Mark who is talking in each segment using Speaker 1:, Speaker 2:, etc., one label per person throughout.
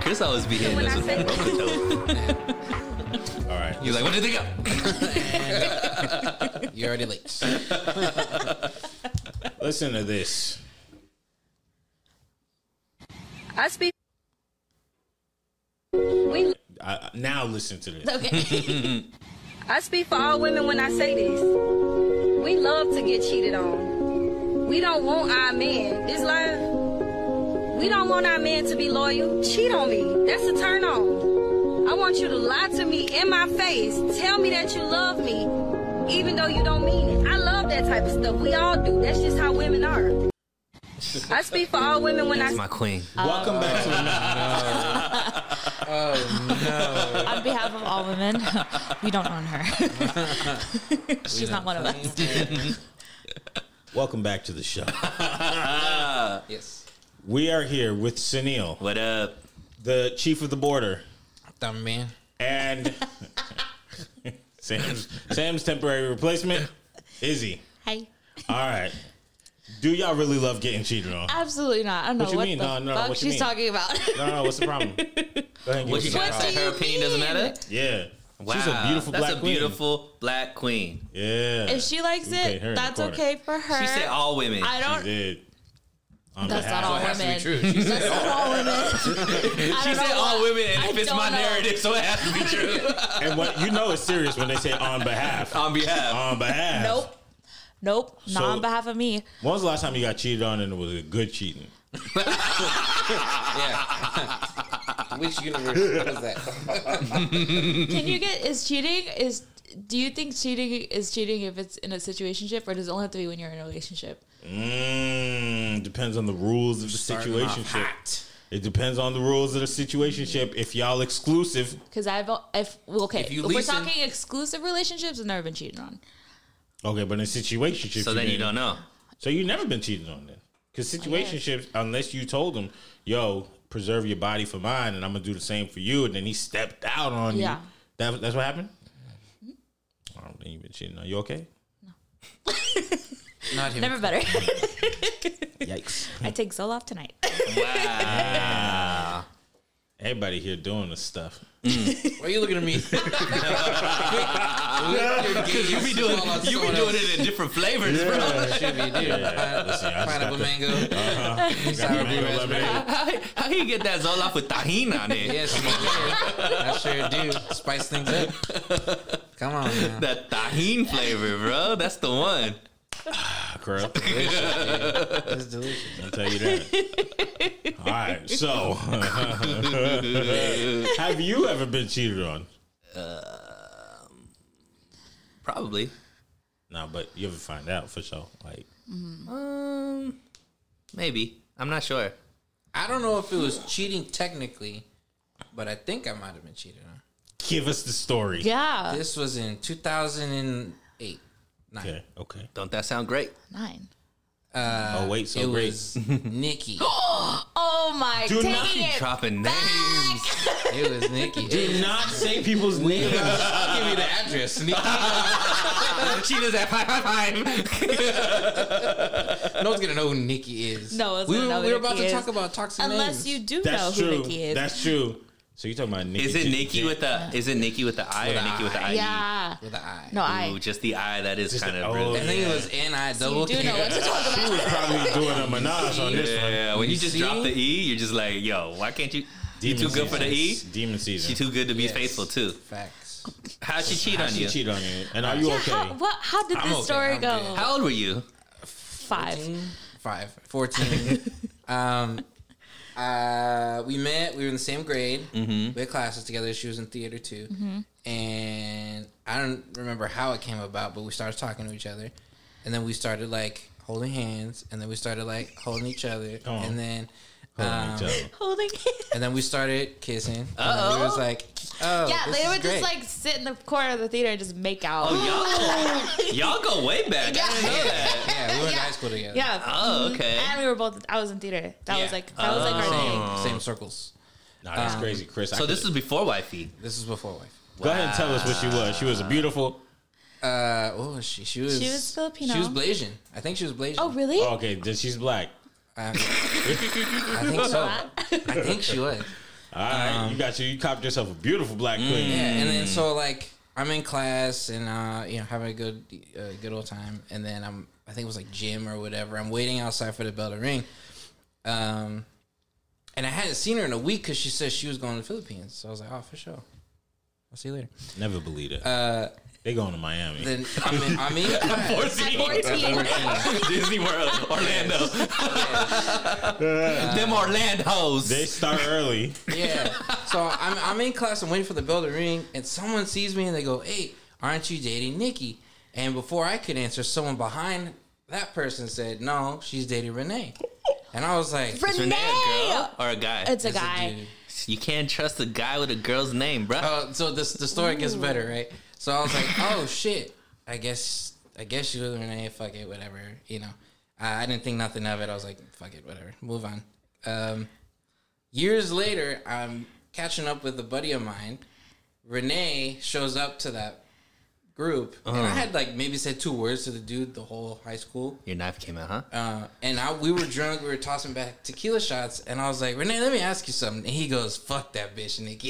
Speaker 1: Chris always be hitting us with that broken toe.
Speaker 2: All right.
Speaker 1: You're like, what did they go?
Speaker 3: You're already late.
Speaker 2: Listen to this.
Speaker 4: I speak. We.
Speaker 2: I, I- now listen to this.
Speaker 4: Okay. I speak for all women when I say this. We love to get cheated on. We don't want our men. This life. We don't want our men to be loyal. Cheat on me. That's a turn on. I want you to lie to me in my face. Tell me that you love me, even though you don't mean it. I love that type of stuff. We all do. That's just how women are. I speak for all women when I.
Speaker 1: My queen.
Speaker 2: Welcome back to another.
Speaker 5: on behalf of all women, we don't own her. She's not one of us.
Speaker 2: Welcome back to the show.
Speaker 3: yes.
Speaker 2: We are here with Sunil,
Speaker 1: What up?
Speaker 2: the chief of the border,
Speaker 3: Dumb man.
Speaker 2: and Sam's Sam's temporary replacement, Izzy.
Speaker 5: Hey.
Speaker 2: All right. Do y'all really love getting cheated on?
Speaker 5: Absolutely not. I don't know
Speaker 2: What
Speaker 5: what,
Speaker 2: you mean?
Speaker 5: the
Speaker 2: No, no,
Speaker 5: fuck
Speaker 2: what you
Speaker 5: she's
Speaker 2: mean?
Speaker 5: talking about.
Speaker 2: No, no, no. What's the problem? Go ahead and
Speaker 1: What
Speaker 2: give
Speaker 1: you
Speaker 2: us your
Speaker 1: got?
Speaker 2: problem.
Speaker 1: Her opinion doesn't matter?
Speaker 2: Yeah.
Speaker 1: Wow.
Speaker 2: She's a beautiful
Speaker 1: That's
Speaker 2: black
Speaker 1: a
Speaker 2: queen.
Speaker 1: beautiful black queen.
Speaker 2: Yeah.
Speaker 5: If she likes
Speaker 2: You paid
Speaker 5: it,
Speaker 2: her in the
Speaker 5: that's
Speaker 2: corner.
Speaker 5: okay for her.
Speaker 1: She said all women.
Speaker 5: I don't.
Speaker 2: did. On
Speaker 5: That's not
Speaker 2: behalf
Speaker 5: all
Speaker 2: of-
Speaker 3: Has
Speaker 5: women.
Speaker 3: to be true. She said,
Speaker 5: That's not all women. I
Speaker 1: she said
Speaker 5: don't know
Speaker 1: all
Speaker 5: why.
Speaker 1: women, and
Speaker 5: I
Speaker 1: it fits
Speaker 5: don't
Speaker 1: my
Speaker 5: know.
Speaker 1: narrative, so it has to be true.
Speaker 2: And what you know is serious when they say on behalf.
Speaker 1: On behalf.
Speaker 2: on behalf.
Speaker 5: Nope. Nope. not
Speaker 2: So-
Speaker 5: on behalf of me.
Speaker 2: When was the last time you got cheated on and it was a good cheating?
Speaker 3: yeah. Which universe was that?
Speaker 5: Can you
Speaker 2: Mm-hmm.
Speaker 5: get is cheating is do you think cheating is cheating if it's in a situationship or does it only have to be when you're in a relationship?
Speaker 2: Mm, depends on the rules of the
Speaker 3: Starting off
Speaker 2: situation.
Speaker 3: hot.
Speaker 2: It depends on the rules of the situationship. If y'all exclusive,
Speaker 5: Because I've if well, okay,
Speaker 3: If you
Speaker 5: if we're
Speaker 3: leasing-
Speaker 5: talking exclusive relationships, I've never been cheated on.
Speaker 2: okay, but in situationship,
Speaker 1: So then you don't know.
Speaker 2: So you never been cheated on then, because situationships, unless you told them, "Yo, preserve your body for mine, and I'm gonna do the same for you," and then he stepped out on
Speaker 5: Yeah.
Speaker 2: you. That, that's what happened. I don't think you've been cheating on. You okay?
Speaker 3: Not him.
Speaker 5: Never better.
Speaker 2: Yikes!
Speaker 5: I take Zoloft tonight.
Speaker 2: Everybody here doing this stuff.
Speaker 3: Why are you looking at me?
Speaker 1: You be doing, you be doing it in different flavors, bro.
Speaker 3: Should be, dude. Pine-
Speaker 2: Listen, I just got
Speaker 3: Pineapple mango.
Speaker 2: the- got the
Speaker 3: sour
Speaker 2: mango
Speaker 3: blueberries,
Speaker 2: lemonade.
Speaker 1: How, how you get that Zoloft with tahini on it?
Speaker 3: Yes, I'm over here. I sure do. Spice things up. Come on now.
Speaker 1: That tahini flavor, bro. That's the one.
Speaker 2: Correct.
Speaker 3: That's delicious.
Speaker 2: I'll tell you that. All right. So, have you ever been cheated on?
Speaker 1: Probably.
Speaker 2: No, but you ever find out for sure. Like,
Speaker 1: Um, maybe. I'm not sure.
Speaker 3: I don't know if it was cheating technically, but I think I might have been cheated on.
Speaker 2: give us the story.
Speaker 5: yeah,
Speaker 3: This was in 2008. Nine.
Speaker 2: Okay. Okay.
Speaker 1: Don't that sound great?
Speaker 5: nine. Uh,
Speaker 2: oh wait. So
Speaker 3: It
Speaker 2: great.
Speaker 3: was Nikki.
Speaker 5: Oh my,
Speaker 2: Do
Speaker 5: taking
Speaker 2: not
Speaker 5: it.
Speaker 1: Dropping names.
Speaker 3: It was Nikki.
Speaker 2: Do not say people's names.
Speaker 3: I'll give you the address. Nikki.
Speaker 1: Cheetahs at five five five.
Speaker 3: No one's gonna know who Nikki is.
Speaker 5: No one's
Speaker 3: we
Speaker 5: gonna
Speaker 3: were,
Speaker 5: know who
Speaker 3: we were about
Speaker 5: Nikki
Speaker 3: to
Speaker 5: is.
Speaker 3: talk about toxic
Speaker 5: Unless
Speaker 3: names.
Speaker 5: you do
Speaker 2: That's
Speaker 5: know who
Speaker 2: true.
Speaker 5: Nikki is.
Speaker 2: That's true. So you talking about Nikki?
Speaker 1: Is it
Speaker 2: J-
Speaker 1: Nikki
Speaker 2: J-
Speaker 1: with the? Is it Nikki with the I or
Speaker 3: With a
Speaker 1: Nikki with the
Speaker 3: I.
Speaker 1: I? E?
Speaker 5: Yeah.
Speaker 3: with an eye.
Speaker 5: No,
Speaker 1: Ooh,
Speaker 5: I.
Speaker 1: just the I. That is
Speaker 2: Just
Speaker 1: kind
Speaker 2: the-
Speaker 1: of
Speaker 2: oh,
Speaker 3: I
Speaker 1: really.
Speaker 3: think it was N I double.
Speaker 5: do know what to talk about.
Speaker 2: She was probably doing a menage on this one.
Speaker 1: Yeah, when you, just
Speaker 3: see?
Speaker 1: drop the E, you're just like, yo, why can't you? You too good for the E.
Speaker 2: season. Demon season.
Speaker 1: She too good to be
Speaker 3: Yes.
Speaker 1: faithful too.
Speaker 3: Facts.
Speaker 1: How'd she cheat
Speaker 2: How
Speaker 1: on
Speaker 2: she
Speaker 1: you?
Speaker 2: cheat on you? And are you
Speaker 5: Yeah,
Speaker 2: okay?
Speaker 5: how, what, how did
Speaker 3: I'm
Speaker 5: this
Speaker 3: okay,
Speaker 5: story
Speaker 3: I'm
Speaker 5: go?
Speaker 3: good.
Speaker 1: How old were you?
Speaker 5: Five.
Speaker 3: Five. Fourteen. um, uh, we met. We were in the same grade. We had classes together. She was in theater too.
Speaker 5: Mm-hmm.
Speaker 3: And I don't remember how it came about, but we started talking to each other, and then we started like holding hands, and then we started like holding each other,
Speaker 2: Oh.
Speaker 3: and then.
Speaker 2: Hold on,
Speaker 3: um,
Speaker 2: tell me.
Speaker 5: Holding hands.
Speaker 3: and then we started kissing. Oh, it was like, oh,
Speaker 5: Yeah,
Speaker 3: this
Speaker 5: they
Speaker 3: is
Speaker 5: would
Speaker 3: great.
Speaker 5: just like sit in the corner of the theater and just make out.
Speaker 1: Oh, y'all, y'all go way back. I didn't know that.
Speaker 3: yeah, we were in high school together.
Speaker 5: yeah.
Speaker 1: Oh,
Speaker 5: Mhm.
Speaker 1: okay.
Speaker 5: And we were both. I was in theater. That was
Speaker 3: Yeah.
Speaker 5: like that was like our thing.
Speaker 3: same, same circles.
Speaker 2: Nah, that's
Speaker 5: um,
Speaker 2: crazy, Chris. I
Speaker 1: So this
Speaker 2: could-
Speaker 1: is before wifey.
Speaker 3: This is before wife.
Speaker 2: go ahead and tell us what she was. She was a beautiful.
Speaker 3: Uh, oh, she she was
Speaker 5: She was Filipino.
Speaker 3: She was Blasian. I think she was Blasian.
Speaker 5: Oh really?
Speaker 2: Oh, okay, then she's black.
Speaker 3: Uh, I think so. I think she was.
Speaker 2: All right, you got you. You copped yourself a beautiful black
Speaker 1: Mm.
Speaker 2: queen.
Speaker 3: Yeah, and then so like I'm in class and uh, you know having a good uh, good old time, and then I'm I think it was like gym or whatever. I'm waiting outside for the bell to ring, um, and I hadn't seen her in a week because she said she was going to the Philippines. So I was like, oh, for sure. I'll see you later.
Speaker 2: Never believe it. Uh, they going to Miami.
Speaker 3: Then I'm in, I'm in class.
Speaker 5: At fourteen.
Speaker 1: Disney World, Orlando. Them Orlandos.
Speaker 2: they start early.
Speaker 3: Yeah. So I'm, I'm in class. I'm waiting for the bell to ring, and someone sees me and they go, "Hey, aren't you dating Nikki?" And before I could answer, someone behind that person said, "No, she's dating Renee." And I was like,
Speaker 1: Is Renee a girl or a guy?
Speaker 5: It's a
Speaker 3: "It's a
Speaker 5: guy.
Speaker 3: dude."
Speaker 1: you can't trust a guy with a girl's name, bro.
Speaker 3: Oh, so this the story gets better, right? So I was like, "Oh shit, I guess I guess she was Renee. Fuck it, whatever." You know, I, I didn't think nothing of it. I was like, "Fuck it, whatever. Move on." Um, years later, I'm catching up with a buddy of mine. Renee shows up to that group, and I had like maybe said two words to the dude the whole high school.
Speaker 1: Your knife came out, huh?
Speaker 3: Uh, and I, we were drunk, we were tossing back tequila shots, and I was like, Renee, let me ask you something. And he goes, Fuck that bitch, Nikki.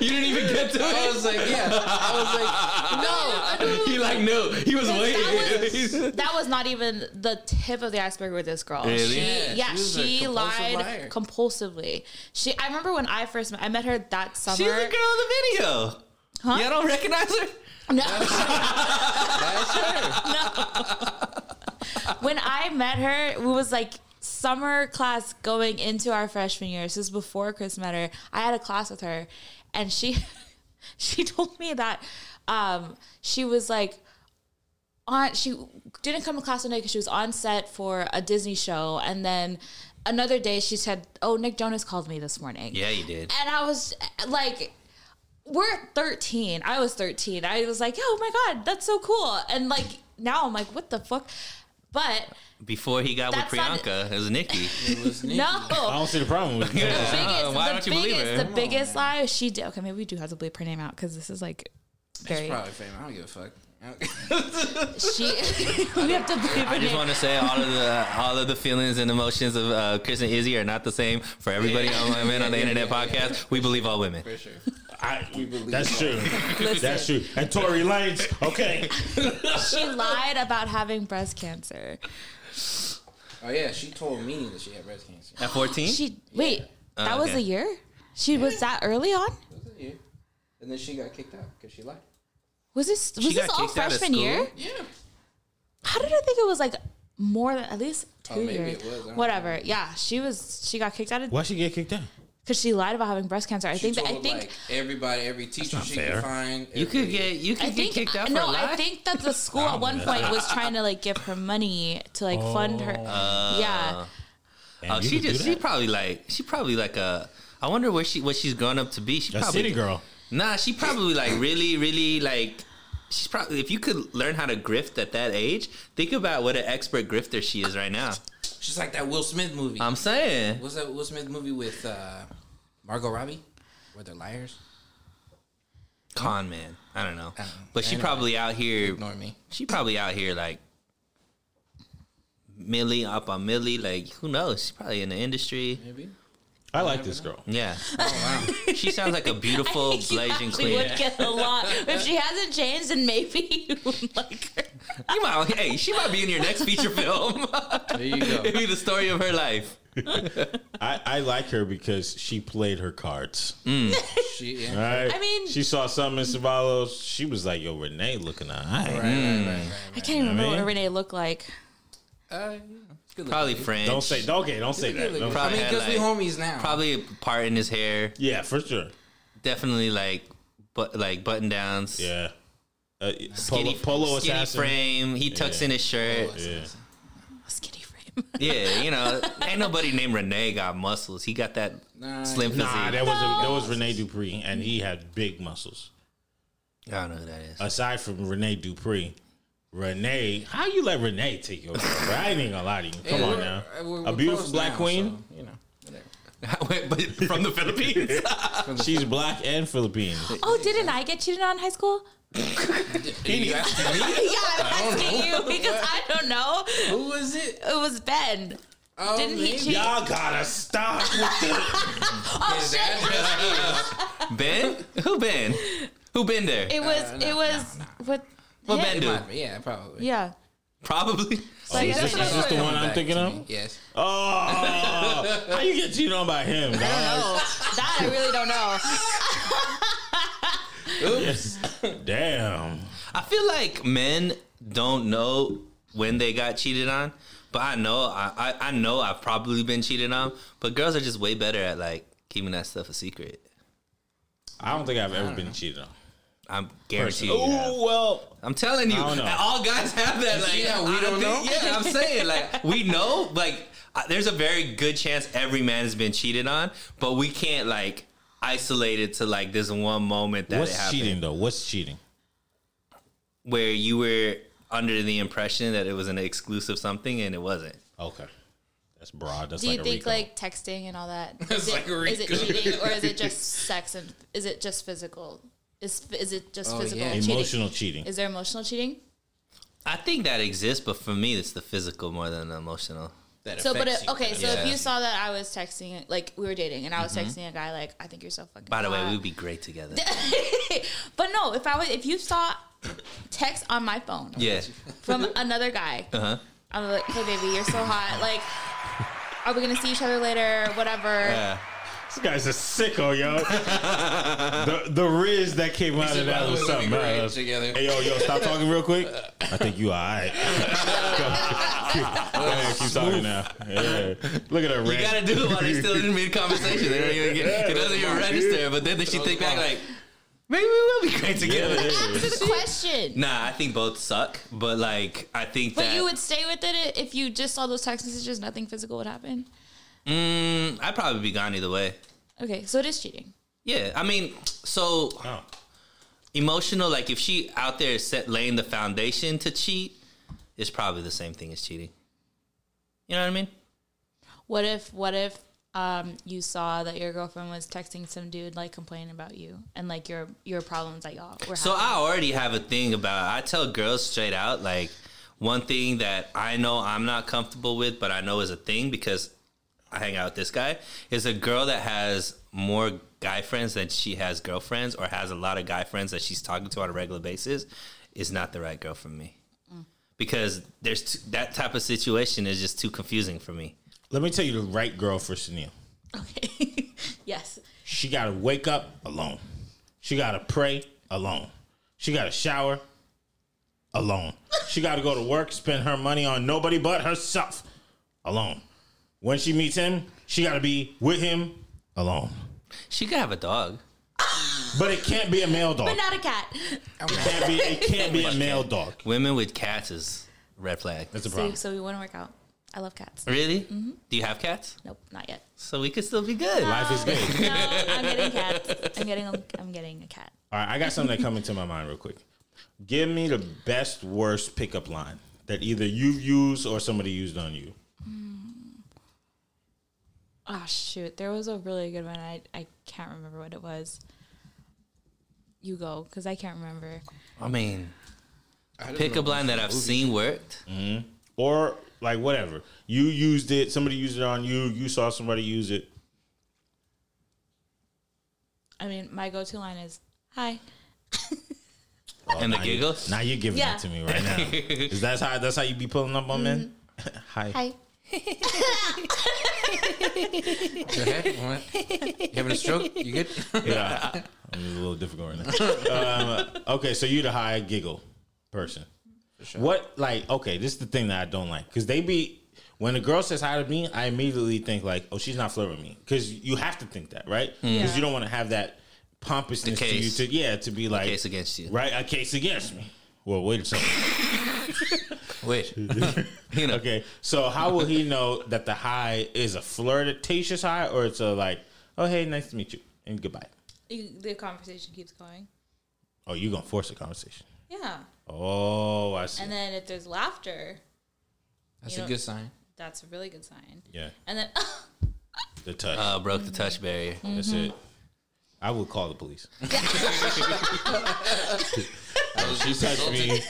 Speaker 1: you didn't even get to
Speaker 3: I was like, yeah. I was like, no.
Speaker 1: He like knew. He was
Speaker 5: That was, that was not even the tip of the iceberg with this girl.
Speaker 1: Really?
Speaker 5: She,
Speaker 3: Yeah,
Speaker 5: yeah,
Speaker 3: she was a
Speaker 5: she
Speaker 3: compulsive
Speaker 5: lied
Speaker 3: liar.
Speaker 5: compulsively. She. I remember when I first met, I met her that summer.
Speaker 1: She's the girl in the video.
Speaker 5: Huh?
Speaker 1: Y'all don't recognize her?
Speaker 5: No,
Speaker 3: That's her.
Speaker 5: when I met her, it was like summer class going into our freshman year. So This is before Chris met her. I had a class with her, and she she told me that um, she was like on she didn't come to class one day because she was on set for a Disney show, and then another day she said, "Oh, Nick Jonas called me this morning."
Speaker 1: Yeah, you did.
Speaker 5: and I was like, we're 13. I was 13. I was like, oh my God, that's so cool. And like, now I'm like, what the fuck? But
Speaker 1: Before he got with
Speaker 5: That's not-
Speaker 1: Priyanka, it was Nikki.
Speaker 2: I
Speaker 5: no.
Speaker 2: don't see the problem with
Speaker 5: The
Speaker 2: that.
Speaker 5: biggest,
Speaker 1: Why
Speaker 5: the
Speaker 1: don't you believe
Speaker 5: biggest-
Speaker 1: it?
Speaker 5: The
Speaker 1: Come
Speaker 5: biggest lie she did. Okay, maybe we do have to bleep her name out because this is like very.
Speaker 3: Probably famous. I don't give a fuck.
Speaker 5: She. we have to bleep her
Speaker 1: I just
Speaker 5: name.
Speaker 1: want to say all of the all of the feelings and emotions of uh, Chris and Izzy are not the same for everybody on Women on the Internet podcast. We believe all women.
Speaker 3: For sure.
Speaker 2: I, that's true. That's true. And Tory Lanez. Okay.
Speaker 5: She lied about having breast cancer.
Speaker 3: Oh yeah, she told me that she had breast cancer.
Speaker 1: At fourteen,
Speaker 5: She wait. That was
Speaker 1: Uh, okay.
Speaker 5: a year. She was that early on.
Speaker 3: Wasn't you? And then she got kicked out because she lied.
Speaker 5: Was this was this
Speaker 1: got
Speaker 5: all
Speaker 1: kicked out of
Speaker 5: freshman
Speaker 1: school?
Speaker 5: year?
Speaker 3: Yeah.
Speaker 5: How did I think it was like more than at least two
Speaker 3: Oh, maybe
Speaker 5: years?
Speaker 3: it was. I don't
Speaker 5: Whatever. Yeah, she was. She got kicked out of
Speaker 2: Why she get kicked out?
Speaker 1: Oh,
Speaker 5: because she lied about having breast cancer. I
Speaker 3: She
Speaker 5: think. That,
Speaker 3: told
Speaker 5: I think.
Speaker 3: like everybody, every teacher
Speaker 2: not
Speaker 3: she
Speaker 2: fair.
Speaker 3: could find.
Speaker 1: you could
Speaker 3: every-
Speaker 1: get you could
Speaker 5: I
Speaker 1: get
Speaker 5: think
Speaker 1: kicked out for a
Speaker 5: no,
Speaker 1: lie.
Speaker 5: I think that the school at one point was trying to like give her money to like fund her.
Speaker 3: Oh. Uh,
Speaker 5: yeah,
Speaker 2: Damn,
Speaker 1: Oh,
Speaker 2: you
Speaker 1: she
Speaker 2: could do
Speaker 1: just
Speaker 2: that.
Speaker 1: she probably like she probably like a. I wonder where she what she's grown up to be. She
Speaker 2: a
Speaker 1: probably
Speaker 2: city girl.
Speaker 1: Nah, she probably like really really like. She's probably if you could learn how to grift at that age, think about what an expert grifter she is right now.
Speaker 3: She's like that Will Smith movie.
Speaker 1: I'm saying
Speaker 3: What's that Will Smith movie with uh, Margot Robbie? Where they're liars.
Speaker 1: con man. I don't know,
Speaker 3: I don't know.
Speaker 1: but she
Speaker 3: Anyway.
Speaker 1: probably out here
Speaker 3: Ignore me.
Speaker 1: She probably out here like Millie up on Millie. Like who knows? She's probably in the industry.
Speaker 3: Maybe.
Speaker 2: I like this girl.
Speaker 1: Yeah. She sounds like a beautiful Blasian
Speaker 5: She
Speaker 1: queen.
Speaker 5: would get a lot. If she hasn't changed, then maybe you would like her.
Speaker 1: You might, hey, she might be in your next feature film.
Speaker 3: There you go.
Speaker 1: It'd be the story of her life.
Speaker 2: I, I like her because she played her cards.
Speaker 1: Mm.
Speaker 3: She,
Speaker 2: All
Speaker 3: yeah.
Speaker 2: right.
Speaker 5: I mean-
Speaker 2: she saw something in Sabalos. She was like, "Yo, Renee, looking all right.
Speaker 5: I can't even remember
Speaker 2: mean-
Speaker 5: what Renee looked like.
Speaker 3: Uh, yeah. Good looking.
Speaker 1: Probably French.
Speaker 2: Don't say, okay, don't say that. Don't-
Speaker 3: I
Speaker 1: Probably
Speaker 3: mean,
Speaker 1: had,
Speaker 3: because we
Speaker 1: like-
Speaker 3: homies now.
Speaker 1: Probably part in his hair.
Speaker 2: yeah, for sure.
Speaker 1: Definitely like, but like button downs.
Speaker 2: Yeah, uh,
Speaker 1: Skinny,
Speaker 2: polo, polo
Speaker 1: skinny
Speaker 2: assassin.
Speaker 1: frame. He tucks in his shirt.
Speaker 2: Yeah,
Speaker 5: Skinny frame.
Speaker 1: Yeah, you know, ain't nobody named Renee got muscles. He got that
Speaker 3: Nah,
Speaker 1: slim physique.
Speaker 2: nah, that was a, that was Rene Dupree, and he had big muscles.
Speaker 1: I don't know who that is.
Speaker 2: Aside from Rene Dupree, Renee, how you let Renee take your? girl, bro? I ain't even gonna lie to you. Come on
Speaker 3: we're-
Speaker 2: now,
Speaker 3: uh, we're-
Speaker 2: a
Speaker 3: we're
Speaker 2: beautiful
Speaker 3: close
Speaker 2: black
Speaker 3: now,
Speaker 2: queen.
Speaker 3: so, you know, whatever.
Speaker 1: Wait, but from the Philippines.
Speaker 2: She's black and Philippine.
Speaker 5: Oh, didn't I get cheated on in high school?
Speaker 3: You asking me?
Speaker 5: Yeah, I'm asking you because I don't know.
Speaker 3: Who was it?
Speaker 5: It was Ben.
Speaker 3: Oh,
Speaker 5: Didn't he
Speaker 3: maybe.
Speaker 5: cheat?
Speaker 2: Y'all gotta stop with this.
Speaker 5: Oh
Speaker 3: Is
Speaker 5: shit!
Speaker 3: that
Speaker 1: ben? Who Ben? Who been there?
Speaker 5: It was. it was with.
Speaker 1: What
Speaker 5: him.
Speaker 1: Ben do?
Speaker 3: just- yeah, probably.
Speaker 5: Yeah.
Speaker 1: Probably.
Speaker 5: So I
Speaker 2: Oh, is
Speaker 5: guess
Speaker 2: this,
Speaker 5: that's
Speaker 2: is this the
Speaker 5: what-
Speaker 2: one I'm
Speaker 3: Back
Speaker 2: thinking
Speaker 3: to
Speaker 2: of?
Speaker 3: me, Yes.
Speaker 2: Oh, how you get cheated on by him?
Speaker 5: I
Speaker 2: dog?
Speaker 5: don't know. That I really don't know.
Speaker 2: Damn.
Speaker 1: I feel like men don't know when they got cheated on, but I know I, I, I know I've probably been cheated on. But girls are just way better at like keeping that stuff a secret.
Speaker 2: I don't think I've ever been cheated on.
Speaker 1: I'm guaranteed. you have.
Speaker 2: Oh well,
Speaker 1: I'm telling you,
Speaker 2: don't know.
Speaker 1: and all guys have that. Like,
Speaker 3: see how we
Speaker 1: I
Speaker 3: don't
Speaker 1: think-
Speaker 3: know?
Speaker 1: Yeah, I'm saying like we know. Like, I- there's a very good chance every man has been cheated on, but we can't like isolate it to like this one moment that it
Speaker 2: what's
Speaker 1: happened
Speaker 2: cheating though? What's cheating?
Speaker 1: where you were under the impression that it was an exclusive something and it wasn't.
Speaker 2: Okay, that's broad. That's
Speaker 5: Do
Speaker 2: like
Speaker 5: you
Speaker 2: a
Speaker 5: think
Speaker 2: Rico.
Speaker 5: like texting and all that?
Speaker 3: It's
Speaker 5: Is, it,
Speaker 3: like a
Speaker 5: is it
Speaker 3: Rico.
Speaker 5: cheating or is it just sex and is it just physical? Is is it just
Speaker 3: Oh,
Speaker 5: physical
Speaker 3: yeah.
Speaker 5: cheating?
Speaker 2: emotional cheating?
Speaker 5: Is there emotional cheating?
Speaker 1: I think that exists, but for me, it's the physical more than the emotional.
Speaker 3: That
Speaker 5: So, but
Speaker 3: affects
Speaker 5: it,
Speaker 3: you.
Speaker 5: okay, so
Speaker 1: Yeah.
Speaker 5: if you saw that I was texting, like we were dating, and I was texting a guy, like I think you're so fucking.
Speaker 1: By the way,
Speaker 5: hot."
Speaker 1: we'd be great together.
Speaker 5: but no, if I was, if you saw text on my phone
Speaker 1: yeah.
Speaker 5: from another guy, uh-huh. I'm like, hey baby, you're so hot. Like, are we gonna see each other later? Whatever.
Speaker 1: Yeah.
Speaker 2: this guy's a sicko, yo. the the riz that came out of
Speaker 3: said, "By
Speaker 2: that
Speaker 3: the
Speaker 2: was
Speaker 3: way, we
Speaker 2: something
Speaker 3: were in
Speaker 2: else.
Speaker 3: together."
Speaker 2: Hey yo, yo, stop talking real quick. I think you all right. Go ahead, keep talking now. Yeah. Look at her.
Speaker 1: You gotta do it while they're still in mid conversation. They don't even get, it doesn't even register. But then, then she think back like, maybe we will be great together.
Speaker 5: That's the question.
Speaker 1: Nah, I think both suck. But like, I think
Speaker 5: But
Speaker 1: that
Speaker 5: you would stay with it if you just saw those text messages, nothing physical would happen.
Speaker 1: Mm, I'd probably be gone either way.
Speaker 5: Okay, so it is cheating.
Speaker 1: Yeah, I mean, so
Speaker 2: Oh.
Speaker 1: emotional. Like if she out there is set laying the foundation to cheat, it's probably the same thing as cheating. You know what I mean?
Speaker 5: What if, what if um, you saw that your girlfriend was texting some dude like complaining about you and like your your problems that y'all were
Speaker 1: So
Speaker 5: having?
Speaker 1: I already have a thing about. I tell girls straight out, like one thing that I know I'm not comfortable with, but I know is a thing because I hang out with this guy is a girl that has more guy friends than she has girlfriends, or has a lot of guy friends that she's talking to on a regular basis, is not the right girl for me. Because there's t- that type of situation is just too confusing for me.
Speaker 2: Let me tell you the right girl for Sunil.
Speaker 5: okay. yes.
Speaker 2: She got to wake up alone. She got to pray alone. She got to shower alone. She got to go to work, spend her money on nobody but herself alone. When she meets him, she got to be with him alone.
Speaker 1: She could have a dog.
Speaker 2: But it can't be a male dog.
Speaker 5: But not a cat.
Speaker 2: It can't be, it can't be a male dog.
Speaker 1: Women with cats is red flag.
Speaker 2: That's a
Speaker 5: So,
Speaker 2: problem.
Speaker 5: so we wouldn't work out. I love cats.
Speaker 1: Really? Do you have cats?
Speaker 5: Nope, not yet.
Speaker 1: So we could still be good.
Speaker 2: Life is good.
Speaker 5: No, I'm getting cats. I'm getting a, I'm getting a cat.
Speaker 2: All right, I got something that come into my mind real quick. Give me the best worst pickup line that either you've used or somebody used on you.
Speaker 5: Oh shoot, there was a really good one. I I can't remember what it was. You go, because I can't remember.
Speaker 1: I mean,
Speaker 3: I don't
Speaker 1: pick
Speaker 3: know.
Speaker 1: a blind that I've seen worked.
Speaker 2: Mm, or like whatever you used it somebody used it on you you saw somebody use it
Speaker 5: I mean, my go-to line is "Hi."
Speaker 1: and the
Speaker 2: now you-
Speaker 1: giggles.
Speaker 2: now you're giving
Speaker 5: Yeah.
Speaker 2: it to me right now. Is that how that's how you be pulling up on men? Hi.
Speaker 3: Go ahead. What? You having a stroke? You good?
Speaker 5: Mm-hmm.
Speaker 2: Yeah. I'm a little difficult right now. um, okay, so you're the high giggle person. What like okay, this is the thing that I don't like because they be when a girl says hi to me, I immediately think like, oh, she's not flirting with me because you have to think that right because
Speaker 5: Mm-hmm. Yeah.
Speaker 2: you don't want to have that pompousness
Speaker 1: The
Speaker 2: to you
Speaker 1: case.
Speaker 2: to yeah to be like
Speaker 1: case against you.
Speaker 2: right a case against me. Well, wait a second.
Speaker 3: Wait.
Speaker 1: You know,
Speaker 2: Okay, so how will he know that the high is a flirtatious high or it's a like, oh hey, nice to meet you and goodbye?
Speaker 5: You, the conversation keeps going.
Speaker 2: Oh, you gonna force a conversation?
Speaker 5: Yeah,
Speaker 2: Oh, I see.
Speaker 5: and then if there's laughter,
Speaker 3: That's
Speaker 5: You know-
Speaker 3: a good sign.
Speaker 5: that's a really good sign.
Speaker 2: yeah,
Speaker 5: And then
Speaker 2: the touch.
Speaker 1: uh, broke the touch barrier.
Speaker 2: That's it. I would call the police. she touched me.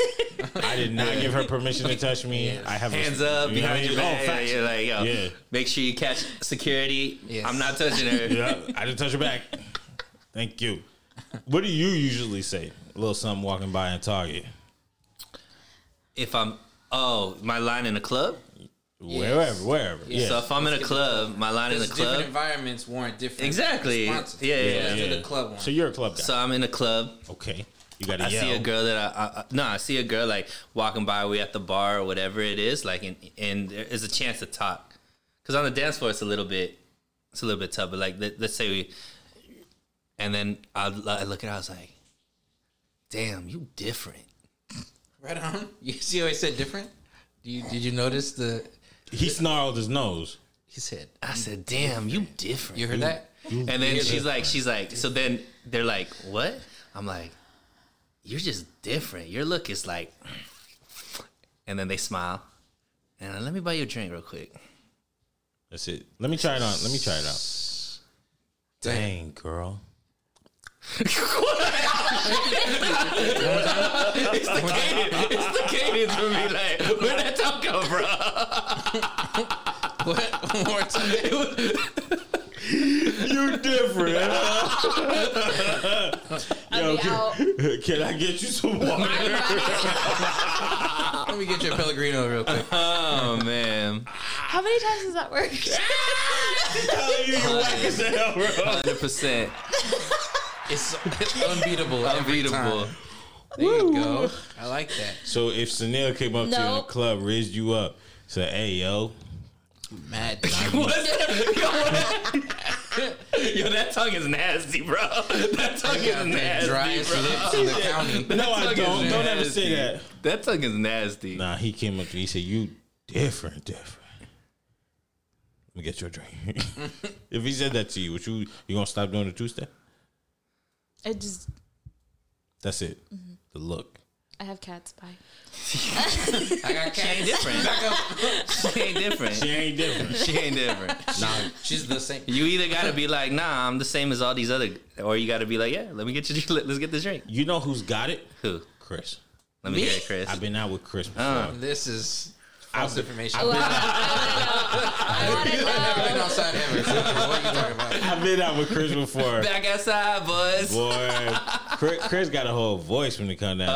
Speaker 2: I did not give her permission to touch me. I have
Speaker 1: Hands up
Speaker 2: you know what I
Speaker 1: behind your
Speaker 2: mean?
Speaker 1: back.
Speaker 2: Oh,
Speaker 1: yeah,
Speaker 2: facts.
Speaker 1: you're like, yo,
Speaker 2: Yeah.
Speaker 1: make sure you catch security.
Speaker 3: Yes.
Speaker 1: I'm not touching her.
Speaker 2: Yeah, I didn't touch her back. Thank you. What do you usually say? A little something walking by in Target,
Speaker 1: If I'm, oh, my line in the club.
Speaker 2: wherever, wherever. Yeah.
Speaker 1: So if I'm in a club, my line in the
Speaker 3: Because different
Speaker 1: club.
Speaker 3: environments warrant different
Speaker 1: Exactly.
Speaker 3: responses.
Speaker 1: Yeah, yeah,
Speaker 3: Let's do
Speaker 2: yeah.
Speaker 3: the club one.
Speaker 2: So you're a club guy.
Speaker 1: So I'm in a club.
Speaker 2: okay. You got to
Speaker 1: I
Speaker 2: yell.
Speaker 1: see a girl that I, I, I no, I see a girl like walking by. We at the bar or whatever it is, like, and, and there is a chance to talk because on the dance floor it's a little bit, it's a little bit tough. But like, let, us say we, and then I, I look at her, I was like, "Damn, you different."
Speaker 3: Right on. You see how I said different? Do you, did you notice the?
Speaker 2: He snarled his nose.
Speaker 3: He said.
Speaker 1: I said, "Damn, you different."
Speaker 3: You heard that?
Speaker 1: and then she's like, she's like, so then they're like, "What?" I'm like, "You're just different. Your look is like," and then they smile, and let me buy you a drink real quick.
Speaker 2: That's it. Let me try it on. Let me try it out. Dang, girl.
Speaker 1: it's the cadence for me. Like, where'd that talk come from?
Speaker 3: What? One more time.
Speaker 2: You're different. Yo,
Speaker 5: I'll be out.
Speaker 2: can, can I get you some water?
Speaker 3: Let me get you a Pellegrino real quick.
Speaker 1: Oh man,
Speaker 5: How many times has that worked?
Speaker 2: Tell you, you're whack as hell, bro.
Speaker 1: hundred percent
Speaker 3: It's unbeatable. every
Speaker 1: unbeatable.
Speaker 3: time. There you go. I like that.
Speaker 2: So if Sunil came up to you in the
Speaker 5: Nope.
Speaker 2: club, raised you up, said, "Hey, yo,
Speaker 3: Mad.
Speaker 1: Yo, that tongue is nasty, bro. That tongue is
Speaker 3: Got the
Speaker 1: nasty,
Speaker 3: driest
Speaker 1: bro.
Speaker 3: lips in the county.
Speaker 2: no, I
Speaker 1: That tongue
Speaker 2: don't.
Speaker 1: is
Speaker 2: Don't ever
Speaker 1: nasty.
Speaker 2: say that."
Speaker 1: That tongue is nasty.
Speaker 2: Nah, he came up to me. He said, "You different, different." Let me get you a drink. if he said that to you, would you you gonna stop doing the two step?
Speaker 5: I just
Speaker 2: That's it. The look.
Speaker 5: I have cats. Bye.
Speaker 3: I got
Speaker 1: She ain't
Speaker 3: cats.
Speaker 1: different. she ain't different.
Speaker 2: She ain't different.
Speaker 1: She ain't different.
Speaker 3: Nah, she's the same.
Speaker 1: You either gotta be like, nah, I'm the same as all these other, or you gotta be like, yeah, let me get you, let's get this drink.
Speaker 2: You know who's got it?
Speaker 1: Who?
Speaker 2: Chris.
Speaker 1: Let me,
Speaker 3: Me?
Speaker 1: hear it, Chris.
Speaker 2: I've been out with Chris before.
Speaker 3: This is false information.
Speaker 5: I
Speaker 3: I've
Speaker 5: want to know. I
Speaker 3: never
Speaker 5: want to
Speaker 3: been
Speaker 5: know.
Speaker 3: outside ever. So what are you talking about?
Speaker 2: I've been out with Chris before.
Speaker 1: Back outside, boys.
Speaker 2: Boy, Chris, Chris got a whole voice when he come down.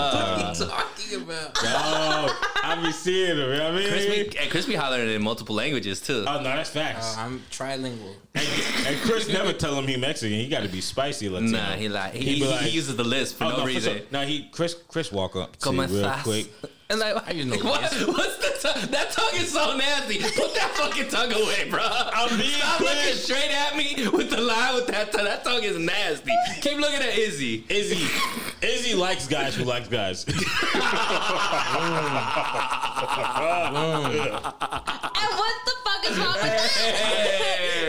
Speaker 3: What are you talking about?
Speaker 2: oh, I be seeing him. You know what I mean?
Speaker 1: Chris be, and Chris be hollering in multiple languages too.
Speaker 2: oh no, that's
Speaker 3: Uh,
Speaker 2: facts.
Speaker 3: I'm trilingual.
Speaker 2: and, and Chris never tell him he Mexican. He got to be spicy Latino.
Speaker 1: nah, he like he,
Speaker 2: He be
Speaker 1: he-
Speaker 2: like-
Speaker 1: he uses the list for
Speaker 2: Oh,
Speaker 1: no,
Speaker 2: for
Speaker 1: reason.
Speaker 2: sure. No, he Chris Chris walk up to
Speaker 1: Come
Speaker 2: you
Speaker 1: on,
Speaker 2: real
Speaker 1: fast.
Speaker 2: quick.
Speaker 1: And like, I
Speaker 3: didn't know
Speaker 1: what,
Speaker 3: this.
Speaker 1: what's the tongue? That tongue is so nasty. Put that fucking tongue away, bro. I'm
Speaker 2: being
Speaker 1: Stop looking
Speaker 2: pissed.
Speaker 1: straight at me with the line with that tongue. That tongue is nasty. Keep looking at Izzy.
Speaker 2: Izzy, Izzy likes guys who likes guys.
Speaker 5: And what the fuck is wrong with that?
Speaker 1: Hey,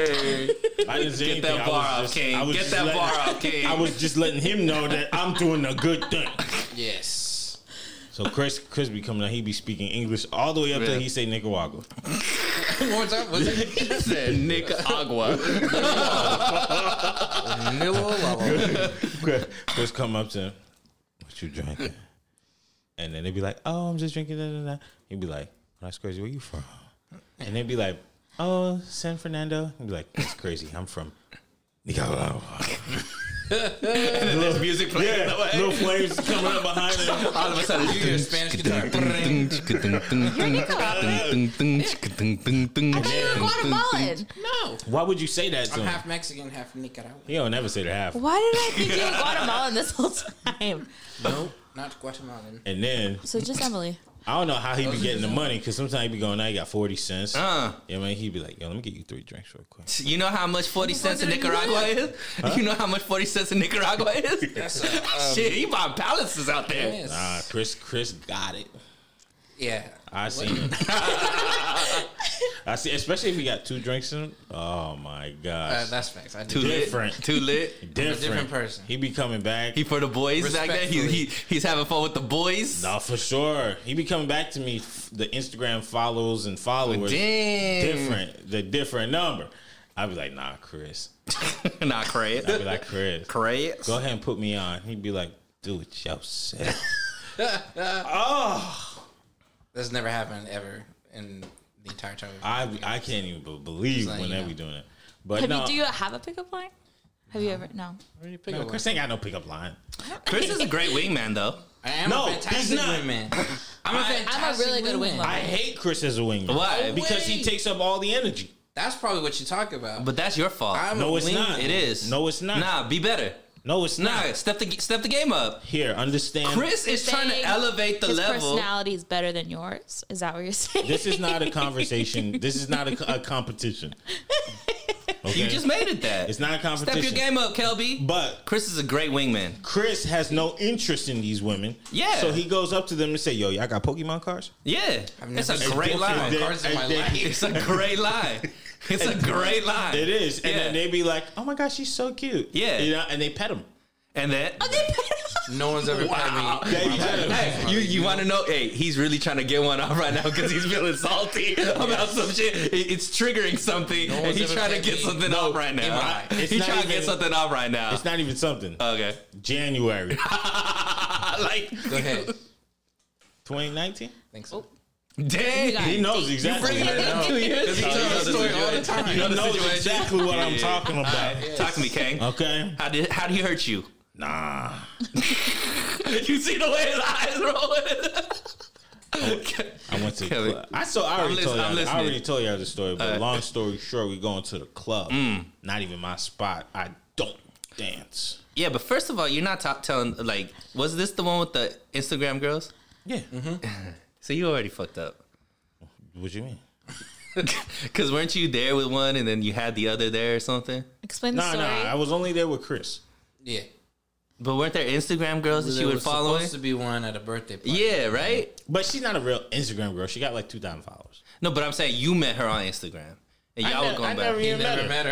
Speaker 2: I didn't say
Speaker 1: get
Speaker 2: anything.
Speaker 1: that
Speaker 2: I was
Speaker 1: bar off,
Speaker 2: just-
Speaker 1: King.
Speaker 2: I was
Speaker 1: Get
Speaker 2: just
Speaker 1: that
Speaker 2: letting-
Speaker 1: bar off, King.
Speaker 2: I was just letting him know that I'm doing a good thing.
Speaker 3: Yes.
Speaker 2: So Chris, Chris be coming out. He be speaking English all the way up till
Speaker 1: Yeah.
Speaker 2: he say Nicaragua.
Speaker 3: One more time. Was it?
Speaker 1: said Nicaragua.
Speaker 3: Nilo
Speaker 2: Chris come up to him, what you drinking? And then they be like, oh, I'm just drinking. Da, da, da. He'd be like, that's crazy. Where you from? And they'd be like, oh, San Fernando. He'd be like, that's crazy. I'm from Nicaragua.
Speaker 1: and then there's music playing in the
Speaker 2: Yeah,
Speaker 1: way.
Speaker 2: little flames coming up behind him.
Speaker 1: All of a sudden,
Speaker 3: You hear a Spanish guitar.
Speaker 5: I thought you were Guatemalan.
Speaker 3: No.
Speaker 2: Why would you say that to
Speaker 3: I'm
Speaker 2: him?
Speaker 3: half Mexican, half Nicaraguan.
Speaker 2: He don't never say the half.
Speaker 5: Why did I think you were Guatemalan this whole time?
Speaker 3: Nope. Not Guatemalan.
Speaker 2: And then
Speaker 5: So just Emily.
Speaker 2: I don't know how he be getting the money because sometimes he be going, "I got forty cents." Uh, yeah, man, he be like, "Yo, let me get you three drinks real quick."
Speaker 1: You know how much 40 cents in Nicaragua is? You know how much 40 cents in Nicaragua is?
Speaker 3: That's a, um,
Speaker 1: Shit, he buying palaces out there.
Speaker 3: yes.
Speaker 2: Ah, Chris, Chris got it.
Speaker 3: Yeah.
Speaker 2: I seen it. I see, especially if we got two drinks in. 'em. Oh my
Speaker 3: Uh,
Speaker 2: gosh,
Speaker 3: that's facts. I
Speaker 1: Too
Speaker 3: do.
Speaker 2: Different.
Speaker 1: lit. Too lit.
Speaker 2: different.
Speaker 3: different person.
Speaker 2: He be coming back.
Speaker 1: He for the boys back there. He, he, he's having fun with the boys.
Speaker 2: Nah, Uh, for sure. He be coming back to me. f- The Instagram follows and followers.
Speaker 1: Damn.
Speaker 2: Different. The different number. I'd be like, nah, Chris.
Speaker 1: Different. Not crazy.
Speaker 2: I'd be like, Chris,
Speaker 1: Crazy.
Speaker 2: go ahead and put me on. He'd be like, do it yourself.
Speaker 3: That's never happened ever in the entire time.
Speaker 2: I I can't even be- believe
Speaker 3: like,
Speaker 2: when
Speaker 3: you
Speaker 2: they
Speaker 3: know.
Speaker 2: be doing it. But
Speaker 5: Have
Speaker 2: Uh, no,
Speaker 5: you, do you have a pickup line? Have you ever? No.
Speaker 2: no, Chris ain't got no pickup line.
Speaker 1: Chris is a great wingman, though.
Speaker 3: I am
Speaker 2: No,
Speaker 3: a
Speaker 2: he's
Speaker 3: fantastic
Speaker 2: not.
Speaker 3: wingman. I'm a fantastic
Speaker 5: I'm a really good
Speaker 3: wingman.
Speaker 5: wingman.
Speaker 2: I hate Chris as a wingman.
Speaker 1: Why?
Speaker 2: Because he
Speaker 3: Wait.
Speaker 2: takes up all the energy.
Speaker 3: That's probably what you talk about.
Speaker 1: But that's your fault.
Speaker 3: I'm
Speaker 2: No,
Speaker 3: a
Speaker 2: it's
Speaker 3: wing-
Speaker 2: not.
Speaker 1: it is.
Speaker 2: No, it's not.
Speaker 1: Nah, be better.
Speaker 2: No, it's
Speaker 1: Nah,
Speaker 2: not.
Speaker 1: step the step the game up.
Speaker 2: Here, understand.
Speaker 1: Chris is
Speaker 5: You're
Speaker 1: trying to
Speaker 5: saying
Speaker 1: elevate the
Speaker 5: his
Speaker 1: level.
Speaker 5: personality is better than yours. Is that what you're saying?
Speaker 2: This is not a conversation. this is not a, a competition. Okay?
Speaker 1: You just made it that.
Speaker 2: It's not a
Speaker 1: Step
Speaker 2: competition.
Speaker 1: your game up, Kelby.
Speaker 2: But
Speaker 1: Chris is a great wingman.
Speaker 2: Chris has no interest in these women.
Speaker 1: Yeah.
Speaker 2: So he goes up to them and say, "Yo, y'all got Pokemon cards?"
Speaker 1: Yeah, it's a
Speaker 3: never
Speaker 1: great
Speaker 3: seen
Speaker 1: line.
Speaker 3: Pokemon cards in my
Speaker 2: And then-
Speaker 3: life.
Speaker 1: It's a great line. It's a great line.
Speaker 2: It is, and
Speaker 1: Yeah.
Speaker 2: then they be like, "Oh my gosh, she's so cute."
Speaker 1: Yeah.
Speaker 2: You know, and they pet him.
Speaker 1: And then
Speaker 3: Oh, No one's ever wow. me.
Speaker 2: They pet him.
Speaker 1: hey, you you want to know? Hey, he's really trying to get one off right now because he's feeling salty about some shit. It- It's triggering something, and
Speaker 3: one's
Speaker 1: he's
Speaker 3: ever
Speaker 1: trying to get
Speaker 3: paid me.
Speaker 1: something
Speaker 2: No,
Speaker 1: off right
Speaker 2: in
Speaker 1: now.
Speaker 2: my life. It's
Speaker 1: He's
Speaker 2: not
Speaker 1: trying to get
Speaker 2: even-
Speaker 1: something off right now.
Speaker 2: It's not even something.
Speaker 1: okay,
Speaker 2: January
Speaker 1: like
Speaker 3: Go ahead.
Speaker 2: 2019.
Speaker 3: Thanks. So.
Speaker 1: dang,
Speaker 2: He knows exactly.
Speaker 1: bringing it up two years.
Speaker 3: tells us the story all the time.
Speaker 1: You know
Speaker 2: He
Speaker 1: the
Speaker 2: knows
Speaker 1: situation.
Speaker 2: exactly what I'm
Speaker 1: Yeah.
Speaker 2: talking about.
Speaker 1: Talk to me, Kang.
Speaker 2: Okay.
Speaker 1: How did how did he hurt you?
Speaker 2: Nah.
Speaker 1: you see the way his eyes rolling.
Speaker 2: I went to.
Speaker 1: Kelly.
Speaker 2: The club. I saw. I already
Speaker 1: lis-
Speaker 2: told
Speaker 1: I'm
Speaker 2: y'all. I
Speaker 1: listening.
Speaker 2: already told y'all the story. But long story short, we going to the club.
Speaker 1: Mm.
Speaker 2: Not even my spot. I don't dance.
Speaker 1: yeah, but first of all, you're not ta- telling. Like, was this the one with the Instagram girls?
Speaker 2: Yeah.
Speaker 1: So you already fucked up.
Speaker 2: Mm-hmm. What you mean?
Speaker 1: Cause weren't you there with one, and then you had the other there or something?
Speaker 5: Explain the
Speaker 2: Nah,
Speaker 5: story.
Speaker 2: nah. I was only there with Chris.
Speaker 3: Yeah.
Speaker 1: But weren't there Instagram girls that
Speaker 3: There
Speaker 1: you were
Speaker 3: was
Speaker 1: following?
Speaker 3: supposed to be one at a birthday party.
Speaker 1: Yeah, right.
Speaker 2: But she's not a real Instagram girl. She got like two thousand followers.
Speaker 1: No, but I'm saying you met her on Instagram, and y'all
Speaker 2: ne-
Speaker 1: were going
Speaker 2: I
Speaker 1: back.
Speaker 2: never
Speaker 3: You
Speaker 2: even met
Speaker 3: never
Speaker 2: her.
Speaker 3: met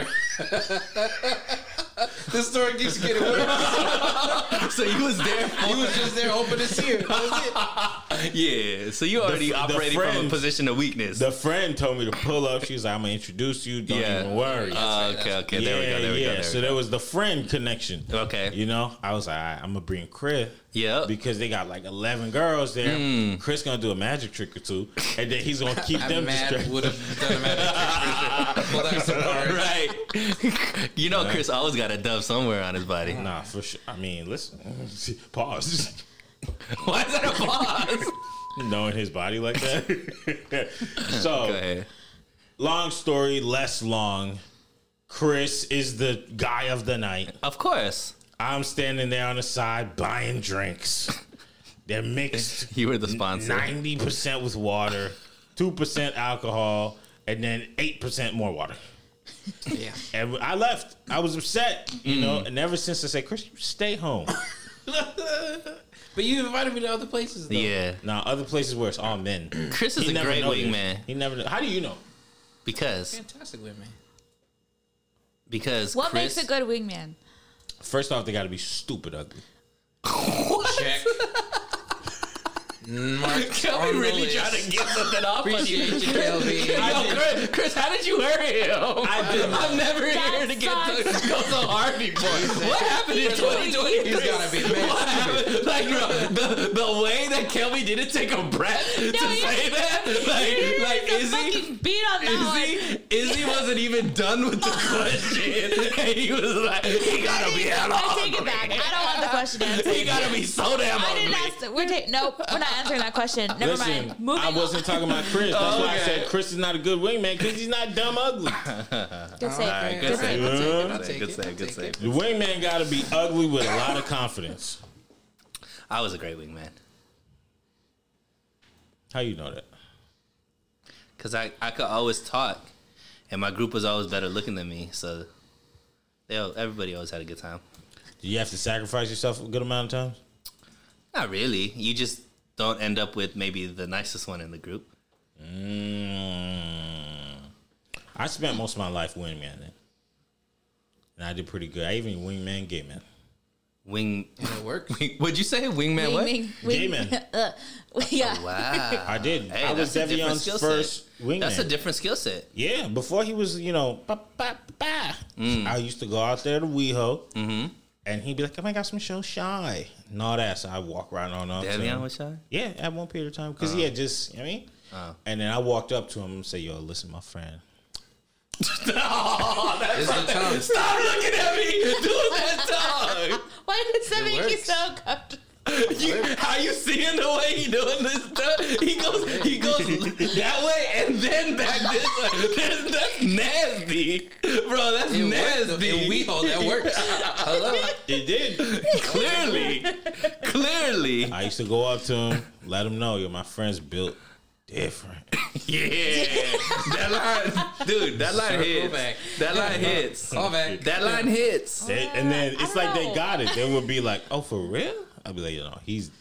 Speaker 3: her. this story keeps getting worse.
Speaker 1: so you was there for.
Speaker 3: You was just there hoping to see her. That was it.
Speaker 1: yeah. So you already
Speaker 2: the
Speaker 1: operating from a
Speaker 2: friends-
Speaker 1: position of weakness.
Speaker 2: The friend told me to pull up. She was like, "I'm gonna introduce you. Don't
Speaker 1: Yeah.
Speaker 2: even worry."
Speaker 1: Uh, okay, okay. There we go. There we go. There
Speaker 2: so
Speaker 1: we go.
Speaker 2: there was the friend connection.
Speaker 1: Okay.
Speaker 2: You know, I was like, All right, I'm gonna bring Chris.
Speaker 1: Yep.
Speaker 2: Because they got like 11 girls there.
Speaker 1: Mm.
Speaker 2: Chris gonna do a magic trick or two, and then he's gonna keep
Speaker 3: I'm
Speaker 2: them
Speaker 3: mad.
Speaker 2: distracted.
Speaker 3: Would have done a magic trick for sure. Pulled out some cards.
Speaker 1: right. you know, Chris always got a dub somewhere on his body.
Speaker 2: Nah, for sure. I mean, listen. Pause.
Speaker 1: Why is that a pause?
Speaker 2: Knowing his body like that.
Speaker 1: Go
Speaker 2: so,
Speaker 1: ahead.
Speaker 2: long story less long. Chris is the guy of the night.
Speaker 1: Of course.
Speaker 2: I'm standing there on the side buying drinks. They're mixed.
Speaker 1: You were the sponsor.
Speaker 2: Ninety percent with water, two percent alcohol, and then eight percent more water.
Speaker 3: Yeah.
Speaker 2: And I left. I was upset, you know. And ever since I said, "Chris, you stay home."
Speaker 3: But you invited me to other places. Though.
Speaker 1: Yeah.
Speaker 2: now, other places where it's all men.
Speaker 1: Chris is
Speaker 2: He
Speaker 1: a
Speaker 2: never
Speaker 1: great
Speaker 2: know this.
Speaker 1: wingman
Speaker 2: He never. Know. How do you know?
Speaker 1: because
Speaker 3: Fantastic women.
Speaker 1: because
Speaker 5: what
Speaker 1: Chris,
Speaker 5: makes a good wingman?
Speaker 2: First off, they got to be stupid ugly.
Speaker 3: Check. Mark
Speaker 6: Kelby
Speaker 3: on the
Speaker 6: really
Speaker 3: list.
Speaker 6: trying to get something off on you.
Speaker 3: Appreciate you,
Speaker 6: Yo,
Speaker 3: Kelby.
Speaker 6: Chris, Chris, how did you hurt him? I
Speaker 2: did not.
Speaker 6: am never
Speaker 5: That
Speaker 6: here to get
Speaker 5: sucks.
Speaker 6: the, go so hard before. What happened in 2020?
Speaker 3: He's gotta be mad.
Speaker 6: What happened? Like, bro, the, the way that Kelby didn't take a breath to
Speaker 5: he-
Speaker 6: say that,
Speaker 5: He
Speaker 6: like, like
Speaker 5: took a
Speaker 6: Izzy,
Speaker 5: fucking beat on that one.
Speaker 6: Izzy, Izzy wasn't even done with the question, and he was like, "He gotta be hella
Speaker 5: I take
Speaker 6: hungry.
Speaker 5: it back. I don't want the question answered.
Speaker 6: He gotta be so damn
Speaker 5: I didn't
Speaker 6: hungry."
Speaker 5: ask. The, we're ta- nope. We're not answering that question. Never
Speaker 2: Listen,
Speaker 5: mind. Moving
Speaker 2: I wasn't
Speaker 5: on.
Speaker 2: talking about Chris. That's why I
Speaker 6: Okay.
Speaker 2: said Chris is not a good wingman because he's not dumb ugly.
Speaker 1: right,
Speaker 5: Good save. good
Speaker 1: good
Speaker 5: save.
Speaker 1: save.
Speaker 3: I'll
Speaker 1: Good
Speaker 3: take
Speaker 1: save,
Speaker 3: it,
Speaker 1: good
Speaker 3: I'll
Speaker 1: save, good
Speaker 3: take it.
Speaker 1: save.
Speaker 2: The wingman got to be ugly with a lot of confidence.
Speaker 1: I was a great wingman
Speaker 2: How you know that?
Speaker 1: because I, I could always talk, and my group was always better looking than me. So they all, everybody always had a good time.
Speaker 2: Do you have to sacrifice yourself a good amount of times?
Speaker 1: Not really. You just don't end up with maybe the nicest one in the group.
Speaker 2: Mm. I spent most of my life wingman, and I did pretty good. I even wingman gay man.
Speaker 1: Wing.
Speaker 3: It works.
Speaker 1: Would you say wingman? what?
Speaker 5: Wing,
Speaker 2: Gay
Speaker 5: wing, wing.
Speaker 2: man.
Speaker 5: Yeah.
Speaker 2: Oh,
Speaker 1: Wow.
Speaker 2: I did.
Speaker 1: Hey,
Speaker 2: I was
Speaker 1: that's a different
Speaker 2: Devion's
Speaker 1: skill set.
Speaker 2: first wingman.
Speaker 1: That's a different skill set.
Speaker 2: Yeah, before he was, you know, ba, ba, ba,
Speaker 6: Mm.
Speaker 2: I used to go out there to WeHo,
Speaker 6: Mm-hmm.
Speaker 2: and he'd be like, "Oh my gosh, I'm so shy," and all that. So I walk right on up. to
Speaker 1: Devion
Speaker 2: him.
Speaker 1: was shy.
Speaker 2: Yeah, at one period of time, because
Speaker 6: Uh-huh.
Speaker 2: he had just, you know what I mean. And then I walked up to him and said, "Yo, listen, my friend."
Speaker 3: It's the tongue.
Speaker 6: Stop looking at me. Do that tongue.
Speaker 5: Why does that make you
Speaker 3: works.
Speaker 5: so uncomfortable?
Speaker 6: You, how you seeing the way he doing this stuff? He goes, he goes that way and then back this way. That's, that's nasty, bro. That's
Speaker 3: It worked. though.
Speaker 6: nasty.
Speaker 3: In WeHo, that works. Hello.
Speaker 2: It did.
Speaker 6: clearly, clearly,
Speaker 2: I used to go up to him, let him know, "Yo, my friend's built different."
Speaker 6: yeah. That line, dude. That line
Speaker 3: Circle
Speaker 6: hits.
Speaker 3: back.
Speaker 6: That
Speaker 1: Uh-huh.
Speaker 6: line hits.
Speaker 3: All back.
Speaker 6: That line hits.
Speaker 2: They- and then
Speaker 5: I
Speaker 2: it's
Speaker 5: don't
Speaker 2: like
Speaker 5: know.
Speaker 2: they got it. They would be like, "Oh, for real?" I'd be like, "You know, he's."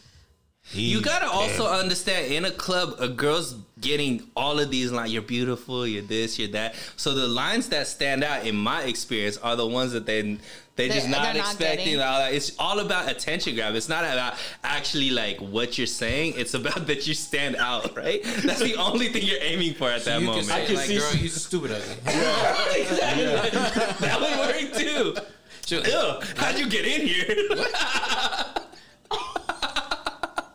Speaker 2: he's
Speaker 1: You gotta also understand in a club, a girl's getting all of these lines. You're beautiful. You're this. You're that. So the lines that stand out in my experience are the ones that they they just
Speaker 5: They're-
Speaker 1: not
Speaker 5: they're not
Speaker 1: expecting.
Speaker 5: getting.
Speaker 1: all that. It's all about attention grab. It's not about actually like what you're saying. It's about that you stand out. Right. That's the only thing you're aiming for at that
Speaker 3: You
Speaker 1: moment.
Speaker 3: can say
Speaker 2: can
Speaker 3: like,
Speaker 2: see-
Speaker 3: girl, you stupid ugly.
Speaker 1: that would work too.
Speaker 3: She was like,
Speaker 1: Ew, how'd you get in here?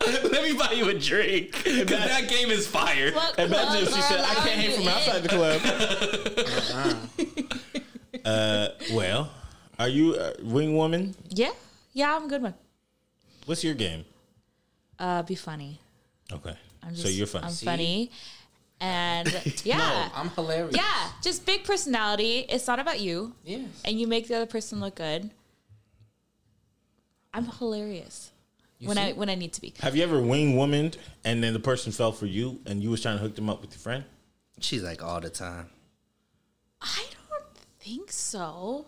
Speaker 1: Let me buy you a drink. 'cause that game is fire.
Speaker 5: What
Speaker 2: Imagine if she
Speaker 5: clubs
Speaker 2: said,
Speaker 5: are
Speaker 2: "I can't
Speaker 5: allowing
Speaker 2: hang
Speaker 5: you
Speaker 2: from
Speaker 5: in?"
Speaker 2: outside the club." uh, well, are you a wing woman?
Speaker 5: Yeah. Yeah, I'm a good one.
Speaker 2: What's your game?
Speaker 5: Uh, be funny.
Speaker 2: Okay,
Speaker 5: I'm just,
Speaker 2: so you're funny.
Speaker 5: I'm funny. And yeah.
Speaker 3: I'm hilarious.
Speaker 5: yeah. Just big personality. It's not about you.
Speaker 3: Yes.
Speaker 5: And you make the other person look good. I'm hilarious. when I when I need to be.
Speaker 2: Have you ever wing womaned and then the person fell for you and you was trying to hook them up with your friend?
Speaker 1: She's like all the time.
Speaker 5: I don't think so.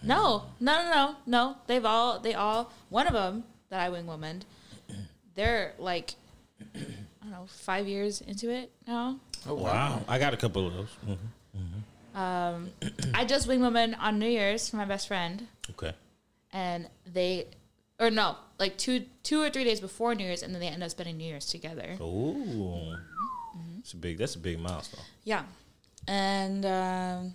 Speaker 5: No, no, no, no, no. They've all, they all, one of them that I wing womaned, they're like, I don't know, five years into it now.
Speaker 2: Wow, I got a couple of those. Mm,
Speaker 5: I just wing woman on New Year's for my best friend,
Speaker 2: Okay,
Speaker 5: and they, or no, like two, two or three days before New Year's, and then they end up spending New Year's together.
Speaker 2: ooh, it's a big. That's a big milestone.
Speaker 5: Yeah, and um,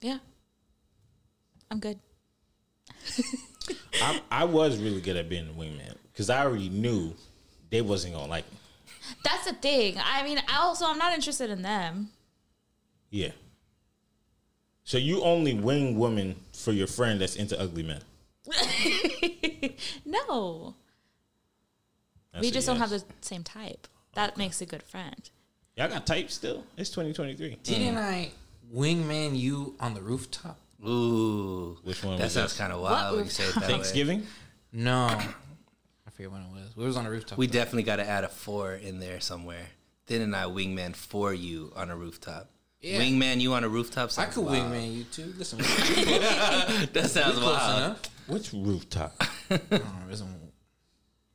Speaker 5: yeah, I'm good.
Speaker 2: I, I was really good at being a wingman because I already knew they wasn't gonna like me.
Speaker 5: That's the thing. I mean, I also I'm not interested in them.
Speaker 2: Yeah. So you only wing women for your friend that's into ugly men.
Speaker 5: No,
Speaker 2: That's
Speaker 5: we
Speaker 2: a
Speaker 5: just don't
Speaker 2: yes.
Speaker 5: have the same type. That makes a good friend.
Speaker 2: Y'all got type still? It's 2023.
Speaker 3: Didn't I wingman you on the rooftop?
Speaker 1: Ooh,
Speaker 2: Which one
Speaker 1: That
Speaker 2: was
Speaker 1: sounds
Speaker 2: it?
Speaker 1: kind of wild when you
Speaker 5: was-
Speaker 1: say it that way.
Speaker 2: Thanksgiving?
Speaker 3: No, I forget when it was. We was on a rooftop.
Speaker 1: We definitely got to add a four in there somewhere. Then and I wingman for you on a rooftop.
Speaker 3: Yeah.
Speaker 1: Wingman you on a rooftop.
Speaker 3: I
Speaker 1: sounds
Speaker 3: could
Speaker 1: wild.
Speaker 3: wingman you too. Listen, we're close
Speaker 1: That sounds wild.
Speaker 3: enough.
Speaker 2: Which rooftop?
Speaker 3: I don't know, it was in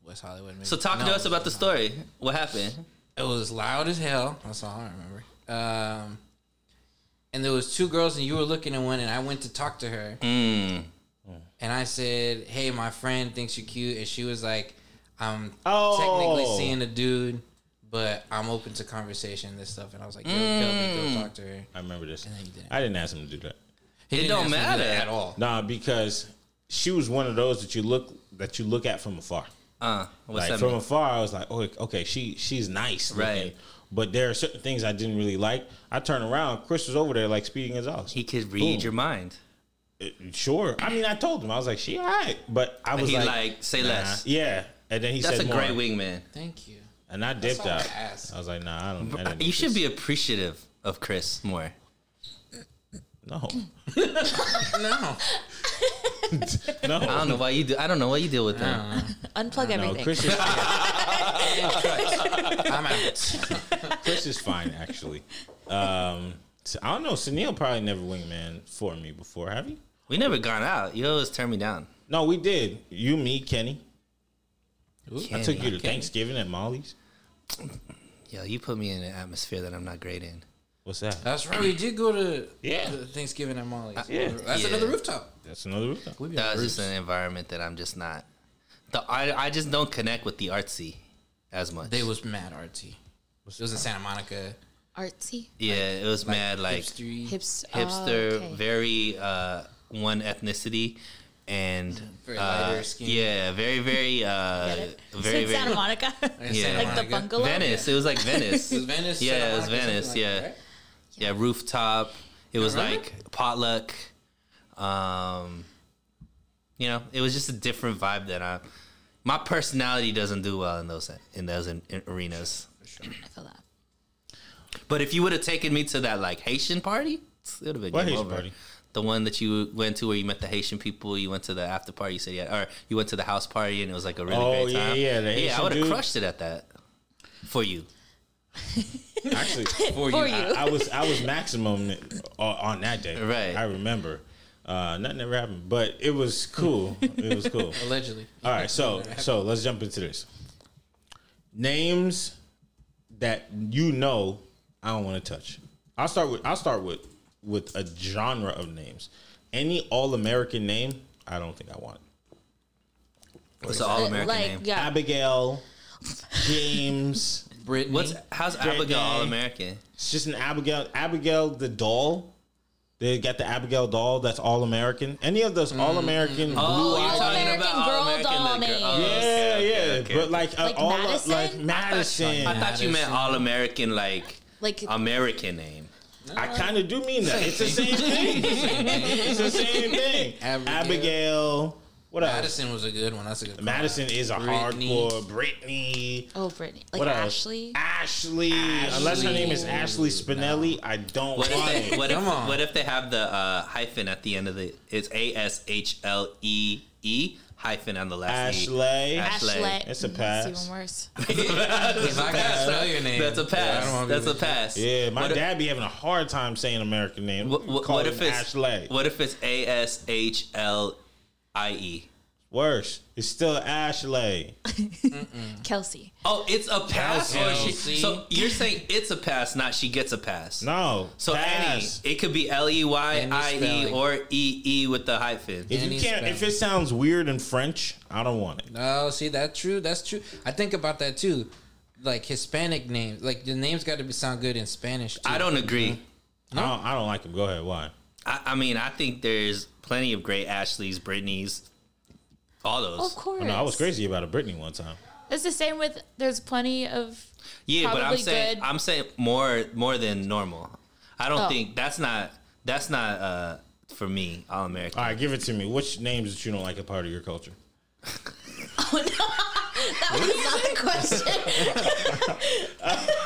Speaker 3: West Hollywood. Maybe.
Speaker 1: So talk
Speaker 3: No,
Speaker 1: to us about the story. What happened?
Speaker 3: It was loud as hell. That's all I remember. Um, and there was two girls, and you were looking at one, and I went to talk to her,
Speaker 1: Mm.
Speaker 3: and I said, "Hey, my friend thinks you're cute," and she was like, "I'm
Speaker 2: Oh.
Speaker 3: technically seeing a dude, but I'm open to conversation and this stuff." And I was like, "Yo,
Speaker 1: Mm.
Speaker 3: Kelby, go talk to her."
Speaker 2: I remember this.
Speaker 3: you didn't.
Speaker 2: I didn't ask him to do that.
Speaker 3: He
Speaker 1: It
Speaker 3: didn't
Speaker 1: don't
Speaker 3: ask me to do
Speaker 1: matter.
Speaker 3: that at all.
Speaker 2: Nah, because she was one of those that you look that you look at from afar.
Speaker 1: Uh, what's
Speaker 2: like
Speaker 1: that
Speaker 2: from
Speaker 1: mean?
Speaker 2: afar, I was like, oh, okay, she she's nice, looking,
Speaker 1: Right.
Speaker 2: But there are certain things I didn't really like. I turn around, Chris was over there like speeding his eyes.
Speaker 1: He could read
Speaker 2: Boom.
Speaker 1: your mind.
Speaker 2: Sure. I mean, I told him I was like, she all right, but I
Speaker 1: But
Speaker 2: was
Speaker 1: he
Speaker 2: like,
Speaker 1: like, say less.
Speaker 2: yeah. And then he
Speaker 1: That's a
Speaker 2: said,
Speaker 1: great
Speaker 2: more.
Speaker 1: wingman.
Speaker 3: Thank you.
Speaker 2: And I dipped
Speaker 3: all I
Speaker 2: out.
Speaker 3: asked.
Speaker 2: I was like, nah, I don't. I didn't
Speaker 1: You
Speaker 2: need
Speaker 1: should
Speaker 2: this.
Speaker 1: be appreciative of Chris more.
Speaker 2: no,
Speaker 3: No,
Speaker 1: I
Speaker 2: no,
Speaker 1: don't know why you do. I don't know why you deal with that.
Speaker 5: Unplug
Speaker 2: no.
Speaker 5: everything.
Speaker 2: Chris is
Speaker 3: I'm out.
Speaker 2: Chris is fine actually. Um, so, I don't know. Sunil probably never wingman for me before. Have you?
Speaker 1: We never gone out. You always turn me down.
Speaker 2: No, we did. You, me, Kenny. I took you to
Speaker 1: Kenny.
Speaker 2: Thanksgiving at Molly's.
Speaker 1: Yo, you put me in an atmosphere that I'm not great in.
Speaker 2: What's that?
Speaker 3: That's right. We did go to
Speaker 2: Yeah.
Speaker 3: the Thanksgiving at Molly's.
Speaker 2: Yeah.
Speaker 3: That's another rooftop.
Speaker 2: That's another rooftop.
Speaker 1: That was just an environment that I'm just not. The I I just don't connect with the artsy as much.
Speaker 3: They was mad artsy. It was in Santa Monica.
Speaker 5: Artsy,
Speaker 1: yeah, it was mad like
Speaker 3: Hipstery.
Speaker 5: hips,
Speaker 1: hipster,
Speaker 5: Oh, okay.
Speaker 1: very uh, one ethnicity, and
Speaker 3: Very
Speaker 1: uh,
Speaker 3: lighter skin.
Speaker 1: yeah, very very uh, very
Speaker 5: Like
Speaker 1: very
Speaker 5: Santa Monica,
Speaker 3: Santa
Speaker 5: like the
Speaker 3: Monica.
Speaker 5: bungalow.
Speaker 1: Venice. It was like Venice.
Speaker 3: It was Venice.
Speaker 1: Yeah,
Speaker 3: Santa
Speaker 1: it was
Speaker 3: Monica, something
Speaker 1: Venice.
Speaker 3: like
Speaker 1: yeah,
Speaker 3: that, right?
Speaker 1: yeah, rooftop. It was like potluck. Um, you know, it was just a different vibe that I. My personality doesn't do well in those in those in, in arenas.
Speaker 5: I feel that.
Speaker 1: But if you would have taken me to that like Haitian party, it would have been
Speaker 2: What
Speaker 1: game
Speaker 2: Haitian
Speaker 1: over.
Speaker 2: party?
Speaker 1: The one that you went to where you met the Haitian people, you went to the after party, you said yeah, or you went to the house party and it was like a really
Speaker 2: Oh,
Speaker 1: great
Speaker 2: yeah,
Speaker 1: time.
Speaker 2: yeah, the
Speaker 1: I
Speaker 2: Haitian
Speaker 1: would have
Speaker 2: dude.
Speaker 1: crushed it at that for you.
Speaker 2: Actually,
Speaker 3: For, you.
Speaker 2: I, I was I was maximum on, on that day.
Speaker 1: Right.
Speaker 2: I remember. Uh, nothing ever happened, but it was cool. It was cool.
Speaker 3: Allegedly.
Speaker 2: All right, so so let's jump into this. Names that you know I don't want to touch. I'll start with I'll start with with a genre of names. Any all American name, I don't think I want.
Speaker 1: What's an all American
Speaker 5: like
Speaker 1: name?
Speaker 5: yeah,
Speaker 2: Abigail, James.
Speaker 3: Brittany.
Speaker 1: What's how's Abigail
Speaker 2: name.
Speaker 1: all American?
Speaker 2: It's just an Abigail. Abigail the doll. They got the Abigail doll that's all American. Any of those all American blue
Speaker 1: Oh, you're
Speaker 2: eyed.
Speaker 1: talking
Speaker 5: American
Speaker 1: about
Speaker 5: girl
Speaker 1: All-American, the girl-
Speaker 5: doll name.
Speaker 1: oh,
Speaker 2: uh, Yeah,
Speaker 1: okay, okay,
Speaker 2: yeah.
Speaker 1: okay,
Speaker 2: but
Speaker 1: okay.
Speaker 2: like, uh,
Speaker 5: Like
Speaker 2: all
Speaker 5: Madison?
Speaker 2: like Madison.
Speaker 1: I thought you meant all American like
Speaker 5: like
Speaker 1: American name.
Speaker 2: I kind of do mean that. It's the same thing. it's the same thing. Abigail.
Speaker 3: Abigail.
Speaker 2: What else? Madison,
Speaker 3: Madison was a good one. That's a good.
Speaker 2: is a
Speaker 3: Brittany.
Speaker 2: hardcore. Brittany.
Speaker 5: oh Brittany, like
Speaker 2: What else?
Speaker 5: Ashley.
Speaker 2: Ashley. Unless her name is Ashley Spinelli, I don't
Speaker 1: What
Speaker 2: want
Speaker 1: if,
Speaker 2: it.
Speaker 1: they, what, if,
Speaker 3: Come on.
Speaker 1: what if they have the uh, hyphen at the end of the? It's A S H L E E hyphen on the last E.
Speaker 2: Ashley.
Speaker 1: Ashley.
Speaker 2: It's a
Speaker 5: Mm,
Speaker 2: pass.
Speaker 5: It's even worse.
Speaker 3: If I gotta spell your name,
Speaker 1: That's a
Speaker 3: I don't
Speaker 1: pass.
Speaker 3: wanna be
Speaker 1: That's a
Speaker 3: with you.
Speaker 1: pass.
Speaker 2: Yeah, my
Speaker 1: What if-
Speaker 2: dad be having a hard time saying American name.
Speaker 1: What, what,
Speaker 2: Call
Speaker 1: what
Speaker 2: him
Speaker 1: if it's
Speaker 2: Ashley?
Speaker 1: what if it's A S H L I E?
Speaker 2: Worse, it's still Ashley.
Speaker 5: Kelsey.
Speaker 1: Oh, it's a pass. Or she,
Speaker 3: Kelsey.
Speaker 1: so you're saying it's a pass, not she gets a pass.
Speaker 2: No,
Speaker 1: So
Speaker 2: pass.
Speaker 1: any, it could be L E Y
Speaker 3: Any
Speaker 1: I E
Speaker 3: spelling.
Speaker 1: or E E with the hyphen.
Speaker 2: if you
Speaker 3: any
Speaker 2: can't,
Speaker 3: spelling.
Speaker 2: if it sounds weird in French, I don't want it.
Speaker 3: No, oh, see that's true. That's true. I think about that too. Like Hispanic names, like the names got to be sound good in Spanish. Too.
Speaker 1: I don't
Speaker 3: Mm-hmm.
Speaker 1: agree.
Speaker 2: No, I don't, I don't like him. Go ahead. Why?
Speaker 1: I, I mean, I think there's plenty of great Ashleys, Britneys, All those.
Speaker 5: Of course.
Speaker 2: No, I was crazy about a Britney one time.
Speaker 5: It's the same with there's plenty of
Speaker 1: Yeah, but I'm
Speaker 5: probably
Speaker 1: saying
Speaker 5: good.
Speaker 1: I'm saying more more than normal. I don't
Speaker 5: Oh.
Speaker 1: think that's not that's not uh for me all American.
Speaker 2: All right, give it to me. Which names that you don't like a part of your culture?
Speaker 3: I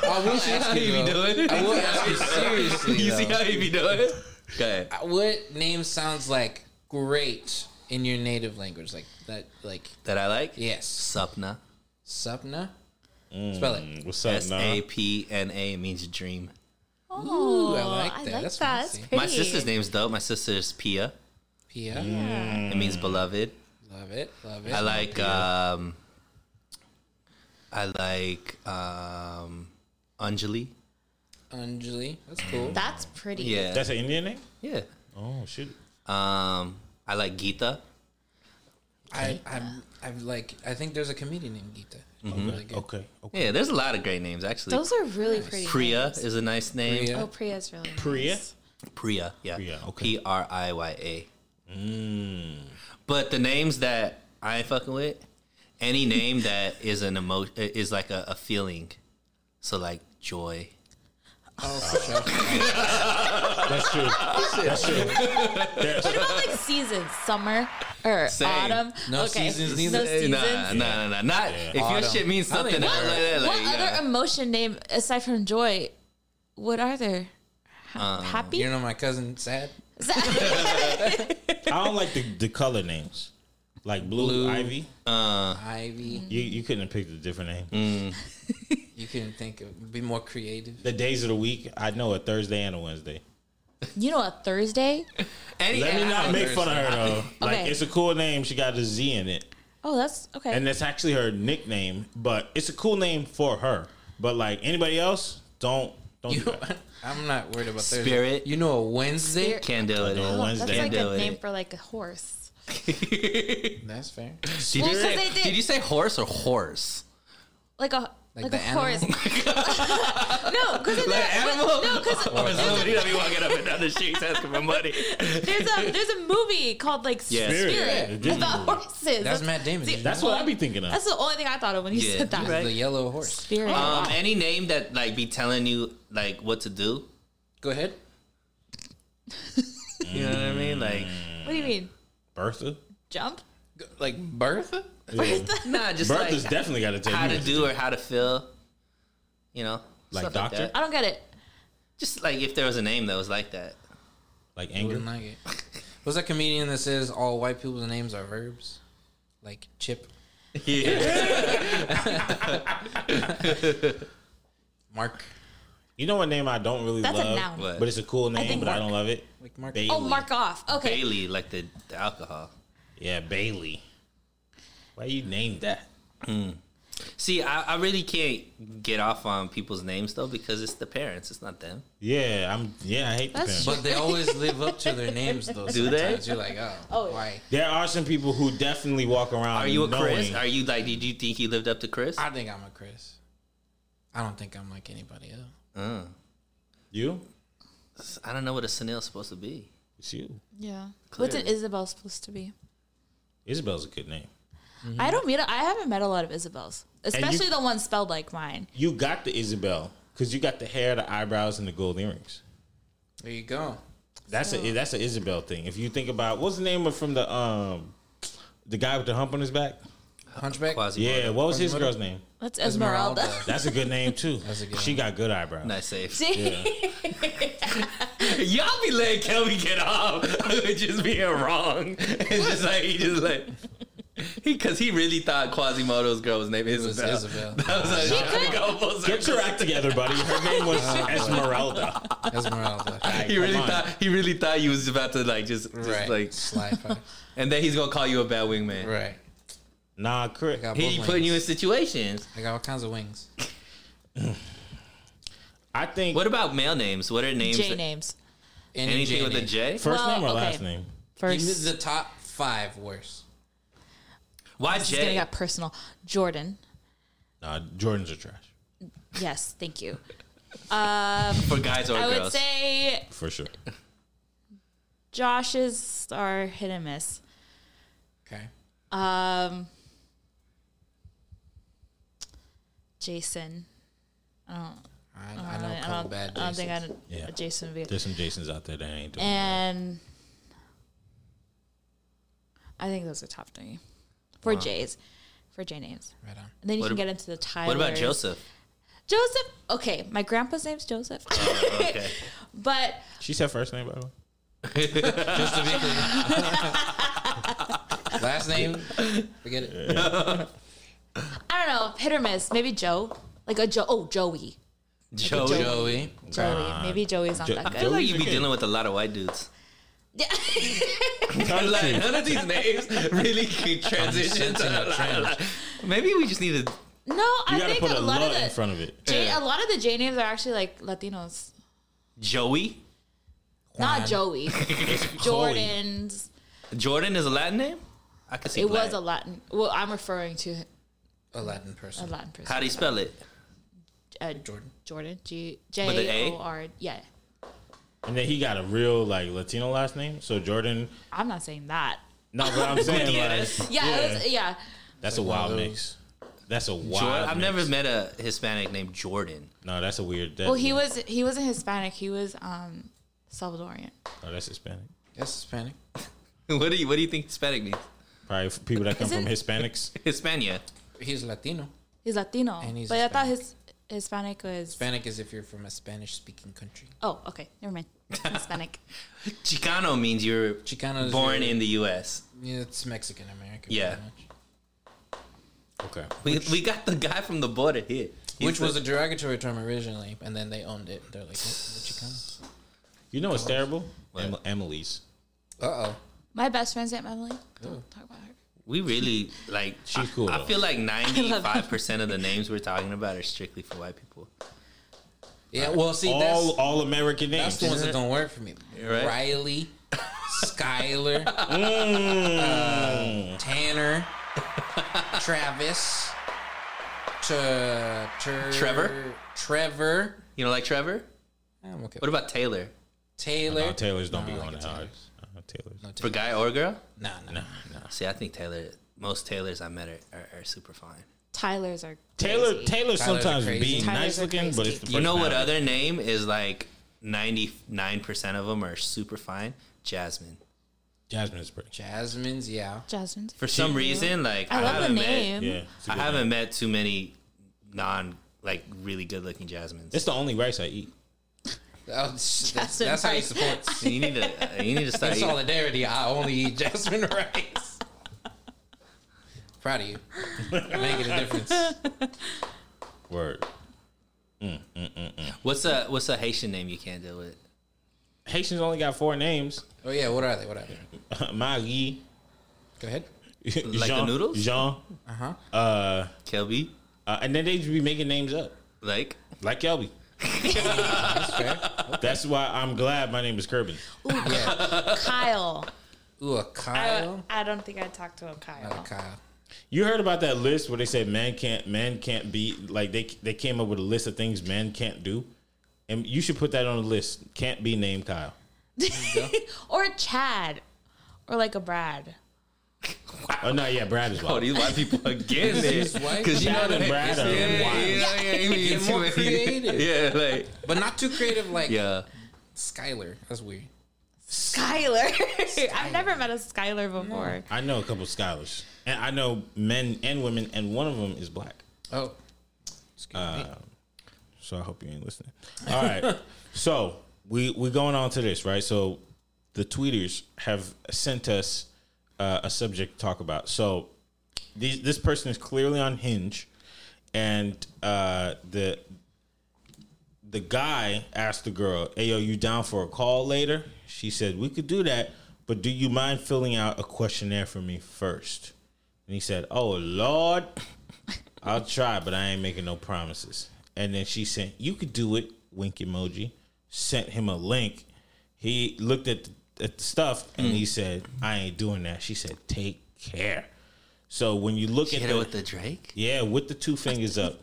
Speaker 3: will ask you,
Speaker 7: be
Speaker 3: though.
Speaker 7: doing?
Speaker 3: I will ask you seriously.
Speaker 7: You
Speaker 3: though.
Speaker 7: see how he be doing? Go ahead.
Speaker 3: what name sounds like great in your native language? Like that, like
Speaker 1: That I like.
Speaker 3: yes,
Speaker 1: Supna.
Speaker 3: Sapna.
Speaker 1: Mm.
Speaker 3: Spell it.
Speaker 2: What's up,
Speaker 1: S
Speaker 2: nah?
Speaker 1: A P N A means dream.
Speaker 3: Ooh, I like
Speaker 5: Oh, I
Speaker 3: that.
Speaker 5: like
Speaker 3: That's
Speaker 5: that. That's
Speaker 3: fancy.
Speaker 5: pretty.
Speaker 1: My sister's name's dope. My sister's Pia.
Speaker 3: Pia,
Speaker 1: It means beloved.
Speaker 3: love it, love it.
Speaker 1: Mm. I like um I like um Anjali.
Speaker 3: Anjali. That's cool.
Speaker 5: That's pretty.
Speaker 1: Yeah.
Speaker 2: That's an Indian name?
Speaker 1: yeah.
Speaker 2: Oh, shoot.
Speaker 1: Um I like Gita.
Speaker 3: I, I'm, I'm like, I think there's a comedian named Gita.
Speaker 1: Mm-hmm.
Speaker 3: Really good.
Speaker 2: Okay. okay.
Speaker 1: Yeah, there's a lot of great names actually.
Speaker 5: Those are really pretty.
Speaker 1: Priya is a nice name.
Speaker 3: Priya.
Speaker 5: Oh, Priya's really. nice.
Speaker 2: Priya?
Speaker 1: Priya, yeah.
Speaker 2: Priya, okay.
Speaker 1: P R I Y A. But the names that I ain't fucking with, any name that is an emo is like a, a feeling. So like joy.
Speaker 3: Oh, for sure.
Speaker 2: That's true. That's true.
Speaker 5: What about like seasons? Summer or
Speaker 1: Same.
Speaker 5: autumn?
Speaker 3: No seasons neither.
Speaker 5: No
Speaker 3: Eh,
Speaker 5: seasons.
Speaker 1: Nah, nah, nah, nah. Not if your
Speaker 3: Autumn.
Speaker 1: shit means
Speaker 3: I think
Speaker 1: something.
Speaker 3: that-
Speaker 1: I like that,
Speaker 5: What
Speaker 1: like, yeah.
Speaker 5: other emotion name aside from joy? What are there? Ha-
Speaker 1: Um,
Speaker 5: Happy.
Speaker 3: You know my cousin Sad.
Speaker 2: I don't like the, the color names. Like blue,
Speaker 3: Blue.
Speaker 2: ivy.
Speaker 1: Uh-huh.
Speaker 3: Ivy.
Speaker 2: You you couldn't have picked a different name.
Speaker 3: You couldn't think of be more creative.
Speaker 2: The days of the week, I know a Thursday and a Wednesday.
Speaker 5: You know a Thursday?
Speaker 1: Any-
Speaker 2: Let me not make fun of her though. Like
Speaker 5: Okay.
Speaker 2: it's a cool name. She got a Z in it,
Speaker 5: Oh, that's okay.
Speaker 2: and that's actually her nickname. But it's a cool name for her. But like anybody else, don't don't
Speaker 3: You
Speaker 2: do
Speaker 3: know,
Speaker 2: that.
Speaker 3: I'm not worried about Thursday.
Speaker 1: Spirit.
Speaker 3: You know a Wednesday.
Speaker 1: Can't do it.
Speaker 2: Oh,
Speaker 5: that's
Speaker 2: Wednesday.
Speaker 5: like
Speaker 1: Can't do
Speaker 5: a
Speaker 1: it.
Speaker 5: name for like a horse.
Speaker 3: That's fair.
Speaker 1: Did you,
Speaker 5: Well, 'cause
Speaker 1: say,
Speaker 5: they did-
Speaker 1: did you say horse or horse?
Speaker 5: Like a like,
Speaker 3: Like
Speaker 5: a
Speaker 3: the animal?
Speaker 5: horse. no, because
Speaker 1: Like animal?
Speaker 5: no,
Speaker 1: Or
Speaker 5: because
Speaker 1: somebody that be walking up and down the streets asking for money.
Speaker 5: there's a there's a movie called like
Speaker 1: Yeah.
Speaker 5: Spirit,
Speaker 2: Spirit. Yeah.
Speaker 5: about horses.
Speaker 3: That's Matt Damon. dude.
Speaker 2: That's what I be thinking of.
Speaker 5: That's the only thing I thought of when you
Speaker 1: Yeah,
Speaker 5: said that.
Speaker 1: you're right.
Speaker 3: the yellow horse.
Speaker 5: Spirit.
Speaker 1: Um, any name that like be telling you like what to do.
Speaker 3: Go ahead.
Speaker 1: You know what I mean? Like
Speaker 5: what do you mean?
Speaker 2: Bertha.
Speaker 5: Jump?
Speaker 3: Go- Like Bertha.
Speaker 1: nah, just
Speaker 2: Bertha's
Speaker 1: like
Speaker 2: definitely got a tell
Speaker 1: how
Speaker 2: you
Speaker 1: to
Speaker 2: what
Speaker 1: do or how to feel. You know,
Speaker 2: Like
Speaker 1: stuff
Speaker 2: doctor?
Speaker 1: that.
Speaker 5: I don't get it.
Speaker 1: Just like if there was a name that was like that.
Speaker 2: Like
Speaker 3: I
Speaker 2: anger.
Speaker 3: wouldn't like it. What's that comedian that says all white people's names are verbs? Like Chip. Mark.
Speaker 2: You know what name I don't really
Speaker 5: That's a
Speaker 2: love,
Speaker 5: noun.
Speaker 1: What?
Speaker 2: but it's a cool name,
Speaker 5: think
Speaker 2: but I don't love it.
Speaker 3: Like Mark.
Speaker 2: Bailey.
Speaker 5: Oh, mark off. Okay.
Speaker 1: Bailey, like the, the alcohol.
Speaker 2: Yeah, Bailey. Why you named that?
Speaker 1: See, I, I really can't get off on people's names though because it's the parents, it's not them.
Speaker 2: Yeah, I'm. Yeah, I hate the parents.
Speaker 3: But they always live up to their names, though.
Speaker 1: Do they?
Speaker 3: sometimes. You're like, oh, why?
Speaker 2: There are some people who definitely walk around.
Speaker 1: Are you a
Speaker 2: knowing,
Speaker 1: Chris? Are you like? Did you think he lived up to Chris?
Speaker 3: I think I'm a Chris. I don't think I'm like anybody else.
Speaker 2: you?
Speaker 1: I don't know what a Sunil is supposed to be.
Speaker 2: It's you.
Speaker 5: Yeah. What's an Isabel supposed to be?
Speaker 2: Isabel's a good name.
Speaker 1: Mm-hmm.
Speaker 5: I don't meet. a- I haven't met a lot of Isabels, especially the ones spelled like mine.
Speaker 2: You got the Isabel because you got the hair, the eyebrows, and the gold earrings.
Speaker 3: There you go.
Speaker 2: That's a that's an Isabel thing. If you think about what's the name of from the um the guy with the hump on his back.
Speaker 3: Hunchback.
Speaker 1: Quasi.
Speaker 2: Yeah, what was his
Speaker 3: Quasimodo?
Speaker 2: girl's name?
Speaker 5: That's Esmeralda.
Speaker 2: That's a good name too.
Speaker 3: That's a good
Speaker 2: she got good eyebrows.
Speaker 1: Nice save.
Speaker 5: See?
Speaker 1: Y'all be letting Kelvin get off with just being wrong. It's just like he just like he because he really thought Quasimodo's girl's name is
Speaker 3: was
Speaker 1: Isabel.
Speaker 3: Isabel.
Speaker 1: That was like, she could go full
Speaker 2: Get
Speaker 1: circle.
Speaker 2: your act together, buddy. Her name was Esmeralda.
Speaker 3: Esmeralda.
Speaker 1: He really
Speaker 2: Come on.
Speaker 1: thought he really thought you was about to like just, just
Speaker 3: Right.
Speaker 1: like,
Speaker 3: Like Sly Fox.
Speaker 1: and then he's gonna call you a bad wingman.
Speaker 3: Right.
Speaker 2: Nah, Chris.
Speaker 3: I got
Speaker 1: He
Speaker 3: both
Speaker 1: putting you in
Speaker 3: wings.
Speaker 1: situations.
Speaker 3: I got all kinds of wings.
Speaker 2: I think
Speaker 1: What about male names? What are names?
Speaker 5: J
Speaker 1: that-
Speaker 5: names.
Speaker 3: And
Speaker 1: Anything
Speaker 3: Jane
Speaker 1: with a
Speaker 3: Eyre.
Speaker 1: J?
Speaker 2: first
Speaker 5: Well,
Speaker 2: name or
Speaker 5: okay.
Speaker 2: last name.
Speaker 3: Even
Speaker 5: First,
Speaker 3: the top five worst.
Speaker 1: Why
Speaker 5: it's gonna
Speaker 1: J?
Speaker 5: get personal. Jordan.
Speaker 2: Nah, Jordans are trash
Speaker 5: Yes, thank you.
Speaker 1: for guys or
Speaker 5: I would
Speaker 1: girls?
Speaker 5: say
Speaker 2: for sure.
Speaker 5: Josh's are hit and miss.
Speaker 3: Okay.
Speaker 5: Um, Jason. I don't.
Speaker 3: I,
Speaker 5: don't
Speaker 3: I know
Speaker 5: really-
Speaker 3: a couple bad
Speaker 5: I don't think I
Speaker 3: Jasons.
Speaker 5: know Jason would be.
Speaker 2: There's some Jasons out there that ain't doing
Speaker 5: and I think those are top three for J's, for J names.
Speaker 3: Right on.
Speaker 5: And then you
Speaker 1: What
Speaker 5: can
Speaker 1: ab-
Speaker 5: get into the Tyler.
Speaker 1: What about Joseph?
Speaker 5: Joseph. Okay, my grandpa's name's Joseph,
Speaker 1: Okay.
Speaker 5: but
Speaker 2: She said first name by the way.
Speaker 3: Just to be clear. Last name, forget it.
Speaker 5: I don't know, hit or miss. Maybe Joe, like a Joe. Oh, Joey.
Speaker 1: Joey.
Speaker 3: Joey.
Speaker 5: Joey. Maybe Joey's not
Speaker 2: Jo-
Speaker 5: that
Speaker 1: I feel
Speaker 5: good.
Speaker 1: like you be dealing with a lot of white dudes.
Speaker 2: Tell the
Speaker 1: Like
Speaker 2: truth.
Speaker 1: none of these names really could transition
Speaker 3: sensing
Speaker 1: to
Speaker 3: a trend.
Speaker 1: Maybe we just need to.
Speaker 5: No,
Speaker 2: You
Speaker 5: I
Speaker 2: gotta
Speaker 5: think
Speaker 2: put a
Speaker 5: a lot of
Speaker 2: lot in
Speaker 5: the
Speaker 2: front of it.
Speaker 5: J, a lot of the J names are actually like Latinos,
Speaker 1: Joey.
Speaker 5: not Joey. Jordan's.
Speaker 1: Jordan is a Latin name. I could see.
Speaker 5: It
Speaker 1: black.
Speaker 5: was a Latin. Well, I'm referring to
Speaker 3: A Latin
Speaker 5: a
Speaker 3: person.
Speaker 5: Latin person.
Speaker 1: How do you spell it?
Speaker 5: uh, Jordan. Jordan. G
Speaker 1: an
Speaker 5: J
Speaker 1: A?
Speaker 5: O R. Yeah.
Speaker 2: And then he got a real like Latino last name. So Jordan
Speaker 5: I'm not saying that.
Speaker 2: No, but I'm saying like
Speaker 5: Yeah. Yeah. It was, yeah.
Speaker 2: that's a wild mix. That's a wild
Speaker 1: Jordan. I've never
Speaker 2: mix.
Speaker 1: met a Hispanic named Jordan.
Speaker 2: No, that's a weird that,
Speaker 5: Well, he was he wasn't Hispanic. He was um Salvadorian.
Speaker 2: Oh, that's Hispanic.
Speaker 3: That's Hispanic.
Speaker 1: What do you What do you think Hispanic means?
Speaker 2: Probably for people that come from Hispanics.
Speaker 1: Hispania.
Speaker 3: He's Latino.
Speaker 5: He's Latino.
Speaker 3: And he's
Speaker 5: but I thought
Speaker 3: Hispanic.
Speaker 5: his Hispanic was.
Speaker 3: Hispanic is if you're from a Spanish speaking country.
Speaker 5: Oh, okay. Never mind. Hispanic.
Speaker 1: Chicano means you're
Speaker 3: Chicano is
Speaker 1: born
Speaker 3: your-
Speaker 1: in the U.S.
Speaker 3: Yeah, it's Mexican American.
Speaker 1: Yeah.
Speaker 3: pretty much.
Speaker 2: Okay.
Speaker 1: We, we got the guy from the border here. He's
Speaker 3: Which was
Speaker 1: the-
Speaker 3: a derogatory term originally, and then they owned it. They're like, "Nope, the Chicano.
Speaker 2: You know what's terrible? Em- Emily's.
Speaker 3: Uh oh.
Speaker 5: My best friend's Aunt Emily. Don't talk about her.
Speaker 1: we really like.
Speaker 2: She's
Speaker 1: I-
Speaker 2: cool,
Speaker 1: I,
Speaker 2: though.
Speaker 1: feel like ninety five percent of the names we're talking about are strictly for white people.
Speaker 3: Yeah, well, see,
Speaker 2: All
Speaker 3: that's,
Speaker 2: all American
Speaker 3: that's
Speaker 2: names.
Speaker 3: the ones that don't work for me.
Speaker 1: right.
Speaker 3: Riley, Skyler,
Speaker 1: Mm.
Speaker 3: uh, Tanner, Travis, Tre- Tre-
Speaker 1: Trevor?
Speaker 3: Trevor.
Speaker 1: You know, like Trevor.
Speaker 3: I'm okay.
Speaker 1: What about Taylor?
Speaker 3: Taylor?
Speaker 2: No, Taylors don't be
Speaker 3: I
Speaker 2: going
Speaker 3: like
Speaker 2: to
Speaker 3: Taylor.
Speaker 2: ours. Uh, Taylors.
Speaker 1: For guy or girl?
Speaker 3: Nah, nah.
Speaker 1: See, I think Taylor. Most Taylors I met are, are, are super fine.
Speaker 5: Tyler's are.
Speaker 2: Taylor
Speaker 5: crazy.
Speaker 2: Taylor sometimes
Speaker 3: crazy.
Speaker 2: be
Speaker 5: Tyler's
Speaker 2: nice
Speaker 5: are
Speaker 2: looking,
Speaker 5: crazy.
Speaker 2: but it's the
Speaker 1: You know what
Speaker 2: personality.
Speaker 1: other name is like ninety nine percent of them are super fine? Jasmine.
Speaker 2: Jasmine's pretty.
Speaker 3: Jasmine's, yeah. Oh,
Speaker 5: Jasmine's.
Speaker 1: For eh? some reason, like
Speaker 5: I
Speaker 1: I,
Speaker 5: love the
Speaker 1: haven't
Speaker 5: name.
Speaker 1: met
Speaker 2: Yeah, it's, a
Speaker 1: I
Speaker 2: good
Speaker 1: haven't
Speaker 2: name.
Speaker 1: met too many non like really good looking Jasmines.
Speaker 2: It's the only rice I eat.
Speaker 3: Oh, that's, that's,
Speaker 5: Jasmine
Speaker 3: how you
Speaker 5: rice.
Speaker 3: support
Speaker 1: you need to uh, you need to start
Speaker 3: in
Speaker 1: eating.
Speaker 3: solidarity. I only eat jasmine rice. Proud of you. You're Making a difference.
Speaker 2: Word.
Speaker 1: What's a what's a Haitian name you can't deal with?
Speaker 2: Haitians only got four names.
Speaker 3: Oh yeah, what are they? What are they?
Speaker 2: Marie.
Speaker 3: Go ahead.
Speaker 1: the
Speaker 2: Jean,
Speaker 1: noodles?
Speaker 2: Jean.
Speaker 1: Kelby?
Speaker 2: Uh, and then they just be making names up.
Speaker 1: Like
Speaker 2: Like Kelby.
Speaker 3: That's fair.
Speaker 2: That's why I'm glad my name is Kerbin.
Speaker 3: Yeah.
Speaker 5: Kyle.
Speaker 3: Ooh, a
Speaker 5: I,
Speaker 3: Kyle.
Speaker 5: I don't think I talked to him, Kyle.
Speaker 3: Not a Kyle.
Speaker 2: You heard about that list where they said man can't man can't be like they they came up with a list of things man can't do, and you should put that on the list. Can't be named Kyle.
Speaker 5: or a Chad. Or like a Brad.
Speaker 2: Oh no, yeah, Brad is
Speaker 1: oh
Speaker 2: wild.
Speaker 1: these white people again there.
Speaker 3: These white
Speaker 1: Cause you know
Speaker 2: Brad
Speaker 1: that
Speaker 2: and Brad are
Speaker 1: yeah,
Speaker 2: wild.
Speaker 1: yeah, yeah, you mean
Speaker 3: Get
Speaker 1: too
Speaker 3: more
Speaker 1: many-
Speaker 3: creative.
Speaker 1: Yeah, like
Speaker 3: But not too creative like
Speaker 1: yeah.
Speaker 3: Skylar. That's weird.
Speaker 5: Skylar. I've never met a Skylar before.
Speaker 2: I know a couple scholars, and I know men and women, and one of them is black.
Speaker 3: Oh. Excuse me.
Speaker 2: So I hope you ain't listening. All right, so we we going on to this right. So the tweeters have sent us uh, a subject to talk about. So these, this person is clearly on Hinge, and uh, the the guy asked the girl, "Hey, yo, you down for a call later?" She said, "We could do that, but do you mind filling out a questionnaire for me first? And he said, "Oh Lord, I'll try, but I ain't making no promises." And then she sent, "You could do it," wink emoji. Sent him a link. He looked at the, at the stuff and
Speaker 1: Mm.
Speaker 2: he said, "I ain't doing that." She said, "Take care." So when you look
Speaker 1: Get
Speaker 2: at
Speaker 1: hit
Speaker 2: the,
Speaker 1: with the Drake?
Speaker 2: yeah, with the two fingers up,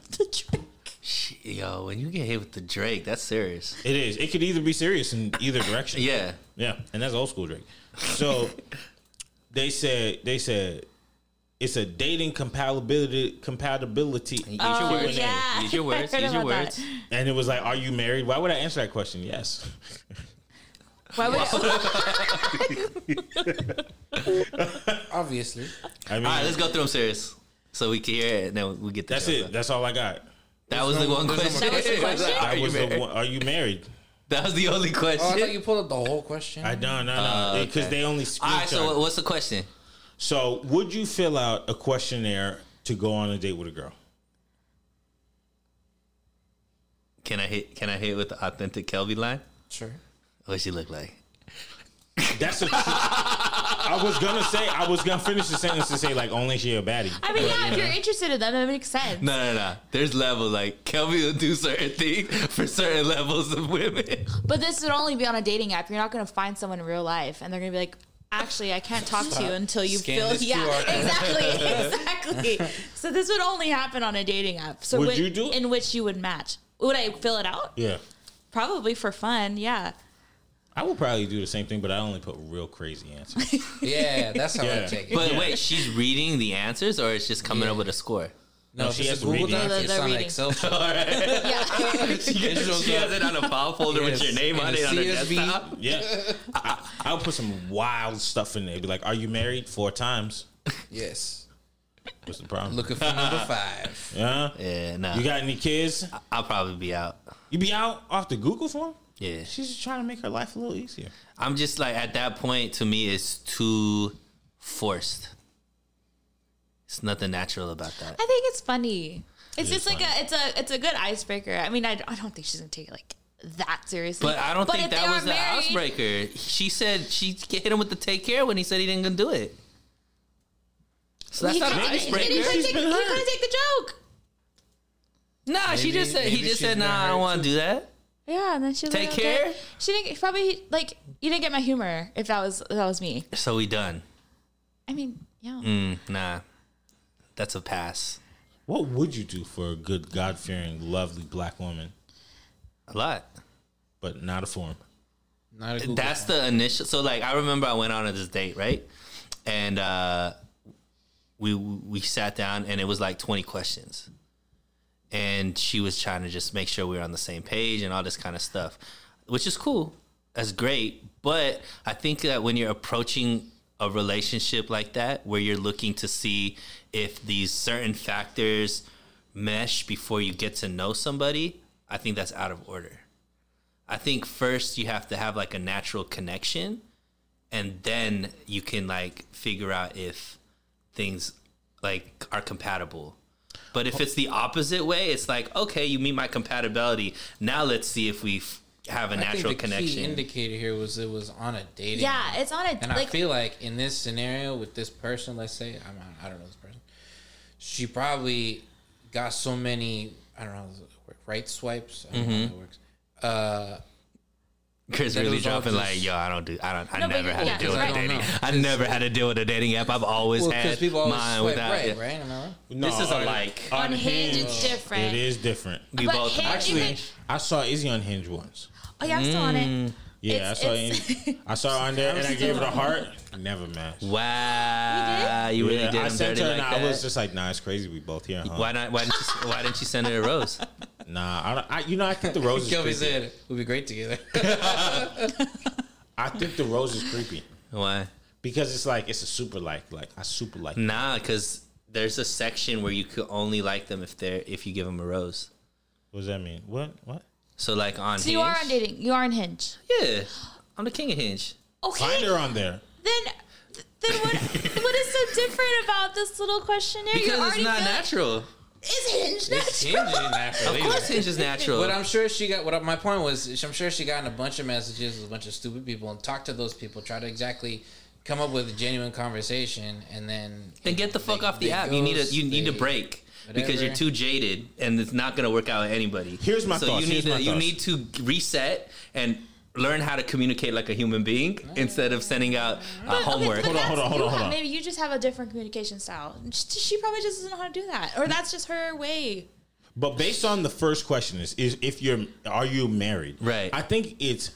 Speaker 1: Sh- Yo, when you get hit with the Drake, that's serious.
Speaker 2: it is. It could either be serious in either direction.
Speaker 1: Yeah.
Speaker 2: Yeah, and that's old school Drake. So they said they said It's a dating compatibility compatibility.
Speaker 5: Oh, yeah.
Speaker 7: Use your words.
Speaker 5: I heard
Speaker 7: Use your
Speaker 5: about that.
Speaker 7: words.
Speaker 2: And it was like, "Are you married?" Why would I answer that question? Yes.
Speaker 5: Why would
Speaker 3: Obviously. Oh,
Speaker 2: I mean,
Speaker 1: All right, let's go through them serious so we can hear it and then we get the
Speaker 2: that's
Speaker 1: show
Speaker 2: it.
Speaker 1: done.
Speaker 2: That's all I got.
Speaker 1: That was the one question.
Speaker 5: That was the question?
Speaker 2: I was the
Speaker 1: married?
Speaker 2: one, Are you married?
Speaker 1: That was the only
Speaker 3: Oh, I thought
Speaker 1: question.
Speaker 3: you pulled up the whole question.
Speaker 2: I don't know because they only
Speaker 1: Ah, All right,
Speaker 2: screenshot.
Speaker 1: so what's the question?
Speaker 2: so would you fill out a questionnaire to go on a date with a girl?
Speaker 1: Can I hit? Can I hit with the authentic Kelby line?
Speaker 3: Sure.
Speaker 1: What she look like?
Speaker 2: That's a tr- I was gonna say I was gonna finish the sentence to say like only she a baddie.
Speaker 5: I mean, yeah, if you're interested in them, that makes sense.
Speaker 1: No, no, no. There's level. Like Kelby will do certain things for certain levels of women.
Speaker 5: But this would only be on a dating app. You're not going to find someone in real life, and they're going to be like, "Actually, I can't talk to you until you
Speaker 3: Scan
Speaker 5: feel."
Speaker 3: this
Speaker 5: Yeah,
Speaker 3: QR code.
Speaker 5: exactly, exactly. so this would only happen on a dating app. So
Speaker 2: Would
Speaker 5: whi-
Speaker 2: you do it?
Speaker 5: in which you would match? Would I fill it out?
Speaker 2: Yeah,
Speaker 5: Probably for fun. Yeah.
Speaker 2: I would probably do the same thing, but I only put real crazy answers.
Speaker 3: Yeah, that's how
Speaker 2: Yeah.
Speaker 3: I take it.
Speaker 1: But wait, she's reading the answers, or it's just coming up with a score.
Speaker 3: no,
Speaker 2: No,
Speaker 3: if
Speaker 2: she
Speaker 3: it's
Speaker 2: has
Speaker 3: a
Speaker 2: to read
Speaker 3: Google
Speaker 2: the
Speaker 3: Doc,
Speaker 5: answers.
Speaker 3: it's
Speaker 5: They're
Speaker 3: on an
Speaker 5: reading.
Speaker 3: Excel sheet.
Speaker 1: Oh,
Speaker 5: Yeah.
Speaker 1: She, she has it on a file folder with your
Speaker 3: Yes,
Speaker 1: name on
Speaker 3: and
Speaker 1: it
Speaker 3: a
Speaker 1: on her
Speaker 3: CSV.
Speaker 1: desktop.
Speaker 2: Yeah, I, I would put some wild stuff in there. Be like, "Are you married?" Four times.
Speaker 3: yes.
Speaker 2: What's the problem?
Speaker 3: Looking for number
Speaker 1: Ah.
Speaker 3: five.
Speaker 2: yeah.
Speaker 1: Yeah, no.
Speaker 2: You got any kids?
Speaker 1: I'll probably be out.
Speaker 2: You be out off the Google form?
Speaker 1: Yeah.
Speaker 2: She's just trying to make her life a little easier.
Speaker 1: I'm just like at that point to me it's too forced. It's nothing natural about that.
Speaker 5: I think it's funny. It's just like a it's a it's a good icebreaker. I mean, I, I don't think she's gonna take it like that seriously.
Speaker 1: But I don't
Speaker 5: if
Speaker 1: think that
Speaker 5: they
Speaker 1: was
Speaker 5: are
Speaker 1: the housebreaker. She said she hit him with the take care when he said he didn't gonna do it. So that's
Speaker 5: He
Speaker 1: not an
Speaker 5: could've- he could've
Speaker 1: icebreaker.
Speaker 5: taken-
Speaker 2: She's
Speaker 5: He
Speaker 2: been
Speaker 5: couldn't
Speaker 2: hurt.
Speaker 5: take the joke.
Speaker 1: Nah, she
Speaker 3: Maybe-
Speaker 1: just said he
Speaker 3: maybe
Speaker 1: just
Speaker 3: she's
Speaker 1: said
Speaker 3: been
Speaker 1: nah. I don't
Speaker 3: hurt
Speaker 1: want to do that.
Speaker 5: Yeah, and then she was
Speaker 1: Take
Speaker 5: like, okay.
Speaker 1: care.
Speaker 5: She didn't probably like you didn't get my humor if that was if that was me.
Speaker 1: So we done.
Speaker 5: I mean, yeah.
Speaker 2: Mm.
Speaker 1: Nah, that's a pass.
Speaker 2: What would you do for a good, God fearing, lovely black woman,
Speaker 1: A lot.
Speaker 2: but not a form?
Speaker 3: Not a Google
Speaker 1: That's the initial. So like, I remember I went on to this date, right? And uh, we we sat down, and it was like twenty questions, and she was trying to just make sure we were on the same page and all this kind of stuff, which is cool. That's great, but I think that when you're approaching a relationship like that, where you're looking to see if these certain factors mesh before you get to know somebody, I think that's out of order. I think first you have to have like a natural connection and then you can like figure out if things like are compatible. But if it's the opposite way, it's like, okay, you meet my compatibility. Now let's see if we f- have a
Speaker 3: I
Speaker 1: natural
Speaker 3: think the Key
Speaker 1: connection.
Speaker 3: indicator here was it was on a dating.
Speaker 5: Yeah,
Speaker 3: app.
Speaker 5: it's on a
Speaker 3: and
Speaker 5: like
Speaker 3: I feel like in this scenario with this person, let's say I'm I don't know this person, she probably got so many I don't know right swipes. I don't know
Speaker 1: Mm-hmm.
Speaker 3: how that works. Uh,
Speaker 1: Chris
Speaker 3: that it
Speaker 1: really
Speaker 3: was all
Speaker 1: dropping like,
Speaker 3: just-
Speaker 1: yo, I don't do, I don't, I
Speaker 5: No, but
Speaker 1: never
Speaker 5: you-
Speaker 1: had
Speaker 5: yeah,
Speaker 1: to deal with
Speaker 5: right.
Speaker 1: a dating.
Speaker 3: I
Speaker 1: I never had to deal with a dating app. I've always
Speaker 3: well, because
Speaker 1: had
Speaker 3: people always
Speaker 1: mine
Speaker 3: swipe
Speaker 1: without.
Speaker 3: right,
Speaker 1: yeah.
Speaker 3: right? Am I right?
Speaker 2: No,
Speaker 1: This is a
Speaker 2: on-
Speaker 1: like.
Speaker 5: on Hinge, it's different.
Speaker 2: It is different.
Speaker 1: We
Speaker 5: But
Speaker 1: both
Speaker 5: Hinge,
Speaker 1: actually.
Speaker 5: you
Speaker 2: Actually, I saw Izzy on Hinge once.
Speaker 5: Oh yeah, I'm still on
Speaker 1: Mm.
Speaker 5: it.
Speaker 2: Yeah,
Speaker 5: It's-
Speaker 2: I saw
Speaker 5: it's-
Speaker 2: it. I saw her on there and I gave it a heart. Never matched.
Speaker 1: Wow, you, really
Speaker 2: Yeah,
Speaker 1: did.
Speaker 2: I
Speaker 1: him
Speaker 2: sent
Speaker 1: dirty
Speaker 2: her
Speaker 1: like
Speaker 2: and
Speaker 1: that.
Speaker 2: I was just like, nah, it's crazy. We both here, huh?
Speaker 1: Why not? Why didn't you, why didn't you send her a rose?
Speaker 2: Nah, I, don't, I you know I think the rose is
Speaker 3: Kelby
Speaker 2: creepy.
Speaker 3: said we'd be great together.
Speaker 2: I think the rose is creepy
Speaker 1: Why?
Speaker 2: because it's like it's a super like like I super like.
Speaker 1: Nah, because there's a section where you could only like them if they're if you give them a rose.
Speaker 2: What does that mean? What what?
Speaker 1: So like on
Speaker 5: So
Speaker 1: Hinge,
Speaker 5: you are on dating. You are on Hinge.
Speaker 1: yeah, I'm the king of Hinge.
Speaker 5: Okay.
Speaker 2: Find her on there.
Speaker 5: Then then what what is so different about this little questionnaire? You're
Speaker 1: Because
Speaker 5: already
Speaker 1: it's not
Speaker 5: feeling-
Speaker 1: natural.
Speaker 5: Is Hinge natural?
Speaker 3: It's changing after
Speaker 1: Of course, Hinge is natural.
Speaker 3: But I'm sure she got what my point was. is I'm sure she gotten a bunch of messages with a bunch of stupid people and talked to those people, try to exactly come up with a genuine conversation, and then
Speaker 1: then get the fuck
Speaker 3: they-
Speaker 1: off the
Speaker 3: they
Speaker 1: app. you need a you
Speaker 3: ghost,
Speaker 1: need a
Speaker 3: they-
Speaker 1: break because
Speaker 3: whatever.
Speaker 1: you're too jaded and it's not going to work out with anybody.
Speaker 2: Here's my
Speaker 1: so
Speaker 2: thoughts,
Speaker 1: you need
Speaker 2: here's my
Speaker 1: to, you
Speaker 2: thoughts.
Speaker 1: need to reset and learn how to communicate like a human being instead of sending out uh, homework.
Speaker 5: But
Speaker 2: Hold on, hold on,
Speaker 5: that's-
Speaker 2: hold
Speaker 5: you
Speaker 2: on, hold
Speaker 5: have-
Speaker 2: on.
Speaker 5: Maybe you just have a different communication style. She, she probably just doesn't know how to do that, or that's just her way.
Speaker 2: But based on the first question is is if you're are you married?
Speaker 1: Right.
Speaker 2: I think it's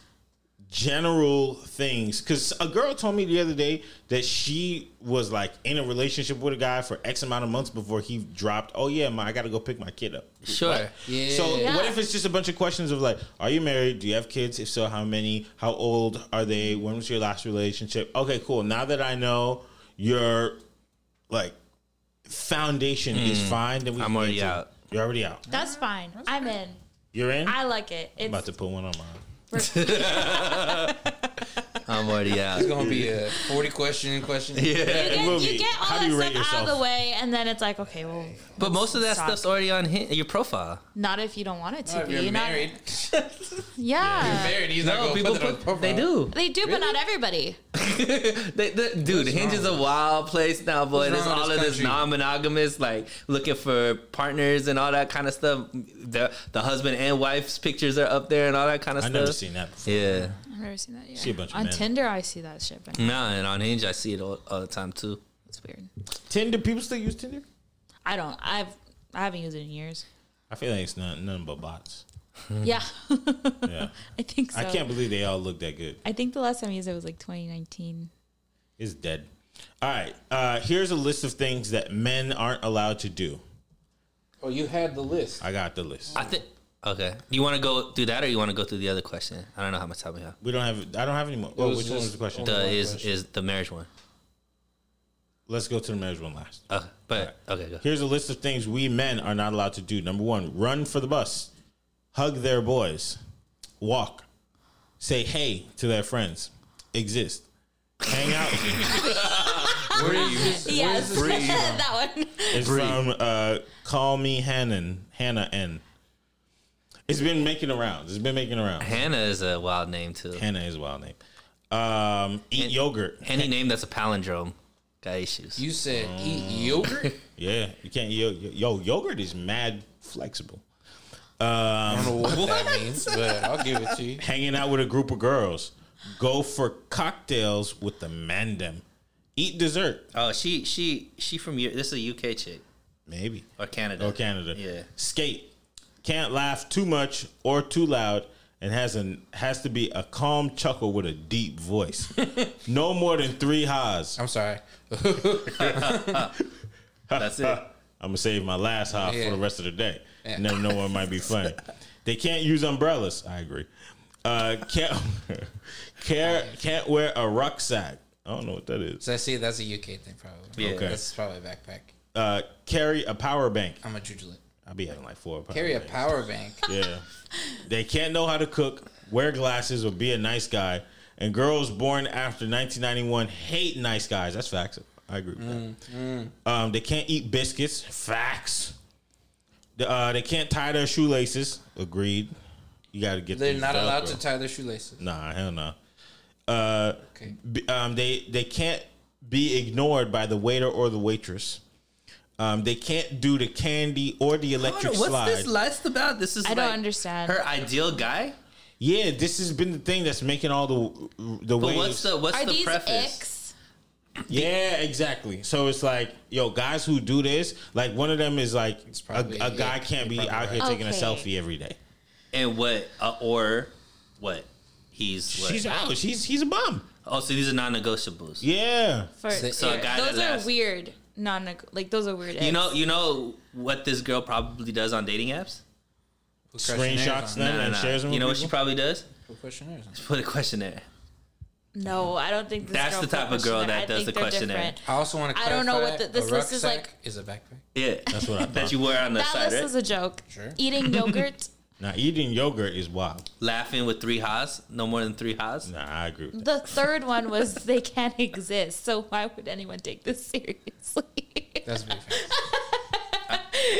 Speaker 2: general things because a girl told me the other day that she was like in a relationship with a guy for x amount of months before he dropped oh yeah my, i gotta go pick my kid up
Speaker 1: Sure.
Speaker 3: Yeah.
Speaker 2: so what if it's just a bunch of questions of like are you married do you have kids if so how many how old are they when was your last relationship okay cool now that i know your like foundation is fine then we
Speaker 1: Mm. I'm
Speaker 2: can
Speaker 1: already
Speaker 2: get into-
Speaker 1: out.
Speaker 2: you're already out
Speaker 1: Mm-hmm.
Speaker 5: That's fine. I'm in.
Speaker 2: you're in
Speaker 5: I like it.
Speaker 2: i'm about
Speaker 5: It's
Speaker 2: to put one on mine
Speaker 1: I'm already out.
Speaker 3: It's gonna be a forty question question.
Speaker 5: you
Speaker 1: Yeah.
Speaker 5: get,
Speaker 2: movie.
Speaker 5: you get all
Speaker 2: How do
Speaker 5: that
Speaker 2: you
Speaker 5: stuff
Speaker 2: rate
Speaker 5: out of
Speaker 2: yourself?
Speaker 5: the way, and then it's like, okay, well,
Speaker 1: But most of that
Speaker 5: Suck.
Speaker 1: stuff's already on hi your profile.
Speaker 5: not if you don't want it to
Speaker 3: Oh, if
Speaker 5: be.
Speaker 3: you're
Speaker 5: Not-
Speaker 3: married,
Speaker 5: yeah.
Speaker 3: married, he's not
Speaker 1: No,
Speaker 3: gonna
Speaker 1: people
Speaker 3: put, that on
Speaker 1: put,
Speaker 3: his profile.
Speaker 1: they do.
Speaker 5: They do, but not everybody.
Speaker 1: They, they- dude, Hinge is a wild place now, boy.
Speaker 3: What's
Speaker 1: There's
Speaker 3: wrong with
Speaker 1: all
Speaker 3: this
Speaker 1: of this
Speaker 3: country?
Speaker 1: non-monogamous, like looking for partners and all that kind of stuff. The the husband and wife's pictures are up there and all that kind of
Speaker 2: i've
Speaker 1: stuff.
Speaker 2: never seen that before
Speaker 1: Yeah,
Speaker 5: I've never seen that. Yeah.
Speaker 2: See a bunch of
Speaker 5: On
Speaker 2: men.
Speaker 5: Tinder, I see that shit, but
Speaker 1: nah, and on Hinge I see it all, all the time too.
Speaker 5: it's weird.
Speaker 2: tinder people still use tinder
Speaker 5: I don't. I've I haven't used it in years.
Speaker 2: I feel like it's not nothing but bots.
Speaker 5: Yeah,
Speaker 2: Mm. Yeah.
Speaker 5: I think so.
Speaker 2: I can't believe they all look that good.
Speaker 5: I think the last time I used it was like 2019.
Speaker 2: It's dead. All right. Uh, here's a list of things that men aren't allowed to do.
Speaker 3: Oh, you had the list.
Speaker 2: I got the list.
Speaker 1: I think. Okay, you want to go through that, or you want to go through the other question? I don't know how much time we have.
Speaker 2: We don't have I don't have any more. Oh,
Speaker 3: was
Speaker 2: which one
Speaker 3: just-
Speaker 2: was the question?
Speaker 1: The
Speaker 3: One
Speaker 1: is
Speaker 3: question.
Speaker 1: is the marriage one.
Speaker 2: Let's go to the marriage one last.
Speaker 1: Okay, but okay, go.
Speaker 2: Here's a list of things we men are not allowed to do. Number one, run for the bus. Hug their boys. Walk. Say hey to their friends. Exist. Hang out.
Speaker 3: Breathe.
Speaker 5: Yes, that one.
Speaker 2: It's from uh, Call Me Hannon. Hannah N. It's been making around. It's been making around.
Speaker 1: Hannah is a wild name too.
Speaker 2: Hannah is a wild name. Um, eat yogurt.
Speaker 1: Any name that's a palindrome got issues.
Speaker 3: You said eat yogurt.
Speaker 2: Yeah, you can't. Yo, yo, yogurt is mad flexible.
Speaker 3: I don't know what, that means, but I'll give it to you.
Speaker 2: Hanging out with a group of girls. Go for cocktails with the mandem. Eat dessert.
Speaker 1: Oh, she she she from U- this is a UK chick
Speaker 2: Maybe.
Speaker 1: or Canada
Speaker 2: Or Oh, Canada.
Speaker 1: Yeah.
Speaker 2: Skate. Can't laugh too much or too loud, and has an has to be a calm chuckle with a deep voice. no more than three ha's.
Speaker 3: I'm sorry.
Speaker 1: That's it.
Speaker 2: I'm gonna save my last half
Speaker 3: Yeah.
Speaker 2: for the rest of the day. Never know when it might be funny. They can't use umbrellas. I agree. Uh, can't can't can't wear a rucksack. I don't know what that is.
Speaker 3: So I see that's a UK thing, probably.
Speaker 1: Yeah.
Speaker 2: Okay.
Speaker 3: That's probably a backpack.
Speaker 2: Uh, carry a power bank.
Speaker 3: I'm a jujulant.
Speaker 2: I'll be having like four. Power
Speaker 3: Carry a
Speaker 2: banks.
Speaker 3: power bank.
Speaker 2: Yeah. They can't know how to cook, wear glasses, or be a nice guy. And girls born after 1991 hate nice guys. That's facts. I agree with
Speaker 3: Mm,
Speaker 2: that. Um, they can't eat biscuits. Facts. The- Uh, they can't tie their shoelaces. Agreed. You got to get.
Speaker 3: They're
Speaker 2: these
Speaker 3: not allowed
Speaker 2: Velcro.
Speaker 3: to tie their shoelaces.
Speaker 2: Nah, hell no. Uh,
Speaker 3: Okay.
Speaker 2: b- um, they they can't be ignored by the waiter or the waitress. Um, they can't do the candy or the
Speaker 1: I don't know,
Speaker 2: electric
Speaker 1: what's
Speaker 2: slide.
Speaker 1: this list about? This is
Speaker 5: I don't
Speaker 1: like
Speaker 5: understand.
Speaker 1: her ideal guy.
Speaker 2: Yeah, this has been the thing that's making all the the
Speaker 1: But
Speaker 2: waves.
Speaker 1: what's the what's
Speaker 5: Are
Speaker 1: the
Speaker 5: these
Speaker 1: preface?
Speaker 5: icks?
Speaker 2: yeah, exactly. So it's like, yo, guys who do this, like one of them is like,
Speaker 3: probably-
Speaker 2: a, a guy
Speaker 3: yeah,
Speaker 2: can't be
Speaker 3: you're
Speaker 2: out
Speaker 3: probably
Speaker 2: here taking a
Speaker 5: Okay.
Speaker 2: selfie every day.
Speaker 1: and what uh, or what? He's what?
Speaker 2: She's out. She's he's a bum.
Speaker 1: oh, so these are non-negotiables.
Speaker 2: Yeah,
Speaker 5: For,
Speaker 1: So a
Speaker 5: yeah,
Speaker 1: guy
Speaker 5: those
Speaker 1: that
Speaker 5: are
Speaker 1: lasts-
Speaker 5: weird. Non like those are weird.
Speaker 1: You
Speaker 5: icks.
Speaker 1: know, you know what this girl probably does on dating apps.
Speaker 3: Put
Speaker 2: screenshots
Speaker 3: questionnaires on.
Speaker 2: them and shares them.
Speaker 1: You
Speaker 2: with
Speaker 1: know what she
Speaker 2: people?
Speaker 1: probably does?
Speaker 3: Put questionnaires on.
Speaker 1: Put a questionnaire.
Speaker 5: no, I don't think this
Speaker 1: That's
Speaker 5: girl
Speaker 1: the
Speaker 5: put
Speaker 1: type of girl
Speaker 5: questionnaire.
Speaker 1: that
Speaker 5: I
Speaker 1: does
Speaker 5: think
Speaker 1: the
Speaker 5: they're
Speaker 1: questionnaire.
Speaker 5: different.
Speaker 3: I also want to.
Speaker 5: I don't know what the- this
Speaker 3: a
Speaker 5: list is
Speaker 3: rucksack
Speaker 5: like.
Speaker 3: Is a backpack.
Speaker 1: Yeah,
Speaker 2: That's what I thought.
Speaker 1: that you wear on the
Speaker 5: That
Speaker 1: side,
Speaker 5: list
Speaker 1: right?
Speaker 5: is a joke.
Speaker 3: Sure.
Speaker 5: Eating yogurt.
Speaker 2: now eating yogurt is wild.
Speaker 1: Laughing with three ha's, no more than three ha's.
Speaker 2: Nah, I agree. With that.
Speaker 5: the third one was they can't exist. So why would anyone take this seriously?
Speaker 3: That's a big fact.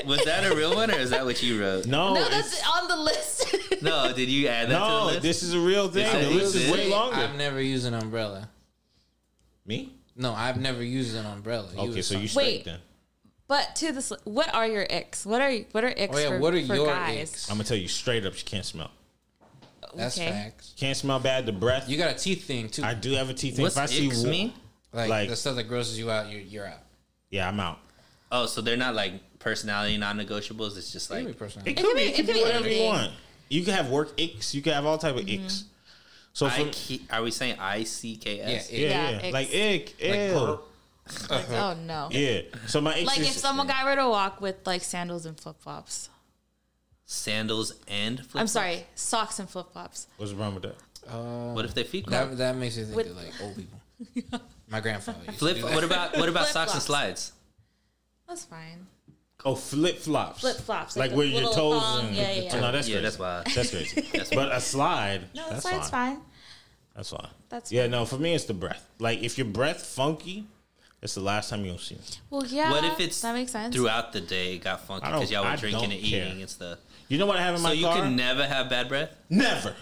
Speaker 1: Was that a real one or is that what you wrote?
Speaker 2: No,
Speaker 5: no,
Speaker 2: it's-
Speaker 5: that's on the list.
Speaker 1: No, did you add that to the
Speaker 2: no,
Speaker 1: list?
Speaker 2: this is a real thing.
Speaker 1: said
Speaker 2: The
Speaker 1: he
Speaker 2: list
Speaker 1: was
Speaker 2: is way
Speaker 1: in.
Speaker 2: longer.
Speaker 3: I've never used an umbrella.
Speaker 2: Me?
Speaker 3: No, I've never used an umbrella. You
Speaker 2: Okay,
Speaker 3: were
Speaker 2: so you
Speaker 3: talking-
Speaker 2: straight
Speaker 5: Wait.
Speaker 2: then.
Speaker 5: but to this, what are your icks? What are what are icks
Speaker 3: Oh yeah,
Speaker 5: for,
Speaker 3: what are
Speaker 5: for
Speaker 3: your
Speaker 5: guys? Um,
Speaker 3: icks?
Speaker 2: I'm gonna tell you straight up. She can't smell.
Speaker 3: That's
Speaker 5: Okay.
Speaker 3: facts.
Speaker 2: Can't smell bad. The breath.
Speaker 3: You got a teeth thing too.
Speaker 2: I do have a teeth. thing.
Speaker 1: What's
Speaker 2: If I see
Speaker 1: icks
Speaker 2: wa-
Speaker 1: mean?
Speaker 3: like,
Speaker 2: like-
Speaker 3: the stuff that grosses you out, you're, you're out.
Speaker 2: yeah, I'm out.
Speaker 1: Oh, so they're not like personality non-negotiables. It's just
Speaker 3: Give
Speaker 1: like
Speaker 3: me personality.
Speaker 5: It could be, it could be
Speaker 2: whatever you
Speaker 5: anything.
Speaker 2: want. You can have work icks. You can have all type of icks. So for,
Speaker 1: I ke- are we saying I C K S?
Speaker 3: Yeah,
Speaker 2: yeah,
Speaker 5: Yeah,
Speaker 2: yeah,
Speaker 5: icks.
Speaker 2: like ick, ew.
Speaker 5: Oh no.
Speaker 2: yeah. So my icks
Speaker 5: Like
Speaker 2: is,
Speaker 5: if someone got rid of walk with like sandals and flip flops.
Speaker 1: Sandals and flip
Speaker 5: I'm sorry, socks and flip flops.
Speaker 2: what's wrong with that?
Speaker 1: What if they feet
Speaker 3: That,
Speaker 1: caught?
Speaker 3: that makes me think
Speaker 5: With-
Speaker 3: of like old people. My grandfather. Used
Speaker 1: Flip.
Speaker 3: To do that.
Speaker 1: What about what about socks and
Speaker 5: Flip-flops.
Speaker 1: slides?
Speaker 5: That's fine.
Speaker 2: Oh, flip flops.
Speaker 5: Flip flops,
Speaker 2: Like,
Speaker 5: like
Speaker 2: where
Speaker 5: the
Speaker 2: your
Speaker 5: little
Speaker 2: toes
Speaker 5: thong,
Speaker 2: and
Speaker 5: yeah, yeah,
Speaker 2: Oh,
Speaker 5: yeah.
Speaker 2: no, that's
Speaker 1: Yeah,
Speaker 2: crazy.
Speaker 1: that's wild.
Speaker 2: That's crazy. but a slide.
Speaker 5: No, that's, fine. It's fine.
Speaker 2: That's fine.
Speaker 5: That's
Speaker 2: yeah.
Speaker 5: fine.
Speaker 2: No, for me it's the breath. Like if your breath funky, it's the last time you'll see. It.
Speaker 5: Well, yeah.
Speaker 1: What if it's
Speaker 5: that makes sense?
Speaker 1: throughout the day it got funky
Speaker 2: I don't-
Speaker 1: because y'all were
Speaker 2: I
Speaker 1: drinking
Speaker 2: don't
Speaker 1: and eating
Speaker 2: care.
Speaker 1: and stuff?
Speaker 2: You know what I have in
Speaker 1: So
Speaker 2: my
Speaker 1: you
Speaker 2: car?
Speaker 1: can never have bad breath.
Speaker 2: Never.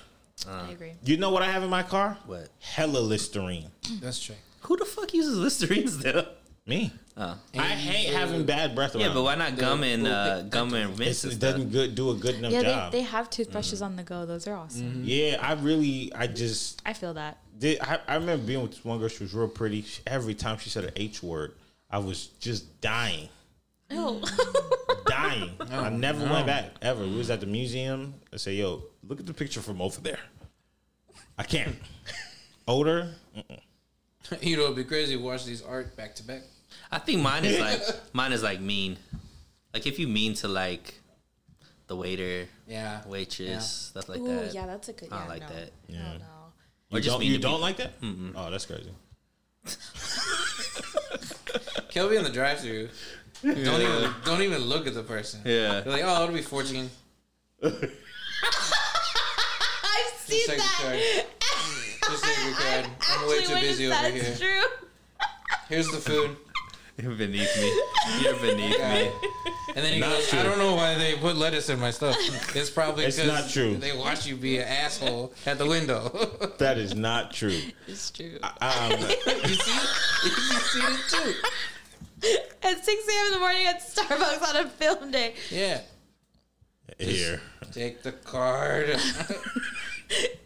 Speaker 5: I agree.
Speaker 2: You know what I have in my car?
Speaker 1: What?
Speaker 2: Hella Listerine.
Speaker 3: That's true.
Speaker 1: Who the fuck uses Listerines though?
Speaker 2: Me. I hate having bad breath. Around.
Speaker 1: Uh, Yeah, but why not gum and
Speaker 3: little
Speaker 1: uh,
Speaker 3: big-
Speaker 1: gum and mints
Speaker 2: It's,
Speaker 1: and
Speaker 2: it
Speaker 1: stuff?
Speaker 2: doesn't good do a good enough
Speaker 5: Yeah,
Speaker 2: job. Mm-hmm.
Speaker 5: they, they have toothbrushes on the go. Those are awesome.
Speaker 2: yeah, I really, I just
Speaker 5: I feel that.
Speaker 2: did. I, I remember being with this one girl. She was real pretty. She- every time she said an H word, I was just dying,
Speaker 5: No.
Speaker 1: Mm.
Speaker 2: dying. I never went back ever. We was at the museum. I say, yo, look at the picture from over there. I can't. Odor.
Speaker 3: You know, it'd be crazy. to Watch these art back to back.
Speaker 1: I think mine is like mine is like mean. Like if you mean to like the waiter,
Speaker 3: Yeah.
Speaker 1: waitress, stuff like
Speaker 5: Ooh,
Speaker 1: that.
Speaker 5: yeah, that's a good.
Speaker 1: I
Speaker 5: Yeah,
Speaker 1: don't like
Speaker 5: no.
Speaker 1: that.
Speaker 5: Yeah.
Speaker 2: You
Speaker 1: just
Speaker 2: don't,
Speaker 1: mean
Speaker 2: you
Speaker 1: to be-
Speaker 2: don't like that? Oh, that's crazy.
Speaker 3: Kill me in the drive-through. Don't even don't even look at the person.
Speaker 1: Yeah.
Speaker 3: They're like, oh, it'll be fourteen.
Speaker 5: I've
Speaker 3: Just
Speaker 5: seen
Speaker 3: take your card.
Speaker 5: that.
Speaker 3: Just take your card. I'm
Speaker 5: Actually,
Speaker 3: way too
Speaker 5: wait,
Speaker 3: busy
Speaker 5: if
Speaker 3: over
Speaker 5: that's
Speaker 3: here.
Speaker 5: true.
Speaker 3: Here's the food.
Speaker 1: You're beneath me. You're beneath me.
Speaker 3: And then he
Speaker 2: Not
Speaker 3: goes,
Speaker 2: true.
Speaker 3: I don't know why they put lettuce in my stuff. It's probably
Speaker 2: It's not
Speaker 3: because
Speaker 2: true.
Speaker 3: they watch you be an asshole at the window.
Speaker 2: That is not true.
Speaker 5: It's true.
Speaker 2: Um,
Speaker 3: you see? You see it too.
Speaker 5: at 6 a.m. in the morning at Starbucks on a film day.
Speaker 3: Yeah.
Speaker 2: here.
Speaker 3: Take the card.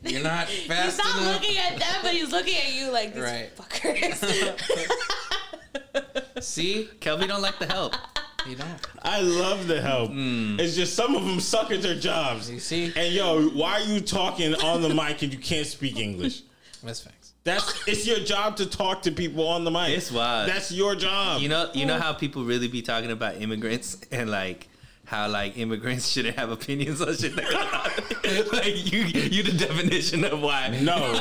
Speaker 3: You're not
Speaker 5: he's
Speaker 3: fast
Speaker 5: not
Speaker 3: enough.
Speaker 5: looking at them, but he's looking at you like these
Speaker 3: Right.
Speaker 5: fuckers.
Speaker 3: See?
Speaker 1: Kelby don't like the help.
Speaker 3: You don't.
Speaker 2: I love the help. It's just some of them suck at their jobs.
Speaker 3: You see?
Speaker 2: And yo, why are you talking on the mic and you can't speak English?
Speaker 3: That's facts.
Speaker 2: That's it's your job to talk to people on the mic.
Speaker 1: It's wild.
Speaker 2: That's your job.
Speaker 1: You know, you know how people really be talking about immigrants and like how like immigrants shouldn't have opinions on shit. Like, like you, you the definition of why.
Speaker 2: no,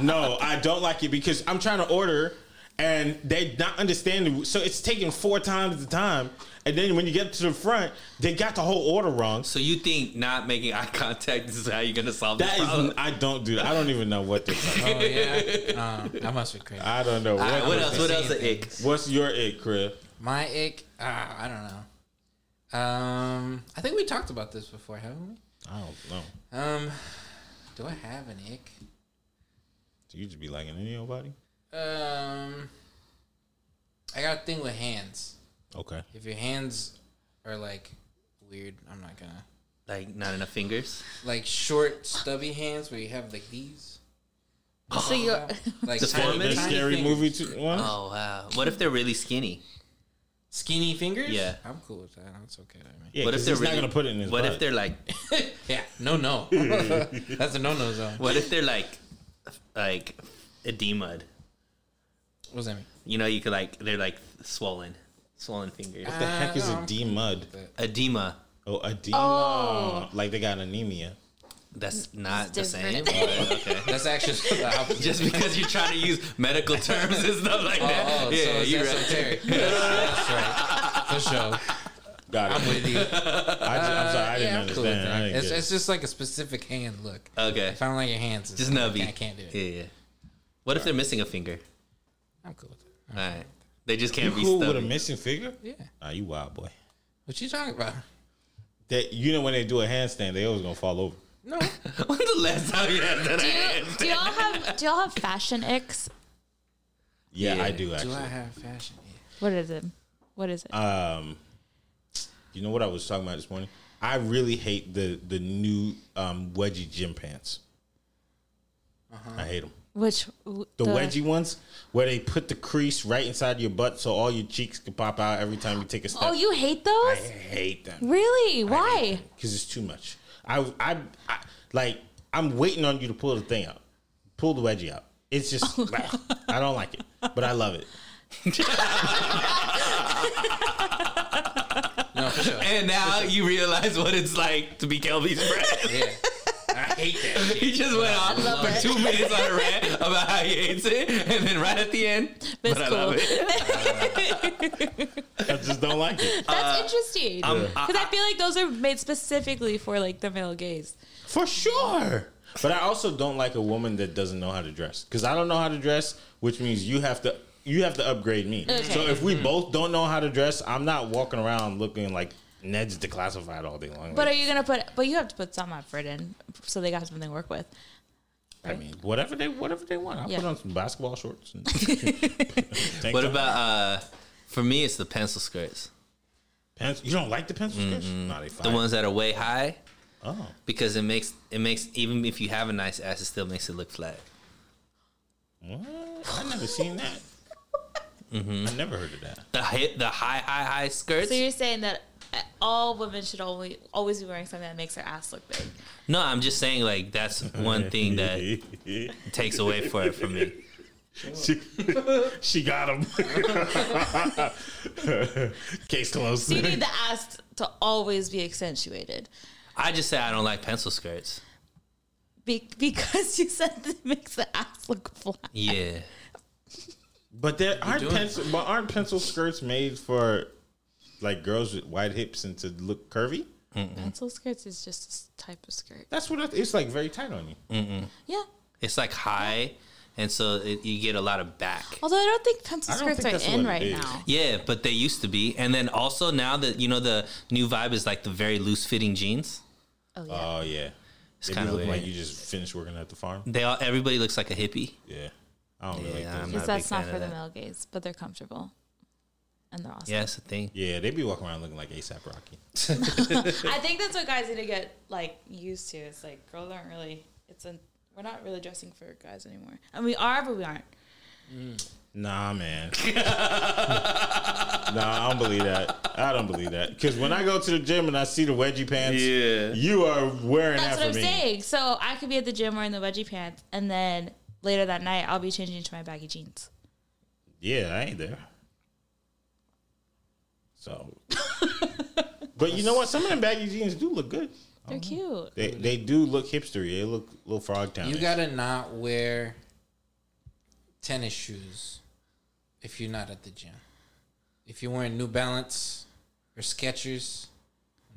Speaker 2: no, I don't like it because I'm trying to order and they not understanding. So it's taking four times the time, and then when you get to the front, they got the whole order wrong.
Speaker 1: So you think not making eye contact is how you're gonna solve
Speaker 2: That
Speaker 1: this
Speaker 2: is,
Speaker 1: problem?
Speaker 2: I don't do that. I don't even know what they're talking.
Speaker 3: Oh, yeah. Uh, that must be crazy.
Speaker 2: I don't know.
Speaker 1: All right, what
Speaker 2: was
Speaker 1: else?
Speaker 2: it?
Speaker 1: What else? An ick.
Speaker 2: What's your it, crib?
Speaker 3: My ick, ah, I don't know. Um, I think we talked about this before, haven't we?
Speaker 2: I don't know.
Speaker 3: Um, do I have an ick?
Speaker 2: Do you just be liking anybody?
Speaker 3: Um, I got a thing with hands.
Speaker 2: Okay.
Speaker 3: If your hands are like weird, I'm not gonna
Speaker 1: Like not enough fingers.
Speaker 3: like short, stubby hands where you have like these,
Speaker 5: so you
Speaker 3: like
Speaker 1: The
Speaker 3: tiny,
Speaker 1: foreman?
Speaker 2: That
Speaker 3: tiny
Speaker 2: scary
Speaker 3: fingers.
Speaker 2: movie too. One?
Speaker 1: Oh wow. What if they're really skinny?
Speaker 3: skinny fingers.
Speaker 1: Yeah.
Speaker 3: I'm cool with that. That's okay. I mean,
Speaker 2: yeah,
Speaker 1: What if
Speaker 2: 'cause
Speaker 1: they're
Speaker 2: he's
Speaker 1: really,
Speaker 2: not gonna put it in his
Speaker 1: What
Speaker 2: butt.
Speaker 1: if they're like?
Speaker 3: yeah, no, no, that's a no no zone. What
Speaker 1: What if they're like, like edema?
Speaker 3: does that mean?
Speaker 1: You know, you could like they're like swollen, swollen fingers.
Speaker 2: What the heck is a
Speaker 3: Um,
Speaker 2: D mud?
Speaker 1: Edema.
Speaker 2: Oh, edema. Like they got anemia.
Speaker 1: That's not the same.
Speaker 5: different.
Speaker 1: but okay.
Speaker 3: That's actually the opposite.
Speaker 1: Just because you're trying to use medical terms and stuff like that.
Speaker 3: Oh,
Speaker 1: yeah,
Speaker 3: so
Speaker 1: you're
Speaker 3: you're
Speaker 1: right.
Speaker 3: That's right. For sure.
Speaker 2: Got it.
Speaker 3: With you.
Speaker 2: I just, I'm sorry, I didn't
Speaker 3: Yeah, I'm cool with
Speaker 2: understand. I
Speaker 3: that.
Speaker 2: didn't
Speaker 3: It's,
Speaker 2: get
Speaker 3: it's
Speaker 2: it.
Speaker 3: just like a specific hand look.
Speaker 1: Okay.
Speaker 3: If I don't like your hands, it's
Speaker 1: Just
Speaker 3: like,
Speaker 1: nubby.
Speaker 3: I can't do it.
Speaker 1: Yeah, yeah. What if they're missing a finger?
Speaker 3: I'm cool with it.
Speaker 1: All right. They just can't be
Speaker 2: cool with a
Speaker 1: stubby.
Speaker 2: missing figure.
Speaker 3: Yeah.
Speaker 2: Nah, Ah, you wild boy.
Speaker 3: What you talking about?
Speaker 2: That you know when they do a handstand, they always gonna fall over.
Speaker 3: No.
Speaker 1: When's the last time you had that? hand?
Speaker 5: do y'all have do y'all have fashion icks?
Speaker 2: Yeah,
Speaker 1: Yeah.
Speaker 2: I do actually.
Speaker 3: do I have fashion? Yeah.
Speaker 5: What is it? What is it?
Speaker 2: um, you know what I was talking about this morning? I really hate the the new um, wedgie gym pants.
Speaker 3: Uh-huh.
Speaker 2: I hate them.
Speaker 5: Which
Speaker 2: The, wedgie ones where they put the crease right inside your butt so all your cheeks can pop out every time you take a step.
Speaker 5: Oh, you hate
Speaker 2: I
Speaker 5: those?
Speaker 2: hate them
Speaker 5: Really? Why?
Speaker 2: because it's too much. I, I I like I'm waiting on you to pull the thing out. Pull the wedgie out. It's just
Speaker 5: Oh
Speaker 2: I don't like it, but I love it.
Speaker 3: No, for sure.
Speaker 7: And now you realize what it's like to be Kelby's friend.
Speaker 3: Yeah. I hate that shit.
Speaker 7: He just went off for two minutes on a rant about how he hates it, and then right at the end, but I
Speaker 5: cool.
Speaker 7: love it.
Speaker 2: I just don't like it
Speaker 5: That's interesting. Because
Speaker 7: I-
Speaker 5: Uh, um, I, feel like those are made specifically for like the male gaze.
Speaker 2: for sure. But I also don't like a woman that doesn't know how to dress because I don't know how to dress, which means you have to you have to upgrade me. So if
Speaker 1: Mm-hmm.
Speaker 2: we both don't know how to dress, I'm not walking around looking like Ned's declassified all day long.
Speaker 5: But are
Speaker 2: Like,
Speaker 5: you gonna put? But you have to put some effort in, so they got something to work with.
Speaker 2: I mean, whatever they whatever they want, I'll
Speaker 5: Yeah.
Speaker 2: put on some basketball shorts. And Tank
Speaker 1: What
Speaker 2: top.
Speaker 1: about uh for me it's the pencil skirts.
Speaker 2: Pencil, you don't like the pencil skirts? No, they
Speaker 1: Mm-hmm. The
Speaker 2: fire.
Speaker 1: ones that are way high
Speaker 2: oh,
Speaker 1: because it makes it makes even if you have a nice ass it still makes it look flat.
Speaker 2: what? I never seen that.
Speaker 1: Mm-hmm.
Speaker 2: I never heard of that.
Speaker 1: The high, the high high high skirts.
Speaker 5: So you're saying that uh, all women should only always be wearing something that makes their ass look big.
Speaker 1: No, I'm just saying like that's one thing that takes away for it for me.
Speaker 2: she, she got him. Case closed.
Speaker 5: So you need the ass to always be accentuated.
Speaker 1: I just say I don't like pencil skirts.
Speaker 5: Be- because you said it makes the ass look flat.
Speaker 1: Yeah.
Speaker 2: But there aren't pencil, but aren't pencil skirts made for like girls with wide hips and to look curvy?
Speaker 5: Pencil skirts is just a type of skirt.
Speaker 2: That's what I it's like. Very tight on you.
Speaker 1: Mm.
Speaker 5: Yeah.
Speaker 1: It's like high and so it, you get a lot of back.
Speaker 5: Although I don't think pencil
Speaker 2: I don't
Speaker 5: skirts
Speaker 2: think that's
Speaker 5: are in
Speaker 2: what it
Speaker 5: right
Speaker 2: is.
Speaker 5: now.
Speaker 1: Yeah, but they used to be. And then also now that you know the new vibe is like the very loose fitting jeans.
Speaker 5: Oh yeah.
Speaker 2: Oh yeah, it's
Speaker 1: kinda
Speaker 2: like
Speaker 1: weird.
Speaker 2: you just finished working at the farm.
Speaker 1: They all everybody looks like a hippie.
Speaker 2: Yeah, I don't really
Speaker 1: Yeah,
Speaker 2: like
Speaker 1: I'm not
Speaker 2: those.
Speaker 5: Because
Speaker 1: a
Speaker 5: that's
Speaker 1: big
Speaker 5: not
Speaker 1: fan
Speaker 5: for
Speaker 1: of
Speaker 5: the
Speaker 1: that.
Speaker 5: male gaze, but they're comfortable. And they're awesome.
Speaker 1: Yeah, it's a thing.
Speaker 2: Yeah, they be walking around looking like ASAP Rocky.
Speaker 5: I think that's what guys need to get like used to. It's like girls aren't really it's a we're not really dressing for guys anymore. And we are but we aren't.
Speaker 2: Nah, man. nah, I don't believe that. I don't believe that. Because when I go to the gym and I see the wedgie pants,
Speaker 7: Yeah.
Speaker 2: you are wearing
Speaker 5: That's
Speaker 2: that
Speaker 5: what
Speaker 2: for
Speaker 5: I'm
Speaker 2: me.
Speaker 5: saying. So I could be at the gym wearing the wedgie pants and then later that night I'll be changing into my baggy jeans.
Speaker 2: Yeah, I ain't there. So, but you know what? Some of them baggy jeans do look good.
Speaker 5: They're cute.
Speaker 2: They they do look hipstery. They look little frog town.
Speaker 3: You gotta not wear tennis shoes if you're not at the gym. If you're wearing New Balance or Skechers,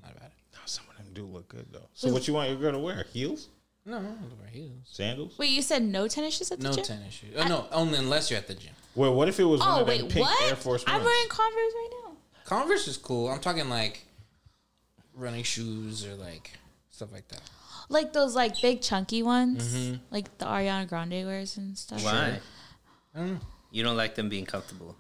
Speaker 3: I'm not about it.
Speaker 2: some of them do look good though. So what you want your girl to wear? Heels,
Speaker 3: No, I don't wear heels.
Speaker 2: sandals.
Speaker 5: Wait, you said no tennis shoes at the
Speaker 3: No
Speaker 5: gym?
Speaker 3: tennis shoes. Oh no, only unless you're at the gym.
Speaker 2: Well, what if it was one
Speaker 5: Oh
Speaker 2: of them
Speaker 5: wait,
Speaker 2: pink
Speaker 5: what?
Speaker 2: Air Force
Speaker 5: I'm
Speaker 2: Ones?
Speaker 5: wearing Converse right now.
Speaker 3: Converse is cool. I'm talking like running shoes or like stuff like that.
Speaker 5: Like those like big chunky ones.
Speaker 2: Mm-hmm.
Speaker 5: Like the Ariana Grande wears and stuff.
Speaker 1: Why? You don't like them being comfortable.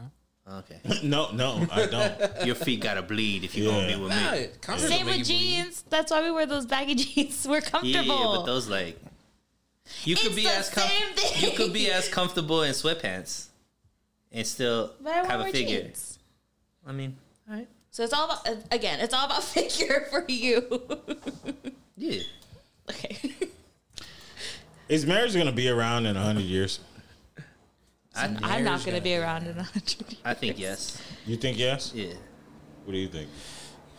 Speaker 1: Oh, Okay.
Speaker 2: no, no, I don't.
Speaker 1: Your feet gotta bleed if you're gonna
Speaker 2: Yeah.
Speaker 1: be with
Speaker 3: Nah,
Speaker 1: me.
Speaker 3: Converse
Speaker 5: Same
Speaker 3: will make
Speaker 5: with
Speaker 3: you bleed.
Speaker 5: jeans. That's why we wear those baggy jeans. We're
Speaker 1: Yeah,
Speaker 5: comfortable.
Speaker 1: but those like you could
Speaker 5: It's
Speaker 1: be
Speaker 5: the
Speaker 1: as com-
Speaker 5: same thing.
Speaker 1: you could be as comfortable in sweatpants and still
Speaker 5: But I
Speaker 1: have
Speaker 5: want
Speaker 1: a
Speaker 5: more
Speaker 1: figure.
Speaker 5: jeans.
Speaker 1: I mean, all right.
Speaker 5: So it's all about uh, again. It's all about figure for you.
Speaker 1: Yeah.
Speaker 5: okay.
Speaker 2: Is marriage gonna be around in hundred years?
Speaker 5: I'm not gonna be around in a hundred.
Speaker 1: I think yes.
Speaker 2: You think yes?
Speaker 1: Yeah.
Speaker 2: What do you think?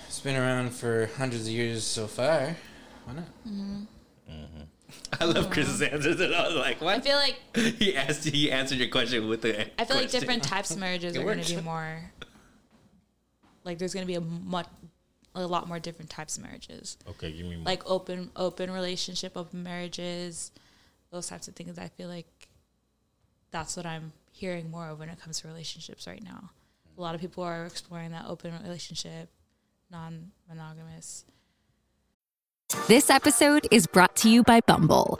Speaker 3: It's been around for hundreds of years so far. Why not?
Speaker 1: I love Chris's answers, and I was like,
Speaker 5: I
Speaker 1: "What?"
Speaker 5: feel like
Speaker 1: He asked. He answered your question with the.
Speaker 5: I feel like different types of marriages
Speaker 3: It
Speaker 5: are gonna
Speaker 3: works.
Speaker 5: be more. Like there's gonna be a much, a lot more different types of marriages.
Speaker 2: Okay, give me more.
Speaker 5: Like open open relationship, open marriages, those types of things. I feel like that's what I'm hearing more of when it comes to relationships right now. A lot of people are exploring that open relationship, non monogamous.
Speaker 8: This episode is brought to you by Bumble.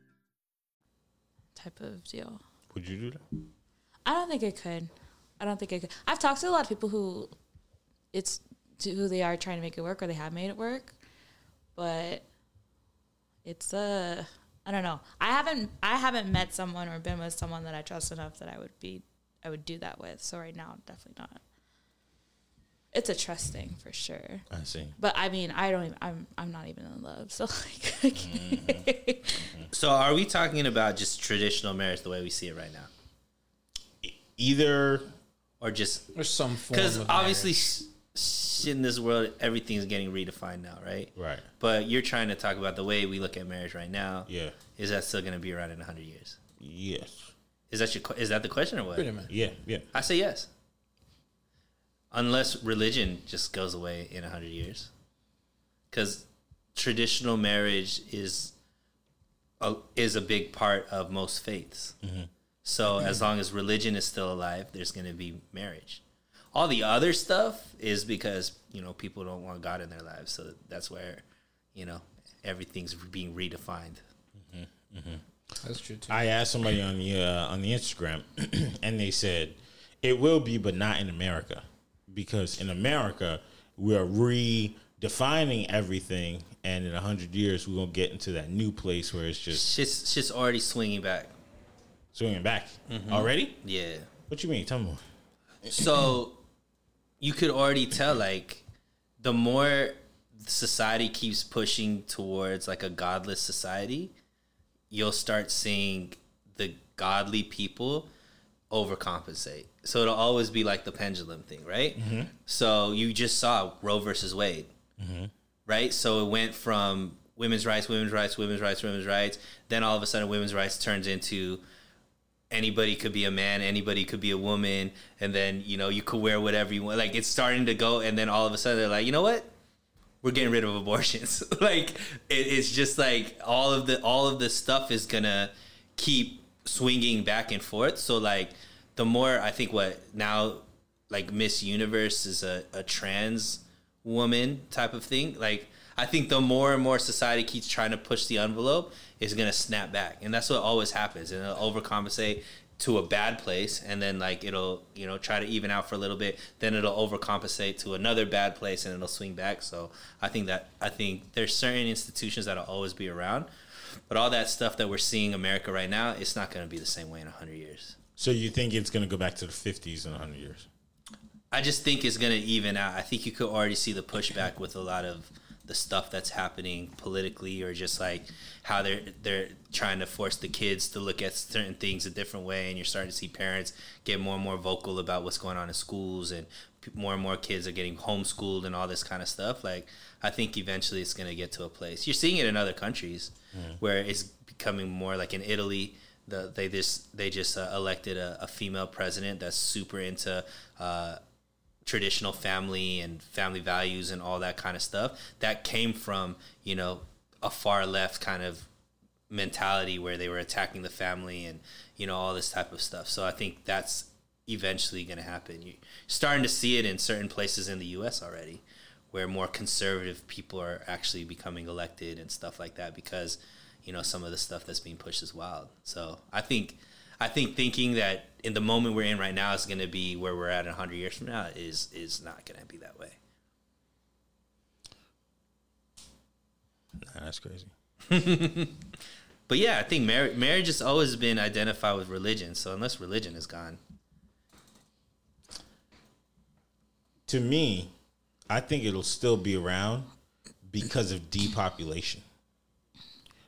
Speaker 5: type of deal.
Speaker 2: Would you do that?
Speaker 5: I don't think I could. I don't think I could. I've talked to a lot of people who it's to who they are trying to make it work or they have made it work, but it's uh, I don't know. I haven't I haven't met someone or been with someone that I trust enough that I would be I would do that with. So right now, definitely not. It's a trust thing for sure.
Speaker 2: I see.
Speaker 5: But I mean, I don't. Even, I'm I'm not even in love. So like, I can't.
Speaker 1: So are we talking about just traditional marriage the way we see it right now?
Speaker 2: Either
Speaker 1: or just
Speaker 3: or some form
Speaker 1: because
Speaker 3: of
Speaker 1: obviously sh- shit in this world everything's getting redefined now, right?
Speaker 2: Right.
Speaker 1: But you're trying to talk about the way we look at marriage right now.
Speaker 2: Yeah.
Speaker 1: Is that still going to be around in 100 years?
Speaker 2: Yes.
Speaker 1: Is that your que- is that the question or what?
Speaker 3: Wait a minute.
Speaker 2: Yeah. Yeah.
Speaker 1: I say yes. Unless religion just goes away in 100 years. Cuz traditional marriage is a, is a big part of most faiths. So as long as religion is still alive, there's going to be marriage. All the other stuff is because, you know, people don't want God in their lives. So that's where, you know, everything's being redefined.
Speaker 3: That's true too.
Speaker 2: I asked somebody on the uh, on the Instagram, and they said it will be, but not in America, because in America we are redefining everything, and in hundred years we're gonna get into that new place where it's just
Speaker 1: Shit's, shit's already swinging back.
Speaker 2: swinging back already.
Speaker 1: Yeah.
Speaker 2: What you mean? Tell me more.
Speaker 1: so you could already tell like the more society keeps pushing towards like a godless society you'll start seeing the godly people overcompensate so it'll always be like the pendulum thing right so you just saw roe versus wade right so it went from women's rights women's rights women's rights women's rights then all of a sudden women's rights turns into anybody could be a man, anybody could be a woman, and then you know you could wear whatever you want. Like it's starting to go, and then all of a sudden they're like, you know what? We're getting rid of abortions. like it, it's just like all of the all of the stuff is gonna keep swinging back and forth. So like the more I think what now like Miss Universe is a, a trans woman type of thing. Like I think the more and more society keeps trying to push the envelope, it's gonna snap back, and that's what always happens. And it'll overcompensate to a bad place, and then like it'll you know try to even out for a little bit. Then it'll overcompensate to another bad place, and it'll swing back. So I think that I think there's certain institutions that'll always be around, but all that stuff that we're seeing in America right now, it's not gonna be the same way in hundred years.
Speaker 2: So you think it's gonna go back to the fifties in hundred years?
Speaker 1: I just think it's going to even out. I think you could already see the pushback with a lot of the stuff that's happening politically, or just like how they're they're trying to force the kids to look at certain things a different way, and you're starting to see parents get more and more vocal about what's going on in schools, and p- more and more kids are getting homeschooled and all this kind of stuff. Like I think eventually it's going to get to a place. You're seeing it in other countries where it's becoming more like in Italy the, they just they just uh, elected a, a female president that's super into uh, traditional family and family values and all that kind of stuff. That came from you know a far left kind of mentality where they were attacking the family and you know all this type of stuff. So I think that's eventually going to happen. You're starting to see it in certain places in the U.S. already, where more conservative people are actually becoming elected and stuff like that because you know some of the stuff that's being pushed is wild. So I think I think thinking that in the moment we're in right now is going to be where we're at in 100 years from now is is not going to be that way.
Speaker 2: Nah, that's crazy.
Speaker 1: But yeah, I think marriage marriage has always been identified with religion. So unless religion is gone,
Speaker 2: To me, I think it'll still be around because of depopulation.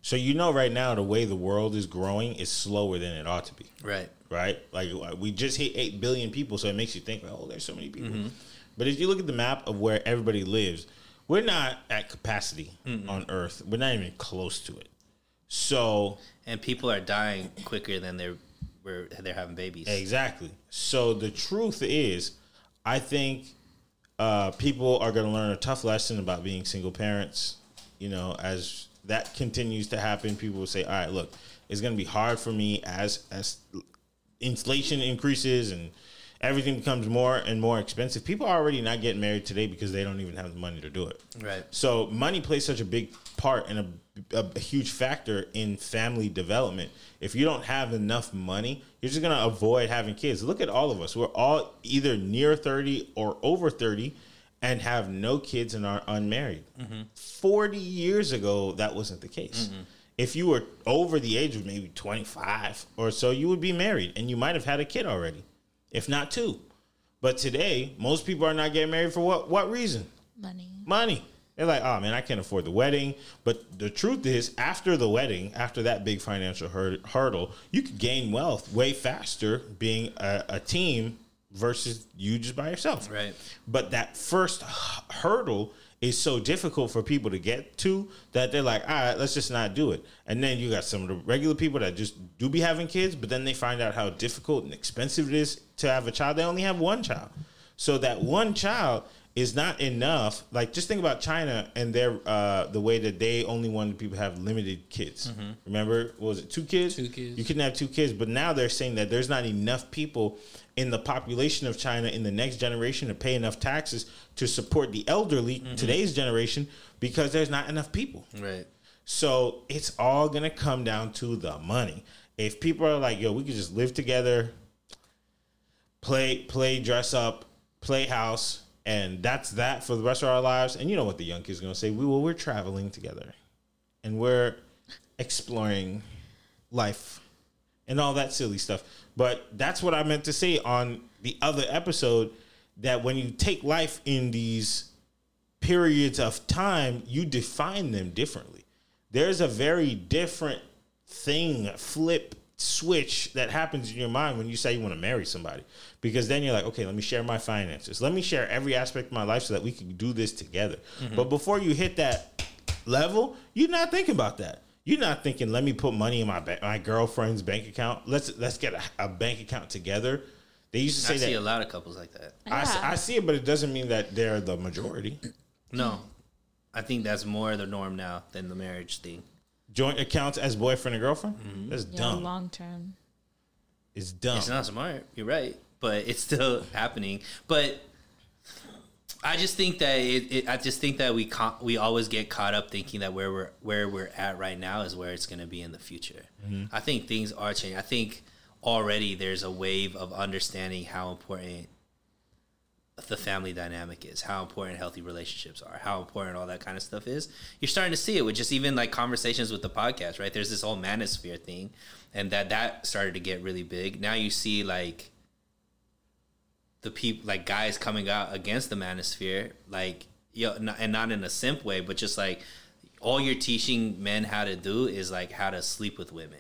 Speaker 2: So you know, right now the way the world is growing is slower than it ought to be.
Speaker 1: right?
Speaker 2: right? Like we just hit eight billion people, so it makes you think, oh, there's so many people. But if you look at the map of where everybody lives, we're not at capacity on Earth. We're not even close to it. So
Speaker 1: and people are dying quicker than they're were they're having babies.
Speaker 2: Exactly. So the truth is, I think uh, people are going to learn a tough lesson about being single parents. You know, as that continues to happen, people will say, "All right, look, it's going to be hard for me as as inflation increases and." Everything becomes more and more expensive. People are already not getting married today because they don't even have the money to do it.
Speaker 1: Right.
Speaker 2: So money plays such a big part and a, a, a huge factor in family development. If you don't have enough money, you're just gonna avoid having kids. Look at all of us. We're all either near 30 or over 30 and have no kids and are unmarried. 40 years ago, that wasn't the case.
Speaker 7: Mhm.
Speaker 2: If you were over the age of maybe 25 or so, you would be married and you might have had a kid already, if not two. But today, most people are not getting married for what, what reason?
Speaker 5: Money.
Speaker 2: money. They're like, oh man, I can't afford the wedding. But the truth is, after the wedding, after that big financial hur- hurdle, you could gain wealth way faster being a, a team versus you just by yourself.
Speaker 1: Right.
Speaker 2: But that first h- hurdle is so difficult for people to get to that they're like, all right, let's just not do it. And then you got some of the regular people that just do be having kids, but then they find out how difficult and expensive it is to have a child. They only have one child. So that one child is not enough. Like just think about China and their uh, the way that they only wanted people to have limited kids.
Speaker 7: Mhm.
Speaker 2: Remember, what was it two kids? Mm-hmm. Two kids. You couldn't have two kids, but now they're saying that there's not enough people in the population of China in the next generation to pay enough taxes to support the elderly, today's generation, because there's not enough people.
Speaker 1: Right.
Speaker 2: So it's all gonna come down to the money. If people are like, yo, we could just live together, play, play, dress up, play house, and that's that for the rest of our lives. And you know what the young kid's gonna say? We well, we're traveling together and we're exploring life and all that silly stuff. But that's what I meant to say on the other episode that when you take life in these periods of time, you define them differently. There's a very different thing, flip, switch that happens in your mind when you say you want to marry somebody. Because then you're like, okay, let me share my finances. Let me share every aspect of my life so that we can do this together.
Speaker 1: Mm-hmm.
Speaker 7: Mhm.
Speaker 2: But before you hit that level, you're not thinking about that. You're not thinking, let me put money in my ba- my girlfriend's bank account. Let's let's get a, a bank account together. They used to say
Speaker 1: I
Speaker 2: that.
Speaker 1: see a lot of couples like that.
Speaker 2: I s- I see it, but it doesn't mean that they're the majority.
Speaker 1: No, I think that's more the norm now than the marriage thing.
Speaker 2: Joint accounts as boyfriend and girlfriend? That's
Speaker 5: Yeah,
Speaker 2: dumb.
Speaker 5: long term.
Speaker 2: It's dumb.
Speaker 1: Mm-hmm. It's not smart. You're right, but it's still happening. But I just think that it, it, I just think that we ca- we always get caught up thinking that where we're where we're at right now is where it's going to be in the future.
Speaker 7: Mhm.
Speaker 2: Mm-hmm.
Speaker 1: I think things are changing. I think already there's a wave of understanding how important the family dynamic is, how important healthy relationships are, how important all that kind of stuff is. You're starting to see it with just even like conversations with the podcast, right? There's this whole manosphere thing, and that that started to get really big. Now you see like the people, like guys coming out against the manosphere, like yo, n- and not in a simp way, but just like all you're teaching men how to do is like how to sleep with women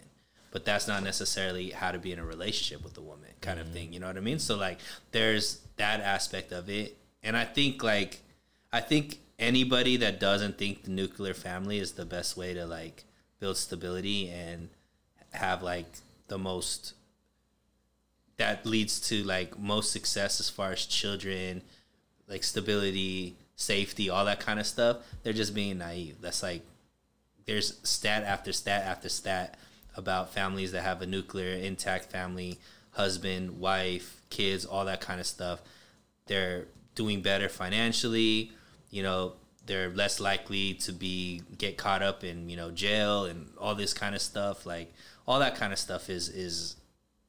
Speaker 1: but that's not necessarily how to be in a relationship with a woman kind of thing you know what i mean so like there's that aspect of it and i think like i think anybody that doesn't think the nuclear family is the best way to like build stability and have like the most that leads to like most success as far as children like stability safety all that kind of stuff they're just being naive that's like there's stat after stat after stat about families that have a nuclear intact family, husband, wife, kids, all that kind of stuff. They're doing better financially, you know, they're less likely to be get caught up in, you know, jail and all this kind of stuff. Like all that kind of stuff is is